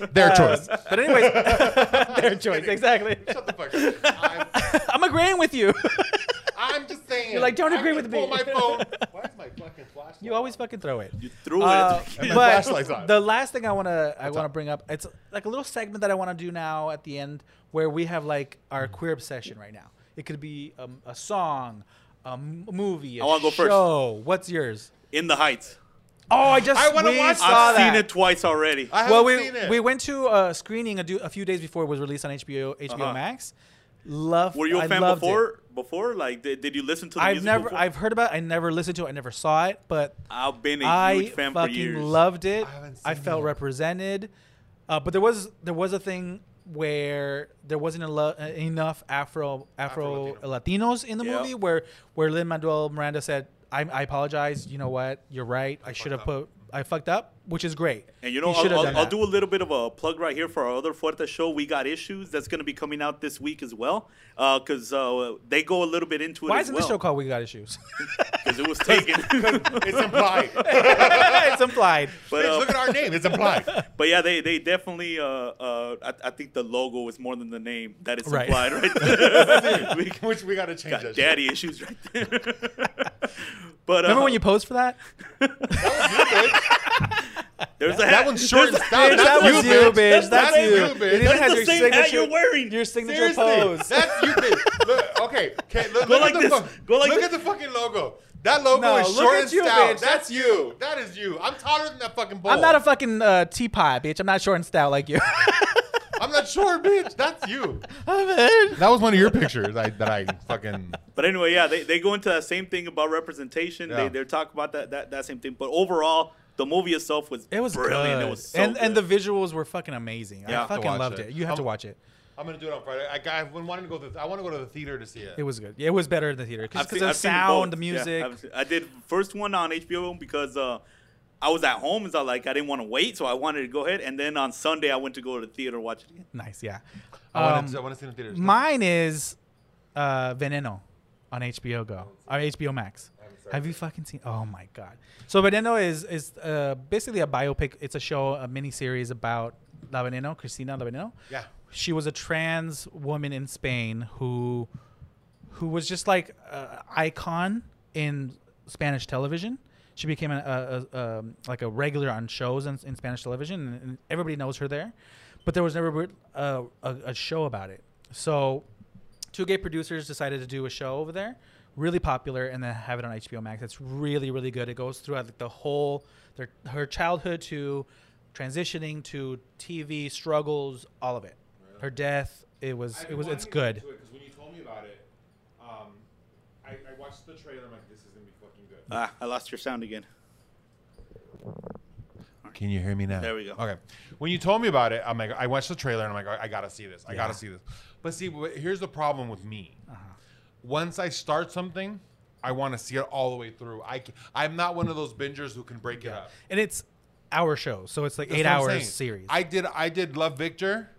Speaker 1: Uh,
Speaker 2: Their choice.
Speaker 1: But
Speaker 2: (laughs)
Speaker 1: anyways, (laughs) their choice. Exactly. (laughs)
Speaker 2: Shut the fuck up. I'm,
Speaker 1: I'm agreeing with you. (laughs)
Speaker 2: I'm just saying.
Speaker 1: You're like, don't
Speaker 2: I'm
Speaker 1: agree
Speaker 2: gonna
Speaker 1: with
Speaker 2: pull
Speaker 1: me.
Speaker 2: my
Speaker 1: (laughs)
Speaker 2: phone. Why is my fucking flashlight?
Speaker 1: you always fucking throw it.
Speaker 3: you threw (laughs)
Speaker 1: Uh,
Speaker 3: it.
Speaker 2: And my flashlight's
Speaker 1: but
Speaker 2: on.
Speaker 1: the last thing I want to I want to
Speaker 2: up?
Speaker 1: bring up it's like a little segment that I want to do now at the end where we have like our queer obsession right now. It could be um, a song, a m- movie, a
Speaker 3: I wanna go first.
Speaker 1: show. What's yours?
Speaker 3: in the Heights.
Speaker 1: Oh, I just
Speaker 2: I wanna
Speaker 1: we
Speaker 2: watch
Speaker 1: saw
Speaker 3: I've
Speaker 1: that.
Speaker 3: seen it twice already.
Speaker 2: I haven't
Speaker 1: well, we
Speaker 2: seen (laughs) it.
Speaker 1: we went to a screening a, do, a few days before it was released on HBO HBO
Speaker 3: Uh-huh.
Speaker 1: Max. Love.
Speaker 3: Were you a
Speaker 1: I
Speaker 3: fan
Speaker 1: loved it.
Speaker 3: before? Before, like, did, did you listen to the
Speaker 1: I've
Speaker 3: music
Speaker 1: never.
Speaker 3: before?
Speaker 1: I've heard about. it. I never listened to. it. I never saw it, but
Speaker 3: I've been a
Speaker 1: I
Speaker 3: huge fan for
Speaker 1: fucking
Speaker 3: years.
Speaker 1: loved it.
Speaker 2: I haven't
Speaker 1: I,
Speaker 2: seen
Speaker 1: felt
Speaker 2: it.
Speaker 1: represented, uh, but there was there was a thing where there wasn't a lo- uh, enough Afro Afro Latinos in the
Speaker 3: Yeah.
Speaker 1: movie where where Lin Manuel Miranda said, I, "I apologize. You know what? You're right. I should have
Speaker 2: up.
Speaker 1: put I fucked up," which is great.
Speaker 3: And you know,
Speaker 1: He should have
Speaker 3: I'll, I'll,
Speaker 1: done
Speaker 3: I'll
Speaker 1: that.
Speaker 3: do a little bit of a plug right here for our other Fuerte show. We got issues that's going to be coming out this week as well, because uh, they go a little bit into it.
Speaker 1: Why
Speaker 3: as
Speaker 1: isn't
Speaker 3: well,
Speaker 1: the show called "We Got
Speaker 3: (laughs)
Speaker 1: Issues"? (laughs)
Speaker 3: Because it was taken.
Speaker 2: It's implied.
Speaker 1: it's implied.
Speaker 3: (laughs) but
Speaker 2: Bitch,
Speaker 3: uh,
Speaker 2: look at our name. It's implied.
Speaker 3: but yeah, they they definitely. Uh, uh, I, I think the logo is more than the name that is
Speaker 1: Right.
Speaker 3: implied,
Speaker 1: (laughs)
Speaker 3: right? (laughs) there. we
Speaker 2: Which we gotta change.
Speaker 3: got
Speaker 2: that
Speaker 3: daddy issues right there. (laughs) but uh,
Speaker 1: Remember when you posed for that?
Speaker 3: there's a
Speaker 2: Shit.
Speaker 3: hat.
Speaker 2: That one's short and stout.
Speaker 1: Bitch, that
Speaker 2: That's
Speaker 1: was
Speaker 2: you,
Speaker 1: you,
Speaker 3: (laughs)
Speaker 1: bitch.
Speaker 2: bitch.
Speaker 1: That's
Speaker 2: That's
Speaker 1: you.
Speaker 2: you,
Speaker 1: And
Speaker 2: bitch.
Speaker 1: it
Speaker 2: That's
Speaker 1: has
Speaker 3: the
Speaker 1: your
Speaker 3: same hat you're
Speaker 1: signature-
Speaker 3: wearing.
Speaker 1: Your signature
Speaker 2: Seriously,
Speaker 1: pose.
Speaker 2: that's you, bitch. Look, okay, okay. Look,
Speaker 3: Go
Speaker 2: look
Speaker 3: like
Speaker 2: at the
Speaker 3: this.
Speaker 2: fuck-
Speaker 3: Go like
Speaker 2: look
Speaker 3: this.
Speaker 2: at the fucking logo. That logo
Speaker 1: No,
Speaker 2: is
Speaker 1: look
Speaker 2: short
Speaker 1: at
Speaker 2: and
Speaker 1: you,
Speaker 2: stout.
Speaker 1: bitch.
Speaker 2: That's, you. That is you. I'm taller than that fucking ball.
Speaker 1: I'm not a fucking uh, teapot, bitch. I'm not short and stout like you.
Speaker 3: (laughs)
Speaker 2: I'm not short, bitch. That's you.
Speaker 1: Oh, man.
Speaker 2: That was one of your pictures I, that I fucking.
Speaker 3: But anyway, yeah, they, they go into that same thing about representation.
Speaker 2: Yeah.
Speaker 3: They they talk about that, that that same thing. But overall, the movie itself was
Speaker 1: It was
Speaker 3: brilliant.
Speaker 1: Good.
Speaker 3: It was so
Speaker 1: and and the
Speaker 3: good.
Speaker 1: visuals were fucking amazing.
Speaker 3: Yeah, I
Speaker 1: I
Speaker 3: have to
Speaker 1: fucking
Speaker 2: watch
Speaker 1: loved it.
Speaker 2: it.
Speaker 1: You have to
Speaker 2: I'm-
Speaker 1: watch it.
Speaker 2: I'm gonna do it on Friday. I, I've been wanting to go. To, I want to go to the theater to see it.
Speaker 1: It was good. Yeah, it was better in the theater
Speaker 3: I've
Speaker 1: because
Speaker 3: seen-
Speaker 1: the
Speaker 3: I've seen both.
Speaker 1: sound, the
Speaker 3: Yeah,
Speaker 1: music.
Speaker 3: I've seen- I did first one on HBO because uh, I was at home and so like I didn't want to wait, so I wanted to go ahead. And then on Sunday, I went to go to the theater and watch it. again.
Speaker 1: nice. Yeah.
Speaker 2: I
Speaker 1: Um,
Speaker 2: want to. I want to see it in theaters.
Speaker 1: Mine is uh, Veneno on HBO Go or HBO Max. Have you fucking seen? Oh my god! So Veneno is is uh, basically a biopic. It's a show, a mini series about La Veneno, Cristina La Veneno.
Speaker 2: Yeah.
Speaker 1: she was a trans woman in Spain who who was just like an icon in Spanish television. She became a, a, a, um like a regular on shows in, in Spanish television, and, and everybody knows her there. But there was never re- a, a, a show about it. So, two gay producers decided to do a show over there, really popular, and then have it on HBO Max. It's really, really good. It goes throughout like, the whole their, her childhood to transitioning to TV struggles, all of it. Her death. It was. It was. It's good.
Speaker 4: Because when you told me about it, um, I, I watched the trailer. I'm like, this is gonna be fucking good.
Speaker 3: Ah, I lost your sound again.
Speaker 2: Uh, Can you hear me now?
Speaker 3: There we go.
Speaker 2: Okay. When you told me about it, I'm like, I watched the trailer and I'm like, I I gotta see this. I gotta see this. But see, wh- here's the problem with me.
Speaker 1: Uh-huh.
Speaker 2: Once I start something, I want to see it all the way through. I c- I'm not one of those bingers who can break it up.
Speaker 1: and it's our show, so it's like
Speaker 2: That's
Speaker 1: eight
Speaker 2: what I'm
Speaker 1: hours
Speaker 2: saying.
Speaker 1: series.
Speaker 2: I did I did Love Victor,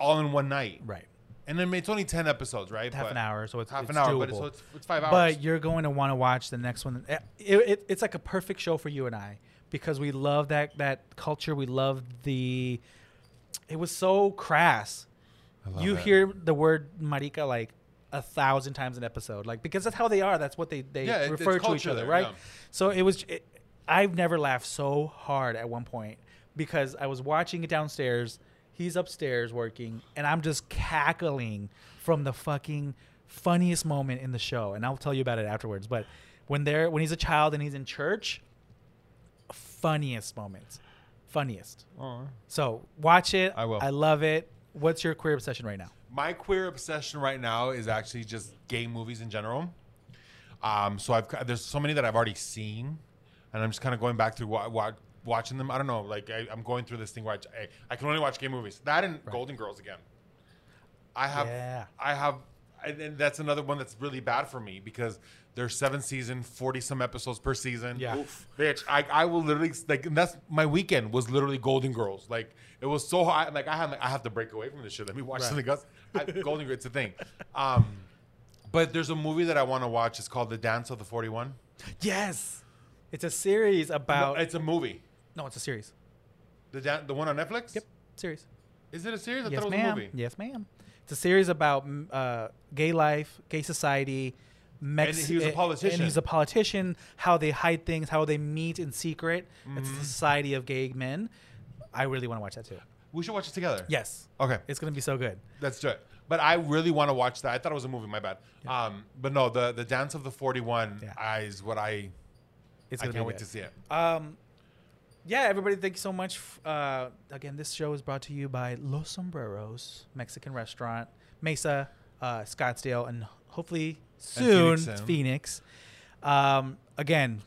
Speaker 2: all in one night.
Speaker 1: right.
Speaker 2: And then it's only ten episodes, right?
Speaker 1: half
Speaker 2: But-
Speaker 1: an hour, so it's
Speaker 2: half
Speaker 1: it's
Speaker 2: an hour,
Speaker 1: doable.
Speaker 2: but it's, so it's, it's five hours.
Speaker 1: But you're going to want to watch the next one. Eh, It, it, it's like a perfect show for you and I because we love that that culture. We love the. It was so crass.
Speaker 2: love
Speaker 1: you
Speaker 2: it.
Speaker 1: hear the word marica like a thousand times an episode, like because that's how they are. That's what they they
Speaker 2: Yeah, it- it's
Speaker 1: refer to each
Speaker 2: culture
Speaker 1: other,
Speaker 2: there,
Speaker 1: right?
Speaker 2: yeah.
Speaker 1: So it was. It, I've never laughed so hard at one point because I was watching it downstairs. He's upstairs working, and I'm just cackling from the fucking funniest moment in the show. And I'll tell you about it afterwards. But when they're when he's a child and he's in church, funniest moments, funniest.
Speaker 2: Oh.
Speaker 1: So watch it.
Speaker 2: I will.
Speaker 1: I love it. What's your queer obsession right now?
Speaker 2: my queer obsession right now is actually just gay movies in general. Um, so I've there's so many that I've already seen, and I'm just kind of going back through what, wa watching them. I don't know, like I, I'm going through this thing where I, I, I can only watch gay movies. That and Golden Girls again. I have,
Speaker 1: Yeah.
Speaker 2: I have, and, and that's another one that's really bad for me because there's seven season, forty some episodes per season.
Speaker 1: Yeah.
Speaker 2: Bitch, I, I will literally like and that's my weekend was literally Golden Girls. Like it was so high. Like I have like, I have to break away from this shit. Let me watch something else. I, Golden Girls, it's a thing. Um, but there's a movie that I want to watch. It's called The Dance of the Forty One.
Speaker 1: Yes, it's a series about.
Speaker 2: It's a movie.
Speaker 1: no, it's a series.
Speaker 2: The dan- the one on Netflix.
Speaker 1: Yep, series.
Speaker 2: Is it a series? I
Speaker 1: yes,
Speaker 2: thought it was
Speaker 1: ma'am.
Speaker 2: a movie.
Speaker 1: Yes, ma'am. It's a series about mm, uh, gay life, gay society. Mex-
Speaker 2: And he was a
Speaker 1: eh,
Speaker 2: politician.
Speaker 1: And he's a politician. How they hide things. How they meet in secret. It's
Speaker 2: Mm-hmm.
Speaker 1: the society of gay men. I really want to watch that too.
Speaker 2: We should watch it together.
Speaker 1: Yes,
Speaker 2: Okay.
Speaker 1: it's gonna be so good.
Speaker 2: That's true. But I really want to watch that. I thought it was a movie. My bad. Um, but no, the the Dance of the Forty One
Speaker 1: Yeah.
Speaker 2: is what I.
Speaker 1: It's
Speaker 2: I
Speaker 1: gonna
Speaker 2: can't
Speaker 1: be
Speaker 2: wait
Speaker 1: good.
Speaker 2: to see it.
Speaker 1: Um, yeah, everybody, thank you so much. F- Uh, again, this show is brought to you by Los Sombreros Mexican Restaurant, Mesa, uh, Scottsdale, and hopefully soon
Speaker 2: Phoenix
Speaker 1: Phoenix.
Speaker 2: soon.
Speaker 1: Um, again,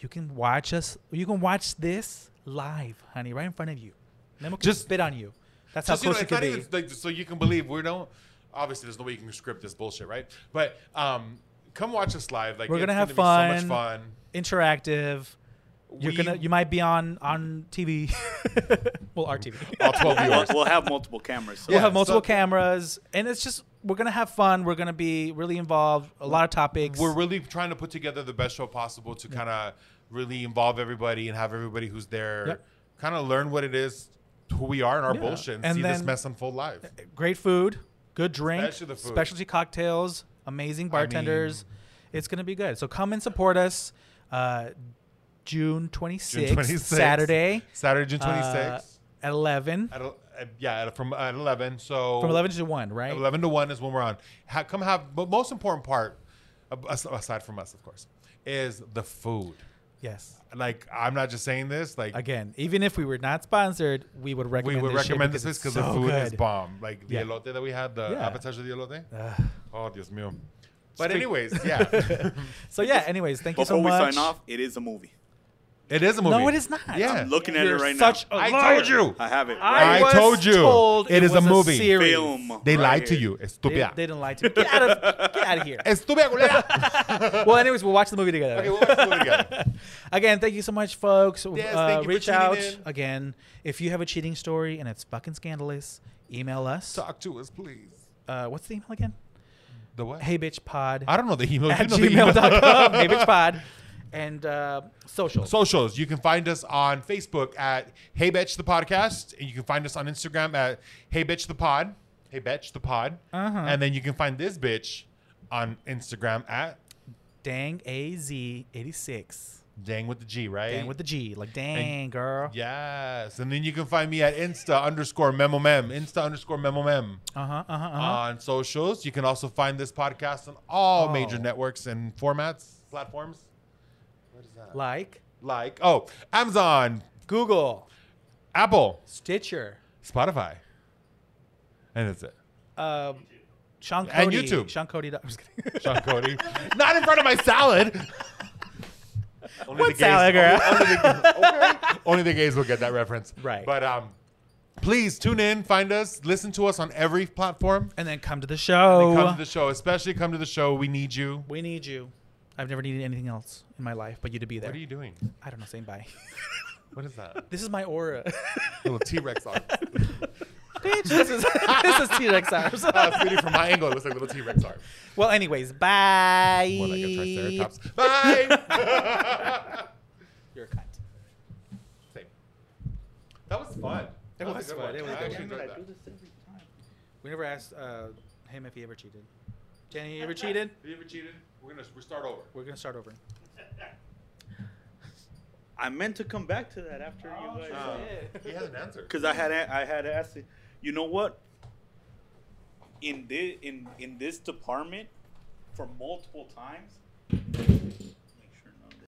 Speaker 1: you can watch us. You can watch this live, honey, right in front of you. Nemo can
Speaker 2: Just-
Speaker 1: just spit on you. That's
Speaker 2: Just,
Speaker 1: how
Speaker 2: you know,
Speaker 1: close
Speaker 2: it's not
Speaker 1: it can
Speaker 2: even
Speaker 1: be.
Speaker 2: like so you can believe we don't. Obviously, there's no way you can script this bullshit, right? But um, come watch us live. Like
Speaker 1: We're gonna
Speaker 2: it's
Speaker 1: have
Speaker 2: Be so much
Speaker 1: fun.
Speaker 2: fun.
Speaker 1: Interactive. You're
Speaker 2: We-
Speaker 1: gonna. You might be on on
Speaker 2: (laughs)
Speaker 1: TV. well, our TV.
Speaker 2: All
Speaker 3: (laughs)
Speaker 2: twelve
Speaker 3: We'll,
Speaker 2: viewers.
Speaker 3: we'll have multiple cameras. So
Speaker 1: Oh, We'll
Speaker 2: Yeah,
Speaker 1: have multiple
Speaker 2: so-
Speaker 1: cameras, and it's just we're gonna have fun. We're gonna be really involved. A lot of topics.
Speaker 2: We're really trying to put together the best show possible to kind of really involve everybody and have everybody who's there
Speaker 1: Yep.
Speaker 2: kind of learn what it is, who we are, and our
Speaker 1: Yeah.
Speaker 2: bullshit, and,
Speaker 1: And
Speaker 2: see this
Speaker 1: then-
Speaker 2: mess unfold live.
Speaker 1: great food, good drink,
Speaker 2: Especially the food.
Speaker 1: specialty cocktails, amazing bartenders. it's gonna be good. So come and support us. Uh, June twenty sixth,
Speaker 2: 26th.
Speaker 1: Saturday,
Speaker 2: Saturday, June twenty
Speaker 1: uh,
Speaker 2: sixth.
Speaker 1: at eleven,
Speaker 2: At, el- at, yeah, at, from uh, at eleven. So
Speaker 1: from eleven to one, right?
Speaker 2: 11 to 1 is when we're on. Ha, come have, but most important part, ab- as- aside from us, of course, is the food.
Speaker 1: Yes.
Speaker 2: Like, I'm not just saying this, like,
Speaker 1: Again, even if we were not sponsored, we would
Speaker 2: we
Speaker 1: recommend.
Speaker 2: would
Speaker 1: this shit
Speaker 2: recommend this because
Speaker 1: it's
Speaker 2: the
Speaker 1: so
Speaker 2: food is
Speaker 1: good.
Speaker 2: bomb. Like, the
Speaker 1: Yeah.
Speaker 2: elote that we had, the
Speaker 1: Yeah.
Speaker 2: appetizer de elote.
Speaker 1: Ugh.
Speaker 2: Oh, Dios mío. But,
Speaker 1: Speak- (laughs)
Speaker 2: anyways, yeah.
Speaker 1: so yeah. Anyways, thank you
Speaker 3: before
Speaker 1: so
Speaker 3: we
Speaker 1: much.
Speaker 3: sign off, it is a movie.
Speaker 2: it is a movie.
Speaker 1: No, it is not.
Speaker 2: Yeah.
Speaker 3: Looking at
Speaker 1: You're
Speaker 3: it right
Speaker 1: such
Speaker 3: now.
Speaker 1: a
Speaker 2: I
Speaker 1: liar.
Speaker 2: told you.
Speaker 3: I have it.
Speaker 2: I
Speaker 3: right
Speaker 1: was
Speaker 2: told you.
Speaker 1: told
Speaker 2: It is a
Speaker 1: was
Speaker 2: movie.
Speaker 1: series.
Speaker 3: Film.
Speaker 2: They
Speaker 3: right
Speaker 2: lied to
Speaker 3: here.
Speaker 2: you.
Speaker 1: They,
Speaker 2: Estúpida.
Speaker 1: they didn't lie to me. Get out of get out of
Speaker 2: (laughs)
Speaker 1: here. (laughs)
Speaker 2: Estúpida, culera.
Speaker 1: Well, anyways, we'll watch the movie together.
Speaker 2: okay, we'll watch the movie together.
Speaker 1: Again, thank you so much, folks.
Speaker 2: Yes,
Speaker 1: Uh,
Speaker 2: thank you for
Speaker 1: reach
Speaker 2: tuning
Speaker 1: out
Speaker 2: in.
Speaker 1: again if you have a cheating story and it's fucking scandalous. Email us.
Speaker 2: Talk to us, please.
Speaker 1: Uh, what's the email again?
Speaker 2: The what?
Speaker 1: Hey, bitch pod
Speaker 2: I don't know the email. You
Speaker 1: at
Speaker 2: know the email.
Speaker 1: gmail.com.
Speaker 2: (laughs)
Speaker 1: hey, bitch pod and uh, social.
Speaker 2: socials. You can find us on Facebook at Hey Betch the Podcast, and you can find us on Instagram at Hey Bitch the Pod. Hey Betch the Pod,
Speaker 1: Uh-huh.
Speaker 2: and then you can find this bitch on Instagram at
Speaker 1: dang a z eighty six.
Speaker 2: Dang with the G, right?
Speaker 1: Dang with the G, like dang girl.
Speaker 2: Yes, and then you can find me at Insta underscore Memo Mem, Insta underscore Memo Mem
Speaker 1: Uh huh. Uh huh. Uh-huh.
Speaker 2: on socials. You can also find this podcast on all
Speaker 1: Oh.
Speaker 2: major networks and formats platforms. What is that?
Speaker 1: Like
Speaker 2: Like oh, Amazon,
Speaker 1: Google,
Speaker 2: Apple,
Speaker 1: Stitcher.
Speaker 2: Spotify, and that's it.
Speaker 1: Uh, Sean Cody.
Speaker 2: And
Speaker 1: (laughs)
Speaker 2: YouTube. (laughs)
Speaker 1: Sean Cody. I'm just kidding.
Speaker 2: Sean Cody. Not in front of my salad. Only
Speaker 6: What's
Speaker 2: the gays,
Speaker 6: that, girl?
Speaker 2: Only, only the, okay. only the gays will get that reference.
Speaker 6: Right.
Speaker 2: But um, please tune in, find us, listen to us on every platform.
Speaker 1: and then come to the show.
Speaker 2: Come to the show, especially come to the show. We need you.
Speaker 1: we need you. I've never needed anything else in my life but you to be there.
Speaker 2: What are you doing?
Speaker 1: I don't know, saying bye. (laughs)
Speaker 2: What is that?
Speaker 1: this is my aura.
Speaker 2: (laughs) Little T Rex
Speaker 1: (laughs)
Speaker 2: on.
Speaker 1: Bitch, this is (laughs) this is T-Rex
Speaker 2: (laughs)
Speaker 1: arms.
Speaker 2: Uh, sweetie, from my angle, it looks like little T Rex arm.
Speaker 1: well, anyways, bye.
Speaker 2: More like a triceratops. (laughs) Bye.
Speaker 1: (laughs) You're a cunt.
Speaker 2: Same. That was fun. That
Speaker 1: was
Speaker 2: a good
Speaker 1: fun.
Speaker 2: one.
Speaker 1: It was
Speaker 2: I
Speaker 1: good.
Speaker 2: actually enjoyed that.
Speaker 1: We never asked uh, him if he ever cheated. Jenny, you ever cheated?
Speaker 2: Have you ever cheated? We're gonna we start over.
Speaker 1: We're gonna start over.
Speaker 3: I meant to come back to that after you guys,
Speaker 2: He has an answer.
Speaker 3: because I had a- I had asked, it. you know what? In this in in this department, for multiple times,